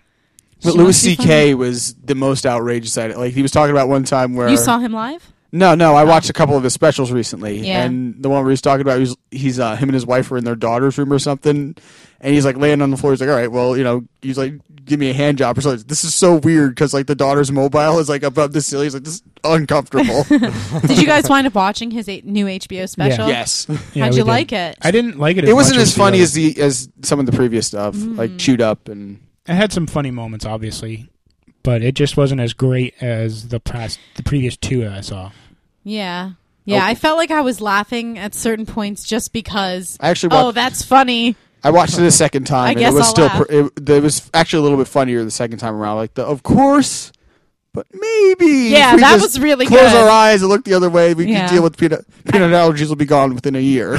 [SPEAKER 5] But
[SPEAKER 4] She
[SPEAKER 5] Louis
[SPEAKER 4] must be
[SPEAKER 5] C.K. was the most outrageous at it. Like he was talking about one time where
[SPEAKER 4] You saw him live?
[SPEAKER 5] No, no, I watched a couple of his specials recently,
[SPEAKER 4] Yeah.
[SPEAKER 5] and the one where he's talking about he's he's uh, him and his wife were in their daughter's room or something, and he's like laying on the floor. He's like, all right, well, you know, he's like, give me a hand job or something. This is so weird because like the daughter's mobile is like above the ceiling. He's like, this is uncomfortable.
[SPEAKER 4] Did you guys wind up watching his eight, new HBO special?
[SPEAKER 5] yes,
[SPEAKER 1] Yeah,
[SPEAKER 4] How'd
[SPEAKER 1] we
[SPEAKER 4] you
[SPEAKER 1] did.
[SPEAKER 4] like it?
[SPEAKER 1] I didn't like it. As
[SPEAKER 5] it wasn't
[SPEAKER 1] much
[SPEAKER 5] as funny
[SPEAKER 1] the
[SPEAKER 5] as the as some of the previous stuff,
[SPEAKER 4] Mm.
[SPEAKER 5] like chewed up and
[SPEAKER 1] It had some funny moments, obviously, but it just wasn't as great as the past, the previous two that I saw.
[SPEAKER 4] Yeah. Yeah, I felt like I was laughing at certain points just because.
[SPEAKER 5] I actually
[SPEAKER 4] oh,
[SPEAKER 5] watched-
[SPEAKER 4] that's funny.
[SPEAKER 5] I watched it a second time,
[SPEAKER 4] I
[SPEAKER 5] and
[SPEAKER 4] guess
[SPEAKER 5] it was
[SPEAKER 4] I'll
[SPEAKER 5] still
[SPEAKER 4] laugh.
[SPEAKER 5] pr- it, it was actually a little bit funnier the second time around. Like the of course, but maybe
[SPEAKER 4] Yeah,
[SPEAKER 5] if we
[SPEAKER 4] that
[SPEAKER 5] just
[SPEAKER 4] was really
[SPEAKER 5] close
[SPEAKER 4] good.
[SPEAKER 5] our eyes and look the other way. We
[SPEAKER 4] Yeah.
[SPEAKER 5] can deal with peanut peanut allergies will be gone within a year.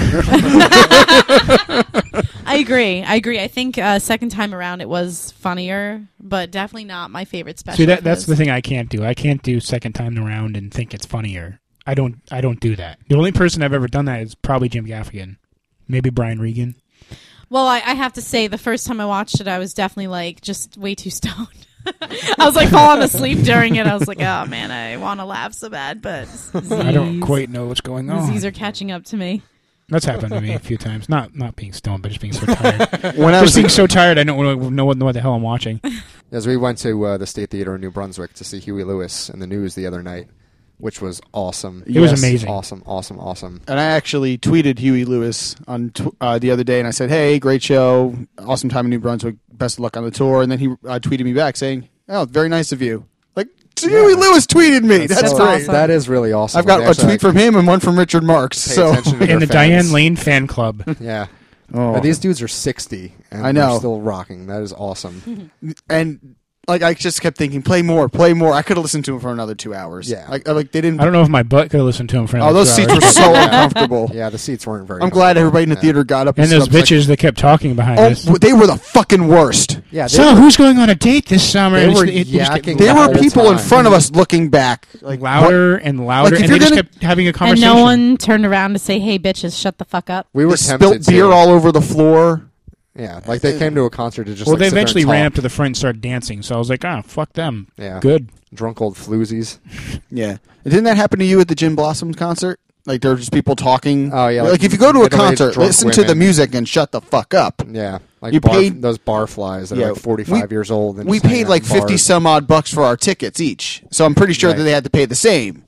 [SPEAKER 4] I agree. I agree. I think uh, second time around it was funnier, but definitely not my favorite special.
[SPEAKER 1] See, that
[SPEAKER 4] of
[SPEAKER 1] that's
[SPEAKER 4] his.
[SPEAKER 1] the thing I can't do. I can't do second time around and think it's funnier. I don't. I don't do that. The only person I've ever done that is probably Jim Gaffigan, maybe Brian Regan.
[SPEAKER 4] Well, I, I have to say, the first time I watched it, I was definitely like just way too stoned. I was like falling asleep during it. I was like, oh man, I want to laugh so bad, but
[SPEAKER 1] I don't quite know what's going
[SPEAKER 4] disease
[SPEAKER 1] on.
[SPEAKER 4] are catching up to me.
[SPEAKER 1] That's happened to me a few times. Not not being stoned, but just being so tired.
[SPEAKER 5] when I
[SPEAKER 1] just
[SPEAKER 5] was
[SPEAKER 1] being so tired, I don't really know what know what the hell I'm watching.
[SPEAKER 3] As we went to uh, the State Theater in New Brunswick to see Huey Lewis in the news the other night, which was awesome.
[SPEAKER 1] It was
[SPEAKER 5] Yes,
[SPEAKER 1] amazing.
[SPEAKER 3] Awesome, awesome, awesome.
[SPEAKER 5] and I actually tweeted Huey Lewis on tw- uh, the other day, and I said, "Hey, great show, awesome time in New Brunswick, best of luck on the tour." And then he uh, tweeted me back saying, "Oh, very nice of you." Like Huey Lewis tweeted me. That's,
[SPEAKER 4] so
[SPEAKER 5] great.
[SPEAKER 4] awesome.
[SPEAKER 3] That is really awesome.
[SPEAKER 5] I've got
[SPEAKER 3] They
[SPEAKER 5] a
[SPEAKER 3] actually,
[SPEAKER 5] tweet from him and one from Richard Marks.
[SPEAKER 3] pay
[SPEAKER 5] So
[SPEAKER 3] attention to their
[SPEAKER 1] In the
[SPEAKER 3] fans.
[SPEAKER 1] Diane Lane fan club.
[SPEAKER 3] Yeah.
[SPEAKER 5] Oh.
[SPEAKER 3] But these dudes are 60 and
[SPEAKER 5] I know.
[SPEAKER 3] they're still rocking. That is awesome.
[SPEAKER 5] and like I just kept thinking, play more, play more. I could have listened to him for another two hours.
[SPEAKER 3] Yeah.
[SPEAKER 5] like, I- like they didn't.
[SPEAKER 1] I don't know if my butt could have listened to him for
[SPEAKER 5] oh,
[SPEAKER 1] another
[SPEAKER 5] those
[SPEAKER 1] two
[SPEAKER 5] seats
[SPEAKER 1] hours.
[SPEAKER 5] were so uncomfortable.
[SPEAKER 3] yeah, the seats weren't very
[SPEAKER 5] Oh. I'm glad everybody in the theater got up.
[SPEAKER 1] And those
[SPEAKER 5] stood up. It's
[SPEAKER 1] bitches that kept talking behind
[SPEAKER 5] like,
[SPEAKER 1] us.
[SPEAKER 5] oh, they were the fucking worst.
[SPEAKER 3] Yeah, they
[SPEAKER 1] So who's going on a date this summer?
[SPEAKER 3] They
[SPEAKER 1] And
[SPEAKER 3] were
[SPEAKER 1] it's- it- it just
[SPEAKER 3] yakking
[SPEAKER 1] get
[SPEAKER 5] There
[SPEAKER 3] The
[SPEAKER 5] were
[SPEAKER 3] whole
[SPEAKER 5] people in
[SPEAKER 3] time.
[SPEAKER 5] front of us looking back,
[SPEAKER 1] like
[SPEAKER 5] like what-
[SPEAKER 1] louder and louder,
[SPEAKER 5] Like, if
[SPEAKER 1] and
[SPEAKER 5] you're
[SPEAKER 1] they just
[SPEAKER 5] gonna-
[SPEAKER 1] kept having a
[SPEAKER 4] And
[SPEAKER 1] conversation.
[SPEAKER 4] no one turned around to say, "Hey, bitches, shut the fuck up."
[SPEAKER 3] we were
[SPEAKER 5] They
[SPEAKER 3] tempted
[SPEAKER 5] spilt beer
[SPEAKER 3] to.
[SPEAKER 5] all over the floor.
[SPEAKER 3] yeah, like they came to a concert to just
[SPEAKER 1] well,
[SPEAKER 3] like,
[SPEAKER 1] they
[SPEAKER 3] sit there and
[SPEAKER 1] eventually ran
[SPEAKER 3] talk.
[SPEAKER 1] up to the front and started dancing. So I was like, ah, fuck them.
[SPEAKER 3] Yeah.
[SPEAKER 1] Good.
[SPEAKER 3] drunk old floozies.
[SPEAKER 5] Yeah, And didn't that happen to you at the Jim Blossoms concert? Like there were just people talking.
[SPEAKER 3] Oh, yeah,
[SPEAKER 5] like,
[SPEAKER 3] like
[SPEAKER 5] if you go to a
[SPEAKER 3] middle-aged
[SPEAKER 5] concert,
[SPEAKER 3] drunk
[SPEAKER 5] listen to
[SPEAKER 3] women.
[SPEAKER 5] the music and shut the fuck up.
[SPEAKER 3] Yeah, like
[SPEAKER 5] You
[SPEAKER 3] bar,
[SPEAKER 5] paid-
[SPEAKER 3] those bar flies that
[SPEAKER 5] Yeah,
[SPEAKER 3] are like 45
[SPEAKER 5] we-
[SPEAKER 3] years old. And
[SPEAKER 5] we
[SPEAKER 3] just hang
[SPEAKER 5] paid
[SPEAKER 3] out
[SPEAKER 5] like
[SPEAKER 3] in bars.
[SPEAKER 5] fifty some odd bucks for our tickets each, so I'm pretty sure that
[SPEAKER 3] Right.
[SPEAKER 5] they had to pay the same.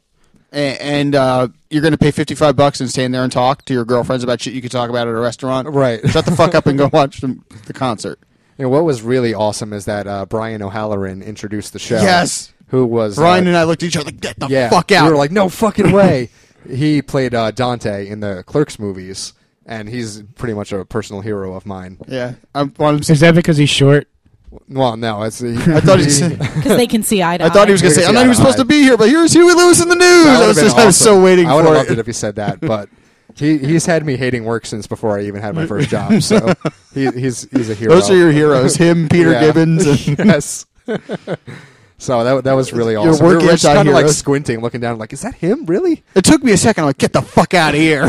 [SPEAKER 5] And, and uh, you're going to pay fifty five bucks and stand there and talk to your girlfriends about shit you could talk about at a restaurant.
[SPEAKER 3] Right.
[SPEAKER 5] Shut the fuck up and go watch the, the concert.
[SPEAKER 3] You know, what was really awesome is that uh, Brian O'Halloran introduced the show.
[SPEAKER 5] Yes.
[SPEAKER 3] who was
[SPEAKER 5] Ryan
[SPEAKER 3] uh,
[SPEAKER 5] and I looked at each other like, "Get the
[SPEAKER 3] yeah,
[SPEAKER 5] fuck out!"
[SPEAKER 3] We were like, no fucking way. he played uh, Dante in the Clerks movies, and he's pretty much a personal hero of mine.
[SPEAKER 5] "Yeah." I'm, well, I'm,
[SPEAKER 1] Is that because he's short?
[SPEAKER 3] Well, no, it's he,
[SPEAKER 5] I thought he was, I
[SPEAKER 4] Because they can see eye to eye.
[SPEAKER 5] thought he was going to say, "I'm not even supposed to be here," but here's Huey Lewis in the news.
[SPEAKER 3] That
[SPEAKER 5] I was,
[SPEAKER 3] would've been
[SPEAKER 5] just, I was so
[SPEAKER 3] awesome.
[SPEAKER 5] waiting
[SPEAKER 3] I would have
[SPEAKER 5] for
[SPEAKER 3] loved it
[SPEAKER 5] it.
[SPEAKER 3] if he said that, but he, he's had me hating work since before I even had my first job. So he, he's he's a hero.
[SPEAKER 5] Those are your heroes: him, Peter
[SPEAKER 3] Yeah.
[SPEAKER 5] Gibbons, and
[SPEAKER 3] yes. So that that was really
[SPEAKER 5] You're
[SPEAKER 3] awesome. we were
[SPEAKER 5] working
[SPEAKER 3] just
[SPEAKER 5] anti-heroes.
[SPEAKER 3] kind of like squinting, looking down, like, is that him really?
[SPEAKER 5] It took me a second. I'm like, get the fuck out of here.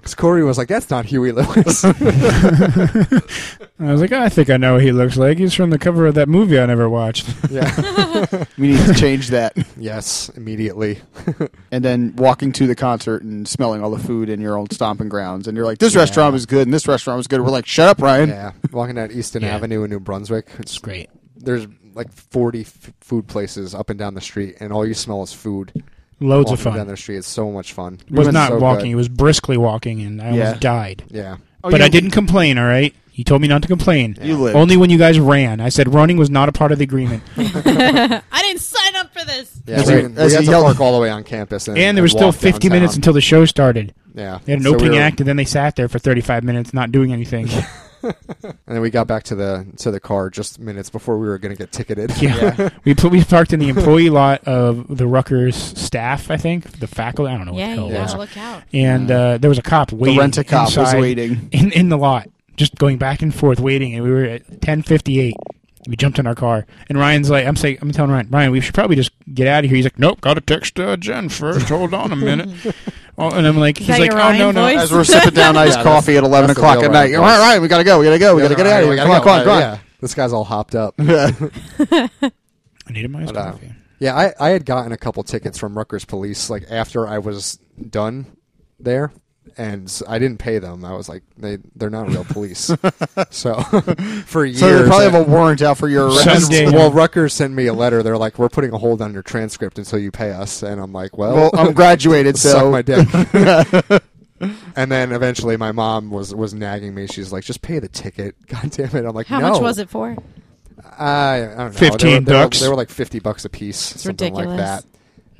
[SPEAKER 3] Because Corey was like, that's not Huey Lewis.
[SPEAKER 1] I was like, "Ah, I think I know what he looks like. He's from the cover of that movie I never watched.
[SPEAKER 3] yeah.
[SPEAKER 5] we need to change that.
[SPEAKER 3] Yes, immediately.
[SPEAKER 5] And then walking to the concert and smelling all the food in your own stomping grounds. And you're like, this restaurant was good and this restaurant was good. We're like, shut up, Ryan.
[SPEAKER 3] Yeah, walking down Easton
[SPEAKER 1] Yeah.
[SPEAKER 3] Avenue in New Brunswick, it's,
[SPEAKER 1] It's great.
[SPEAKER 3] there's like 40 f- food places up and down the street, and all you smell is food.
[SPEAKER 1] Loads
[SPEAKER 3] walking
[SPEAKER 1] of fun.
[SPEAKER 3] down the street. It's so much fun.
[SPEAKER 1] It was
[SPEAKER 3] It's
[SPEAKER 1] not
[SPEAKER 3] so
[SPEAKER 1] walking. It
[SPEAKER 3] good.
[SPEAKER 1] was briskly walking, and I
[SPEAKER 5] Yeah.
[SPEAKER 1] almost died.
[SPEAKER 3] Yeah,
[SPEAKER 5] Oh,
[SPEAKER 1] but
[SPEAKER 5] you-
[SPEAKER 1] I didn't complain. All right, you told me not to complain.
[SPEAKER 5] You lived.
[SPEAKER 1] Only when you guys ran. I said running was not a part of the agreement.
[SPEAKER 4] I didn't sign up for this.
[SPEAKER 3] yeah.
[SPEAKER 5] As
[SPEAKER 3] we,
[SPEAKER 5] he-
[SPEAKER 3] we
[SPEAKER 5] as
[SPEAKER 3] had
[SPEAKER 5] he
[SPEAKER 3] to
[SPEAKER 5] yelled-
[SPEAKER 3] park all the way on campus, and,
[SPEAKER 1] and there was still
[SPEAKER 3] walk
[SPEAKER 1] 50
[SPEAKER 3] downtown.
[SPEAKER 1] minutes until the show started.
[SPEAKER 3] yeah,
[SPEAKER 1] They had an
[SPEAKER 3] So we
[SPEAKER 1] opening
[SPEAKER 3] were-
[SPEAKER 1] act, and then they sat there for 35 minutes not doing anything. yeah.
[SPEAKER 3] and then we got back to the to the car just minutes before we were going to get ticketed.
[SPEAKER 1] we put, we parked in the employee lot of the Rutgers staff, I think, the faculty. I don't know what
[SPEAKER 4] Yeah,
[SPEAKER 1] the hell
[SPEAKER 4] you
[SPEAKER 3] Yeah.
[SPEAKER 1] it was.
[SPEAKER 4] gotta look out.
[SPEAKER 1] And uh, there was a cop waiting.
[SPEAKER 5] The rent a cop was
[SPEAKER 1] inside
[SPEAKER 5] waiting.
[SPEAKER 1] in in the lot, just going back and forth, waiting. And we were at 10:58. We jumped in our car, and Ryan's like, "I'm saying, I'm telling Ryan, Ryan, we should probably just get out of here." He's like, "Nope, got to text uh, Jen first. Hold on a minute." oh, and I'm like,
[SPEAKER 4] Is
[SPEAKER 1] "He's
[SPEAKER 4] that
[SPEAKER 1] like,
[SPEAKER 4] your
[SPEAKER 1] oh no,
[SPEAKER 4] Ryan
[SPEAKER 1] no,
[SPEAKER 4] voice?
[SPEAKER 5] As we're sipping down iced
[SPEAKER 3] Yeah, that's-
[SPEAKER 5] coffee at 11
[SPEAKER 3] that's the
[SPEAKER 5] o'clock
[SPEAKER 3] real
[SPEAKER 5] at
[SPEAKER 3] Ryan
[SPEAKER 5] night. All
[SPEAKER 3] voice.
[SPEAKER 5] right, Ryan, we got to go. We got to go. We got to get out of here.
[SPEAKER 3] We
[SPEAKER 5] Come on,
[SPEAKER 3] gotta go.
[SPEAKER 5] come on, come on.
[SPEAKER 3] Yeah. This guy's all hopped up.
[SPEAKER 1] I needed my iced
[SPEAKER 3] But, uh,
[SPEAKER 1] coffee."
[SPEAKER 3] yeah, I, I had gotten a couple tickets from Rutgers Police like after I was done there, and s- I didn't pay them. I was like, they they're not real police. so for years,
[SPEAKER 5] So they probably have
[SPEAKER 3] I-
[SPEAKER 5] a warrant out for your arrest.
[SPEAKER 1] Someday.
[SPEAKER 3] well, Rutgers sent me a letter. They're like, we're putting a hold on your transcript until you pay us, and I'm like, well,
[SPEAKER 5] Well, I'm graduated,
[SPEAKER 3] suck
[SPEAKER 5] so
[SPEAKER 3] my dick. and then eventually, my mom was was nagging me. She's like, just pay the ticket. God damn it! I'm like,
[SPEAKER 4] How
[SPEAKER 3] no.
[SPEAKER 4] much was it for?
[SPEAKER 3] I, I don't know. They
[SPEAKER 1] 15
[SPEAKER 3] were- they were-
[SPEAKER 1] bucks.
[SPEAKER 3] They were like fifty bucks a piece, something like
[SPEAKER 4] ridiculous.
[SPEAKER 3] that.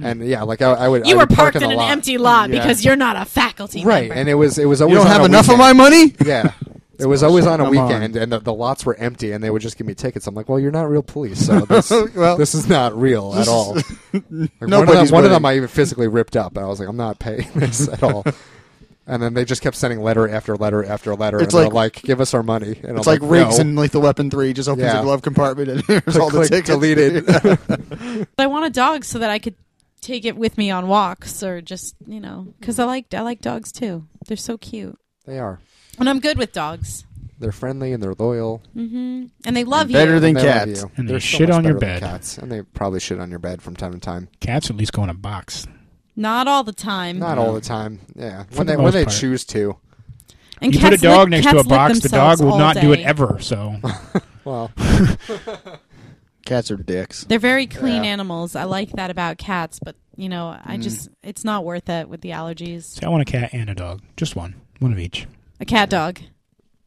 [SPEAKER 3] And yeah, like I, I would.
[SPEAKER 4] You
[SPEAKER 3] I
[SPEAKER 4] were
[SPEAKER 3] would park
[SPEAKER 4] parked in,
[SPEAKER 3] the
[SPEAKER 4] an
[SPEAKER 3] lot.
[SPEAKER 4] empty lot
[SPEAKER 5] Yeah.
[SPEAKER 4] because you're not a faculty
[SPEAKER 3] right?
[SPEAKER 4] member.
[SPEAKER 3] And it was it was always
[SPEAKER 5] you don't
[SPEAKER 3] on
[SPEAKER 5] have
[SPEAKER 3] a
[SPEAKER 5] enough of my
[SPEAKER 3] weekend.
[SPEAKER 5] money?
[SPEAKER 3] Yeah, it was always on a
[SPEAKER 5] Come on.
[SPEAKER 3] weekend, and the, the lots were empty, and they would just give me tickets. I'm like, well, you're not real police, so this,
[SPEAKER 5] Well,
[SPEAKER 3] this is not real at all. Like, one, of them,
[SPEAKER 5] nobody's
[SPEAKER 3] one
[SPEAKER 5] winning.
[SPEAKER 3] of them I even physically ripped up, and I was like, I'm not paying this at all. And then they just kept sending letter after letter after letter,
[SPEAKER 5] It's
[SPEAKER 3] and
[SPEAKER 5] like-
[SPEAKER 3] they're like, "Give us our money." And
[SPEAKER 5] It's like
[SPEAKER 3] I'm
[SPEAKER 5] Riggs
[SPEAKER 3] no.
[SPEAKER 5] and Lethal Weapon 3 just opens
[SPEAKER 3] Yeah.
[SPEAKER 5] the glove compartment and there's all the
[SPEAKER 3] Click,
[SPEAKER 5] tickets.
[SPEAKER 3] deleted.
[SPEAKER 4] I want a dog so that I could take it with me on walks or just you know because I like I like dogs too. They're so cute,
[SPEAKER 3] they are.
[SPEAKER 4] and I'm good with dogs.
[SPEAKER 3] They're friendly and they're loyal.
[SPEAKER 4] hmm And they love
[SPEAKER 5] Better
[SPEAKER 4] you.
[SPEAKER 5] than
[SPEAKER 3] They love
[SPEAKER 5] cats.
[SPEAKER 3] you.
[SPEAKER 1] And they
[SPEAKER 3] They're so
[SPEAKER 1] shit
[SPEAKER 3] much
[SPEAKER 1] on your
[SPEAKER 3] better than
[SPEAKER 1] bed.
[SPEAKER 3] Cats, and they probably shit on your bed from time to time.
[SPEAKER 1] Cats at least go in a box.
[SPEAKER 4] not all the time.
[SPEAKER 3] Not all the time. Yeah,
[SPEAKER 1] the
[SPEAKER 3] when they when
[SPEAKER 1] most
[SPEAKER 3] they
[SPEAKER 1] part.
[SPEAKER 3] choose to.
[SPEAKER 4] and
[SPEAKER 1] you put a
[SPEAKER 4] cats
[SPEAKER 1] dog
[SPEAKER 4] lick-
[SPEAKER 1] next to a
[SPEAKER 4] cats lick
[SPEAKER 1] box, the dog
[SPEAKER 4] themselves
[SPEAKER 1] will
[SPEAKER 4] all
[SPEAKER 1] not do it
[SPEAKER 4] day.
[SPEAKER 1] ever. So
[SPEAKER 3] Well,
[SPEAKER 5] Cats are dicks.
[SPEAKER 4] They're very clean
[SPEAKER 3] Yeah.
[SPEAKER 4] animals. I like that about cats, but you know,
[SPEAKER 1] Mm.
[SPEAKER 4] I just it's not worth it with the allergies.
[SPEAKER 1] See, I want a cat and a dog. Just one. One of each.
[SPEAKER 4] A cat dog.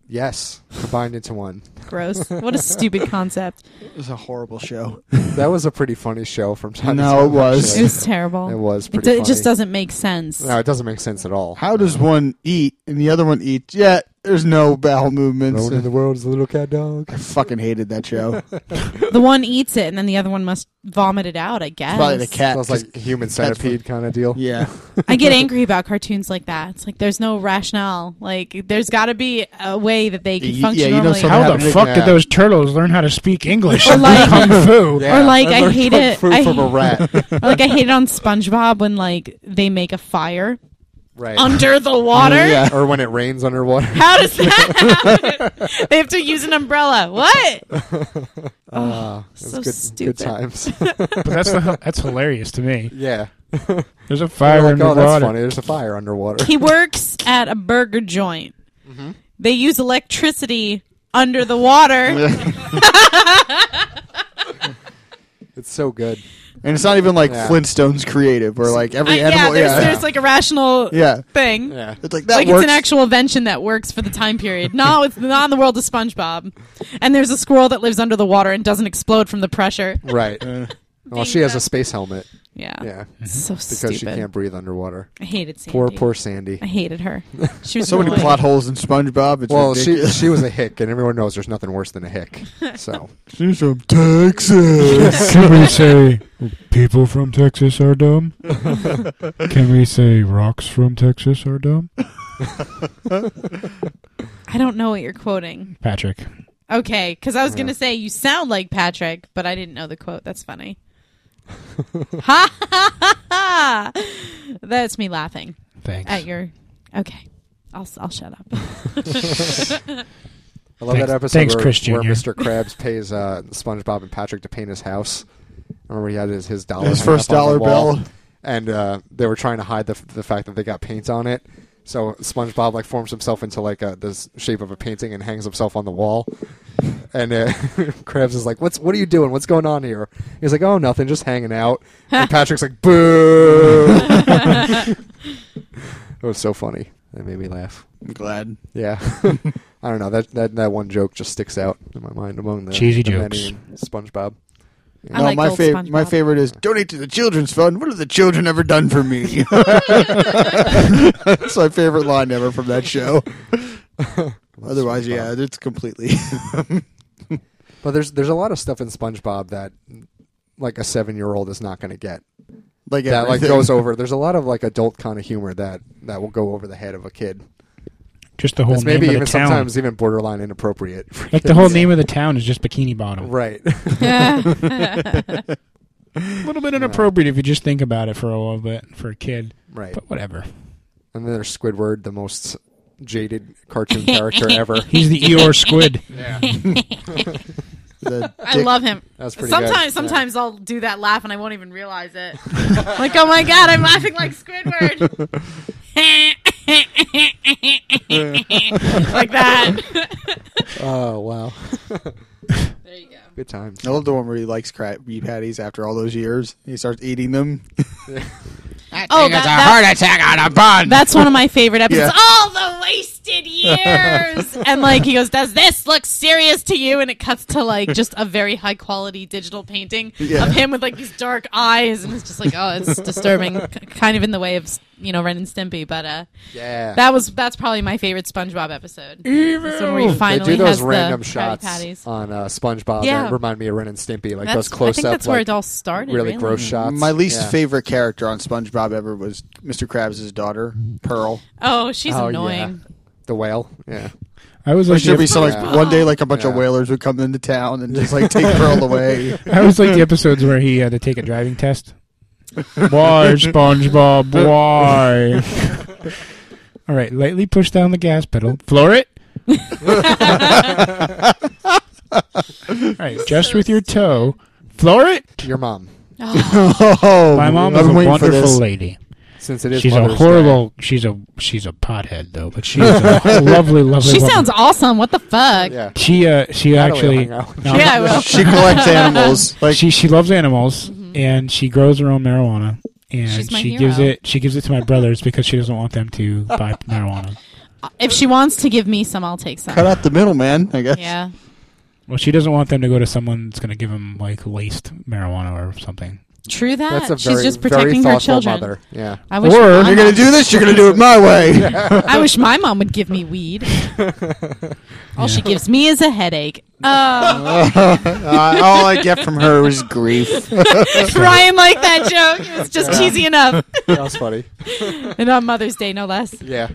[SPEAKER 3] yes, combined into one.
[SPEAKER 4] Gross. what a stupid concept.
[SPEAKER 5] It was a horrible show.
[SPEAKER 3] That was a pretty funny show from time.
[SPEAKER 5] No,
[SPEAKER 3] to time,
[SPEAKER 5] it was.
[SPEAKER 4] It
[SPEAKER 3] actually.
[SPEAKER 4] was terrible.
[SPEAKER 3] It was
[SPEAKER 4] It,
[SPEAKER 3] pretty.
[SPEAKER 4] do- it
[SPEAKER 3] funny.
[SPEAKER 4] just doesn't make sense.
[SPEAKER 3] No, it doesn't make sense at all.
[SPEAKER 5] How does one eat and the other one eats? Yeah, there's no bowel
[SPEAKER 3] No
[SPEAKER 5] movements.
[SPEAKER 3] one in the world is a little cat dog.
[SPEAKER 5] I fucking hated that show.
[SPEAKER 4] The one eats it, and then the other one must vomit it out. I guess.
[SPEAKER 5] Probably the cat.
[SPEAKER 3] Sounds like a human centipede kind of deal.
[SPEAKER 5] yeah.
[SPEAKER 4] I get angry about cartoons like that. It's like there's no rationale. Like there's got to be a way that they can
[SPEAKER 5] Y-
[SPEAKER 4] function
[SPEAKER 5] yeah, you know
[SPEAKER 4] normally.
[SPEAKER 5] some-
[SPEAKER 1] How
[SPEAKER 5] have
[SPEAKER 1] the
[SPEAKER 5] a big
[SPEAKER 1] fuck
[SPEAKER 3] cat.
[SPEAKER 1] did those turtles learn how to speak English
[SPEAKER 4] Or
[SPEAKER 1] and
[SPEAKER 4] like-
[SPEAKER 1] kung fu?
[SPEAKER 3] Yeah,
[SPEAKER 4] Or like, I
[SPEAKER 3] learned
[SPEAKER 4] hate
[SPEAKER 3] kung
[SPEAKER 4] it-
[SPEAKER 3] fu
[SPEAKER 4] I-
[SPEAKER 3] from a rat.
[SPEAKER 4] like I hate it on SpongeBob when like they make a fire
[SPEAKER 3] right.
[SPEAKER 4] under the water.
[SPEAKER 5] Yeah.
[SPEAKER 3] or when it rains underwater.
[SPEAKER 4] How does that happen? they have to use an umbrella. What?
[SPEAKER 3] Ah, it was
[SPEAKER 4] so
[SPEAKER 3] good,
[SPEAKER 4] stupid.
[SPEAKER 3] Good times.
[SPEAKER 1] but that's the, that's hilarious to me.
[SPEAKER 3] yeah.
[SPEAKER 1] There's a fire
[SPEAKER 3] Like,
[SPEAKER 1] in the
[SPEAKER 3] oh, that's funny.
[SPEAKER 1] water.
[SPEAKER 3] There's a fire underwater.
[SPEAKER 4] He works at a burger joint.
[SPEAKER 5] Mm-hmm.
[SPEAKER 4] They use electricity under the water. Uh,
[SPEAKER 3] It's so good.
[SPEAKER 5] And it's not even like
[SPEAKER 3] Yeah.
[SPEAKER 5] Flintstones creative or like
[SPEAKER 4] I-
[SPEAKER 5] every
[SPEAKER 4] Uh, yeah,
[SPEAKER 5] animal.
[SPEAKER 4] there's,
[SPEAKER 5] yeah.
[SPEAKER 4] there's like a rational
[SPEAKER 5] Yeah.
[SPEAKER 4] thing.
[SPEAKER 3] Yeah.
[SPEAKER 5] It's like that
[SPEAKER 4] like
[SPEAKER 5] works.
[SPEAKER 4] it's an actual invention that works for the time period. Not with not in the world of SpongeBob. And there's a squirrel that lives under the water and doesn't explode from the pressure.
[SPEAKER 3] Right.
[SPEAKER 5] Uh,
[SPEAKER 3] well, she has a space helmet.
[SPEAKER 4] Yeah.
[SPEAKER 3] Yeah.
[SPEAKER 4] So
[SPEAKER 3] Because
[SPEAKER 4] Oh, stupid.
[SPEAKER 3] she can't breathe underwater.
[SPEAKER 4] I hated Sandy.
[SPEAKER 3] Poor, poor Sandy.
[SPEAKER 4] I hated her. She was
[SPEAKER 5] so many
[SPEAKER 4] annoying.
[SPEAKER 5] plot holes in SpongeBob. It's
[SPEAKER 3] Well, she
[SPEAKER 5] ridiculous.
[SPEAKER 3] she was a hick, and everyone knows there's nothing worse than a hick. So
[SPEAKER 5] she's from Texas.
[SPEAKER 1] Can we say people from Texas are dumb? Can we say rocks from Texas are dumb?
[SPEAKER 4] I don't know what you're quoting.
[SPEAKER 1] Patrick,
[SPEAKER 4] Okay, because I was going to say you sound like Patrick, but I didn't know the quote. That's funny. ha ha ha ha! That's me laughing
[SPEAKER 1] Thanks.
[SPEAKER 4] at your. Okay, I'll s- I'll shut up.
[SPEAKER 3] I love
[SPEAKER 1] Thanks-
[SPEAKER 3] that episode
[SPEAKER 1] thanks,
[SPEAKER 3] where,
[SPEAKER 1] Chris
[SPEAKER 3] where
[SPEAKER 1] Jr..
[SPEAKER 3] Mr. Krabs pays uh, SpongeBob and Patrick to paint his house. I remember he had his, his dollar
[SPEAKER 5] His
[SPEAKER 3] hanging
[SPEAKER 5] first
[SPEAKER 3] up on the
[SPEAKER 5] dollar
[SPEAKER 3] wall,
[SPEAKER 5] bill.
[SPEAKER 3] and uh, they were trying to hide the, the fact that they got paint on it. So SpongeBob like forms himself into like a, the s- shape of a painting and hangs himself on the wall. And uh, Krabs is like, "What's what are you doing? What's going on here?" He's like, "Oh, nothing, just hanging out." And Patrick's like, "Boo!" it was so funny. It made me laugh.
[SPEAKER 5] I'm glad.
[SPEAKER 3] Yeah, I don't know that, that that one joke just sticks out in my mind among the
[SPEAKER 1] Cheesy
[SPEAKER 3] the
[SPEAKER 1] jokes.
[SPEAKER 3] many in SpongeBob.
[SPEAKER 4] I like
[SPEAKER 5] my
[SPEAKER 4] old
[SPEAKER 5] favorite, my
[SPEAKER 4] SpongeBob.
[SPEAKER 5] favorite is donate to the children's fund. What have the children ever done for me? That's my favorite line ever from that show. Otherwise, yeah, it's completely.
[SPEAKER 3] But there's there's a lot of stuff in SpongeBob that like a seven year old is not going to get.
[SPEAKER 5] like
[SPEAKER 3] That like
[SPEAKER 5] everything.
[SPEAKER 3] goes over. There's a lot of like adult kind of humor that that will go over the head of a kid.
[SPEAKER 1] Just the whole
[SPEAKER 3] It's maybe
[SPEAKER 1] name of
[SPEAKER 3] even
[SPEAKER 1] the town.
[SPEAKER 3] sometimes even borderline inappropriate. for
[SPEAKER 1] like the whole
[SPEAKER 3] kids.
[SPEAKER 1] name of the town is just Bikini Bottom.
[SPEAKER 3] Right.
[SPEAKER 1] A little bit inappropriate if you just think about it for a little bit for a kid,
[SPEAKER 3] right.
[SPEAKER 1] but whatever.
[SPEAKER 3] And then there's Squidward, the most jaded cartoon character ever.
[SPEAKER 1] He's the Eeyore squid.
[SPEAKER 5] The
[SPEAKER 4] I
[SPEAKER 5] dick-
[SPEAKER 4] love him.
[SPEAKER 3] That's pretty good.
[SPEAKER 4] Sometimes, sometimes I'll do that laugh and I won't even realize it. like, oh my god, I'm laughing like Squidward. like that.
[SPEAKER 3] Oh wow.
[SPEAKER 4] there you go.
[SPEAKER 3] Good times.
[SPEAKER 5] I love the one where he likes crabby patties after all those years. He starts eating them.
[SPEAKER 4] Oh, that, that-
[SPEAKER 5] attack on a bun.
[SPEAKER 4] That's one of my favorite episodes.
[SPEAKER 5] Yeah.
[SPEAKER 4] All the wasted years. and like he goes, Does this look serious to you? And it cuts to like just a very high quality digital painting
[SPEAKER 5] Yeah.
[SPEAKER 4] of him with like these dark eyes and it's just like, oh, it's disturbing. K- kind of in the way of you know, Ren and Stimpy, but uh
[SPEAKER 3] Yeah.
[SPEAKER 4] that was that's probably my favorite SpongeBob episode. That's when we
[SPEAKER 3] they
[SPEAKER 4] finally
[SPEAKER 3] do those
[SPEAKER 4] has
[SPEAKER 3] random
[SPEAKER 4] the
[SPEAKER 3] shots
[SPEAKER 4] Krabby Patties.
[SPEAKER 3] on uh, SpongeBob
[SPEAKER 4] Yeah.
[SPEAKER 3] that remind me of Ren and Stimpy, like
[SPEAKER 4] That's,
[SPEAKER 3] those close
[SPEAKER 4] I think
[SPEAKER 3] up,
[SPEAKER 4] that's
[SPEAKER 3] like
[SPEAKER 4] where it all started.
[SPEAKER 3] really, gross shots.
[SPEAKER 5] My least
[SPEAKER 3] Yeah.
[SPEAKER 5] favorite character on SpongeBob ever was Mr. Krabs' daughter, Pearl.
[SPEAKER 4] Oh, she's
[SPEAKER 3] Oh,
[SPEAKER 4] annoying.
[SPEAKER 3] The whale. Yeah.
[SPEAKER 1] I was
[SPEAKER 5] There
[SPEAKER 1] like,
[SPEAKER 5] should be
[SPEAKER 1] the,
[SPEAKER 5] some like
[SPEAKER 3] Yeah.
[SPEAKER 5] one day like a bunch of
[SPEAKER 3] Yeah.
[SPEAKER 5] whalers would come into town and just like take Pearl away.
[SPEAKER 1] I was like the episodes where he had to take a driving test. Why, SpongeBob? Why? All right, lightly push down the gas pedal. Floor it. All right, just with your toe. Floor it.
[SPEAKER 3] Your mom.
[SPEAKER 5] Oh,
[SPEAKER 1] My mom is
[SPEAKER 5] I've
[SPEAKER 1] a
[SPEAKER 5] been waiting for
[SPEAKER 1] wonderful
[SPEAKER 5] this.
[SPEAKER 1] lady.
[SPEAKER 3] Since it is
[SPEAKER 1] she's a
[SPEAKER 3] Mother's
[SPEAKER 1] horrible. She's a she's a pothead though, but she's a lovely, lovely.
[SPEAKER 4] She
[SPEAKER 1] woman.
[SPEAKER 4] sounds awesome. What the fuck?
[SPEAKER 3] Day. Yeah.
[SPEAKER 1] She uh she actually
[SPEAKER 3] hung out with
[SPEAKER 1] no,
[SPEAKER 4] Yeah, I will.
[SPEAKER 5] She collects animals. Like
[SPEAKER 1] she she loves animals and she grows her own marijuana and
[SPEAKER 4] Mm-hmm. She's my
[SPEAKER 1] she gives
[SPEAKER 4] hero.
[SPEAKER 1] it she gives it to my brothers because she doesn't want them to buy marijuana.
[SPEAKER 4] If she wants to give me some, I'll take some.
[SPEAKER 5] cut out the middleman. I guess.
[SPEAKER 4] Yeah.
[SPEAKER 1] Well, she doesn't want them to go to someone that's going to give them like laced marijuana or something.
[SPEAKER 4] True that.
[SPEAKER 3] That's a
[SPEAKER 4] She's
[SPEAKER 3] very,
[SPEAKER 4] just
[SPEAKER 3] very
[SPEAKER 4] protecting her
[SPEAKER 3] thoughtful
[SPEAKER 4] children.
[SPEAKER 3] mother. Yeah.
[SPEAKER 4] I wish,
[SPEAKER 1] Or
[SPEAKER 4] my
[SPEAKER 5] You're gonna
[SPEAKER 4] mom,
[SPEAKER 5] do this. You're gonna do it my way.
[SPEAKER 4] I wish my mom would give me weed. All she gives me is a headache. Uh,
[SPEAKER 5] Uh, all I get from her is grief.
[SPEAKER 4] Ryan liked that joke. It was just cheesy enough.
[SPEAKER 3] That's funny.
[SPEAKER 4] and on Mother's Day, no less.
[SPEAKER 3] Yeah.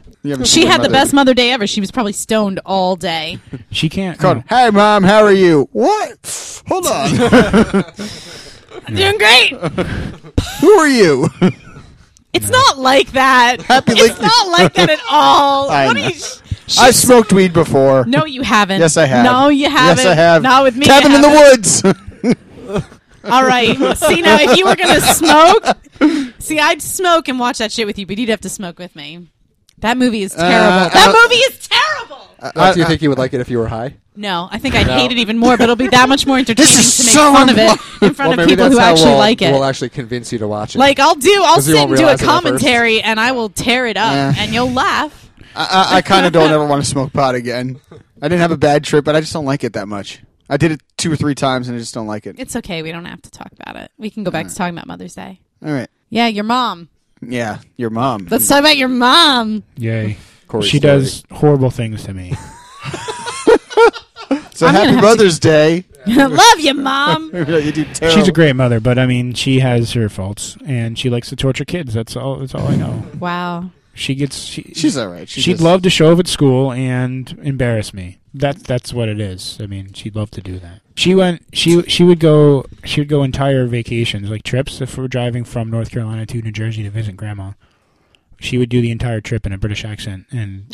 [SPEAKER 4] She had the best Mother Day ever. She was probably stoned all day.
[SPEAKER 1] She can't.
[SPEAKER 5] Called,
[SPEAKER 1] no.
[SPEAKER 5] hey mom, how are you? What? Hold on.
[SPEAKER 4] I'm doing great.
[SPEAKER 5] Who are you?
[SPEAKER 4] It's not like that.
[SPEAKER 5] Happy
[SPEAKER 4] it's
[SPEAKER 5] Lick-
[SPEAKER 4] not like that at all.
[SPEAKER 5] I
[SPEAKER 4] What
[SPEAKER 5] know.
[SPEAKER 4] are you? She's-
[SPEAKER 5] I've smoked weed before.
[SPEAKER 4] no, you haven't.
[SPEAKER 5] Yes, I have.
[SPEAKER 4] No, you haven't.
[SPEAKER 5] Yes, I have.
[SPEAKER 4] Not with me. you
[SPEAKER 5] Cabin in the
[SPEAKER 4] haven't.
[SPEAKER 5] woods.
[SPEAKER 4] All right. See now, if you were gonna smoke, see, I'd smoke and watch that shit with you, but you'd have to smoke with me. That movie is terrible.
[SPEAKER 5] Uh,
[SPEAKER 4] that
[SPEAKER 5] I don't-
[SPEAKER 4] movie is terrible.
[SPEAKER 3] Like, do you think you would like it if you were high?
[SPEAKER 4] no, I think I'd hate it even more, but it'll be that much more entertaining to make
[SPEAKER 5] This is so
[SPEAKER 4] fun of it in
[SPEAKER 3] Well,
[SPEAKER 4] front of
[SPEAKER 3] maybe
[SPEAKER 4] people
[SPEAKER 3] that's
[SPEAKER 4] who
[SPEAKER 3] how
[SPEAKER 4] actually
[SPEAKER 3] we'll,
[SPEAKER 4] like it.
[SPEAKER 3] We'll actually convince you to watch it.
[SPEAKER 4] like I'll do, I'll
[SPEAKER 3] 'Cause you
[SPEAKER 4] sit
[SPEAKER 3] won't
[SPEAKER 4] and do a
[SPEAKER 3] realize it at first.
[SPEAKER 4] commentary, and I will tear it up,
[SPEAKER 5] Yeah.
[SPEAKER 4] and you'll laugh.
[SPEAKER 5] I, I, I kind of don't ever want to smoke pot again. I didn't have a bad trip, but I just don't like it that much. I did it two or three times, and I just don't like it.
[SPEAKER 4] It's okay. We don't have to talk about it. We can go back to talking about Mother's Day.
[SPEAKER 5] All right.
[SPEAKER 4] Yeah, your mom.
[SPEAKER 5] Yeah, your mom.
[SPEAKER 4] Let's
[SPEAKER 3] Hmm.
[SPEAKER 4] talk about your mom.
[SPEAKER 1] Yay.
[SPEAKER 3] Corey
[SPEAKER 1] she
[SPEAKER 3] Story.
[SPEAKER 1] does horrible things to me.
[SPEAKER 5] so
[SPEAKER 4] I'm gonna
[SPEAKER 5] happy
[SPEAKER 4] have to-
[SPEAKER 5] Mother's Day.
[SPEAKER 4] Love you, mom.
[SPEAKER 5] you do terrible.
[SPEAKER 1] She's a great mother, but I mean, she has her faults and she likes to torture kids. That's all. That's all I know.
[SPEAKER 4] Wow.
[SPEAKER 1] She gets. She,
[SPEAKER 5] She's all right. She
[SPEAKER 1] she'd
[SPEAKER 5] just-
[SPEAKER 1] love to show up at school and embarrass me. That that's what it is. I mean, she'd love to do that. She went. She she would go. She would go entire vacations, like trips. If we're driving from North Carolina to New Jersey to visit Grandma, she would do the entire trip in a British accent and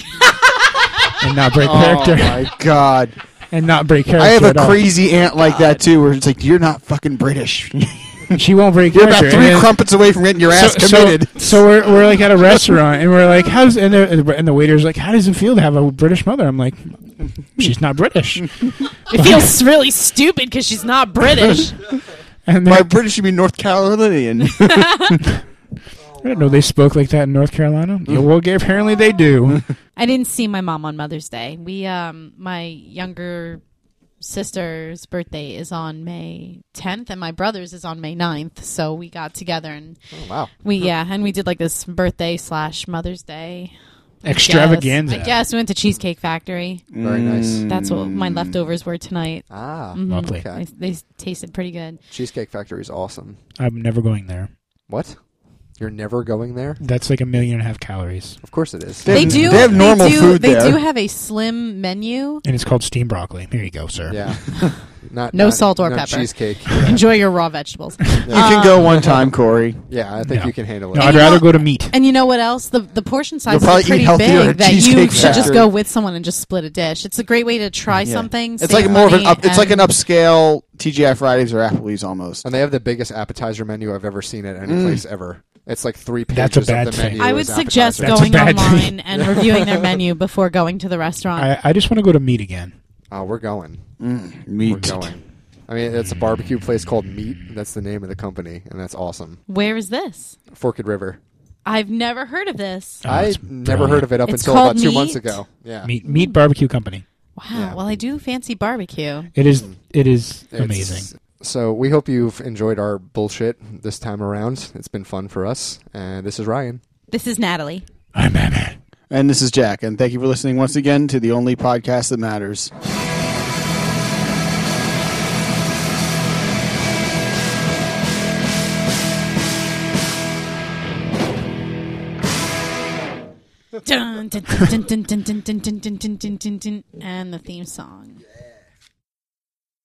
[SPEAKER 1] and not break
[SPEAKER 5] Oh
[SPEAKER 1] character
[SPEAKER 5] my god!
[SPEAKER 1] and not break character.
[SPEAKER 5] I have
[SPEAKER 1] at
[SPEAKER 5] a
[SPEAKER 1] all.
[SPEAKER 5] crazy aunt like that too, where it's like you're not fucking British.
[SPEAKER 1] She won't break
[SPEAKER 5] You're about
[SPEAKER 1] character.
[SPEAKER 5] three
[SPEAKER 1] And then-
[SPEAKER 5] crumpets away from getting your ass committed.
[SPEAKER 1] So, so we're, we're like at a restaurant and we're like, how's and the, and the waiter's like, how does it feel to have a British mother? I'm like, she's not British.
[SPEAKER 4] It feels really stupid because she's not British.
[SPEAKER 1] And
[SPEAKER 5] My
[SPEAKER 1] they're-
[SPEAKER 5] British should be North Carolinian.
[SPEAKER 1] I didn't know they spoke like that in North Carolina. Yeah, well, g- apparently they do.
[SPEAKER 4] I didn't see my mom on Mother's Day. We, um, my younger sister's birthday is on May 10th, and my brother's is on May 9th. So we got together and
[SPEAKER 3] Oh, wow.
[SPEAKER 4] we, yeah, and we did like this birthday slash Mother's Day
[SPEAKER 1] Extravaganza.
[SPEAKER 4] Yes, I guess we went to Cheesecake Factory.
[SPEAKER 5] Mm.
[SPEAKER 3] Very nice.
[SPEAKER 4] That's what my leftovers were tonight. Mm-hmm.
[SPEAKER 3] Ah,
[SPEAKER 1] Lovely.
[SPEAKER 3] okay.
[SPEAKER 4] They, they tasted pretty good.
[SPEAKER 3] Cheesecake Factory is awesome.
[SPEAKER 1] I'm never going there.
[SPEAKER 3] What? You're never going there?
[SPEAKER 1] That's like a million and a half calories.
[SPEAKER 3] Of course it is.
[SPEAKER 5] They
[SPEAKER 4] They
[SPEAKER 5] have-
[SPEAKER 4] do.
[SPEAKER 5] they have normal
[SPEAKER 4] they do,
[SPEAKER 5] food
[SPEAKER 4] They
[SPEAKER 5] there.
[SPEAKER 4] do have a slim menu.
[SPEAKER 1] And it's called steamed broccoli. Here you go, sir.
[SPEAKER 3] Yeah. not
[SPEAKER 4] No
[SPEAKER 3] not-
[SPEAKER 4] salt or
[SPEAKER 3] not
[SPEAKER 4] pepper.
[SPEAKER 3] Cheesecake.
[SPEAKER 4] Enjoy your raw vegetables.
[SPEAKER 5] You can go one time, Corey.
[SPEAKER 3] Yeah, I think
[SPEAKER 1] No.
[SPEAKER 3] you can handle it.
[SPEAKER 1] No,
[SPEAKER 4] And
[SPEAKER 1] I'd
[SPEAKER 4] you
[SPEAKER 1] rather
[SPEAKER 4] know-
[SPEAKER 1] go to meat.
[SPEAKER 4] And you know what else? The the portion size
[SPEAKER 5] probably
[SPEAKER 4] is
[SPEAKER 5] eat
[SPEAKER 4] pretty
[SPEAKER 5] healthier at
[SPEAKER 4] big that you
[SPEAKER 5] Cheesecake
[SPEAKER 4] should just
[SPEAKER 5] Factory.
[SPEAKER 4] go with someone and just split a dish. It's a great way to try something.
[SPEAKER 5] It's
[SPEAKER 4] save
[SPEAKER 5] like more of an
[SPEAKER 4] money,
[SPEAKER 5] up, it's like an
[SPEAKER 4] and-
[SPEAKER 5] upscale TGI Fridays or Applebee's almost.
[SPEAKER 3] And they have the biggest appetizer menu I've ever seen at any place ever. It's like three pages
[SPEAKER 1] That's a bad
[SPEAKER 3] of the
[SPEAKER 1] thing.
[SPEAKER 3] menu.
[SPEAKER 4] I
[SPEAKER 3] as
[SPEAKER 4] would suggest
[SPEAKER 3] appetizers.
[SPEAKER 1] That's a
[SPEAKER 4] going
[SPEAKER 1] bad
[SPEAKER 4] online and reviewing their menu before going to the restaurant.
[SPEAKER 1] I, I just want to go to meat again.
[SPEAKER 3] Oh, we're going. We're
[SPEAKER 5] Mm, Meat.
[SPEAKER 3] going. I mean, it's a barbecue place called Meat. That's the name of the company, and that's awesome.
[SPEAKER 4] Where is this?
[SPEAKER 3] Forked River.
[SPEAKER 4] I've never heard of this.
[SPEAKER 1] Oh,
[SPEAKER 3] I
[SPEAKER 1] it's
[SPEAKER 3] never
[SPEAKER 1] Oh, brilliant.
[SPEAKER 3] heard of it up
[SPEAKER 4] It's
[SPEAKER 3] until about
[SPEAKER 4] called
[SPEAKER 3] two months
[SPEAKER 4] Meat?
[SPEAKER 3] ago. Yeah,
[SPEAKER 1] Meat, meat barbecue company.
[SPEAKER 4] Wow. Well, I do fancy barbecue.
[SPEAKER 1] It is. It is
[SPEAKER 3] It's-
[SPEAKER 1] amazing.
[SPEAKER 3] So we hope you've enjoyed our bullshit this time around. It's been fun for us, and this is Ryan.
[SPEAKER 4] This is Natalie.
[SPEAKER 1] I'm Batman.
[SPEAKER 5] And this is Jack, and thank you for listening once again to the only podcast that matters.
[SPEAKER 4] Dun, dun, dun, dun, dun, dun, dun, dun, dun, dun, dun, dun, dun, dun, and the theme song.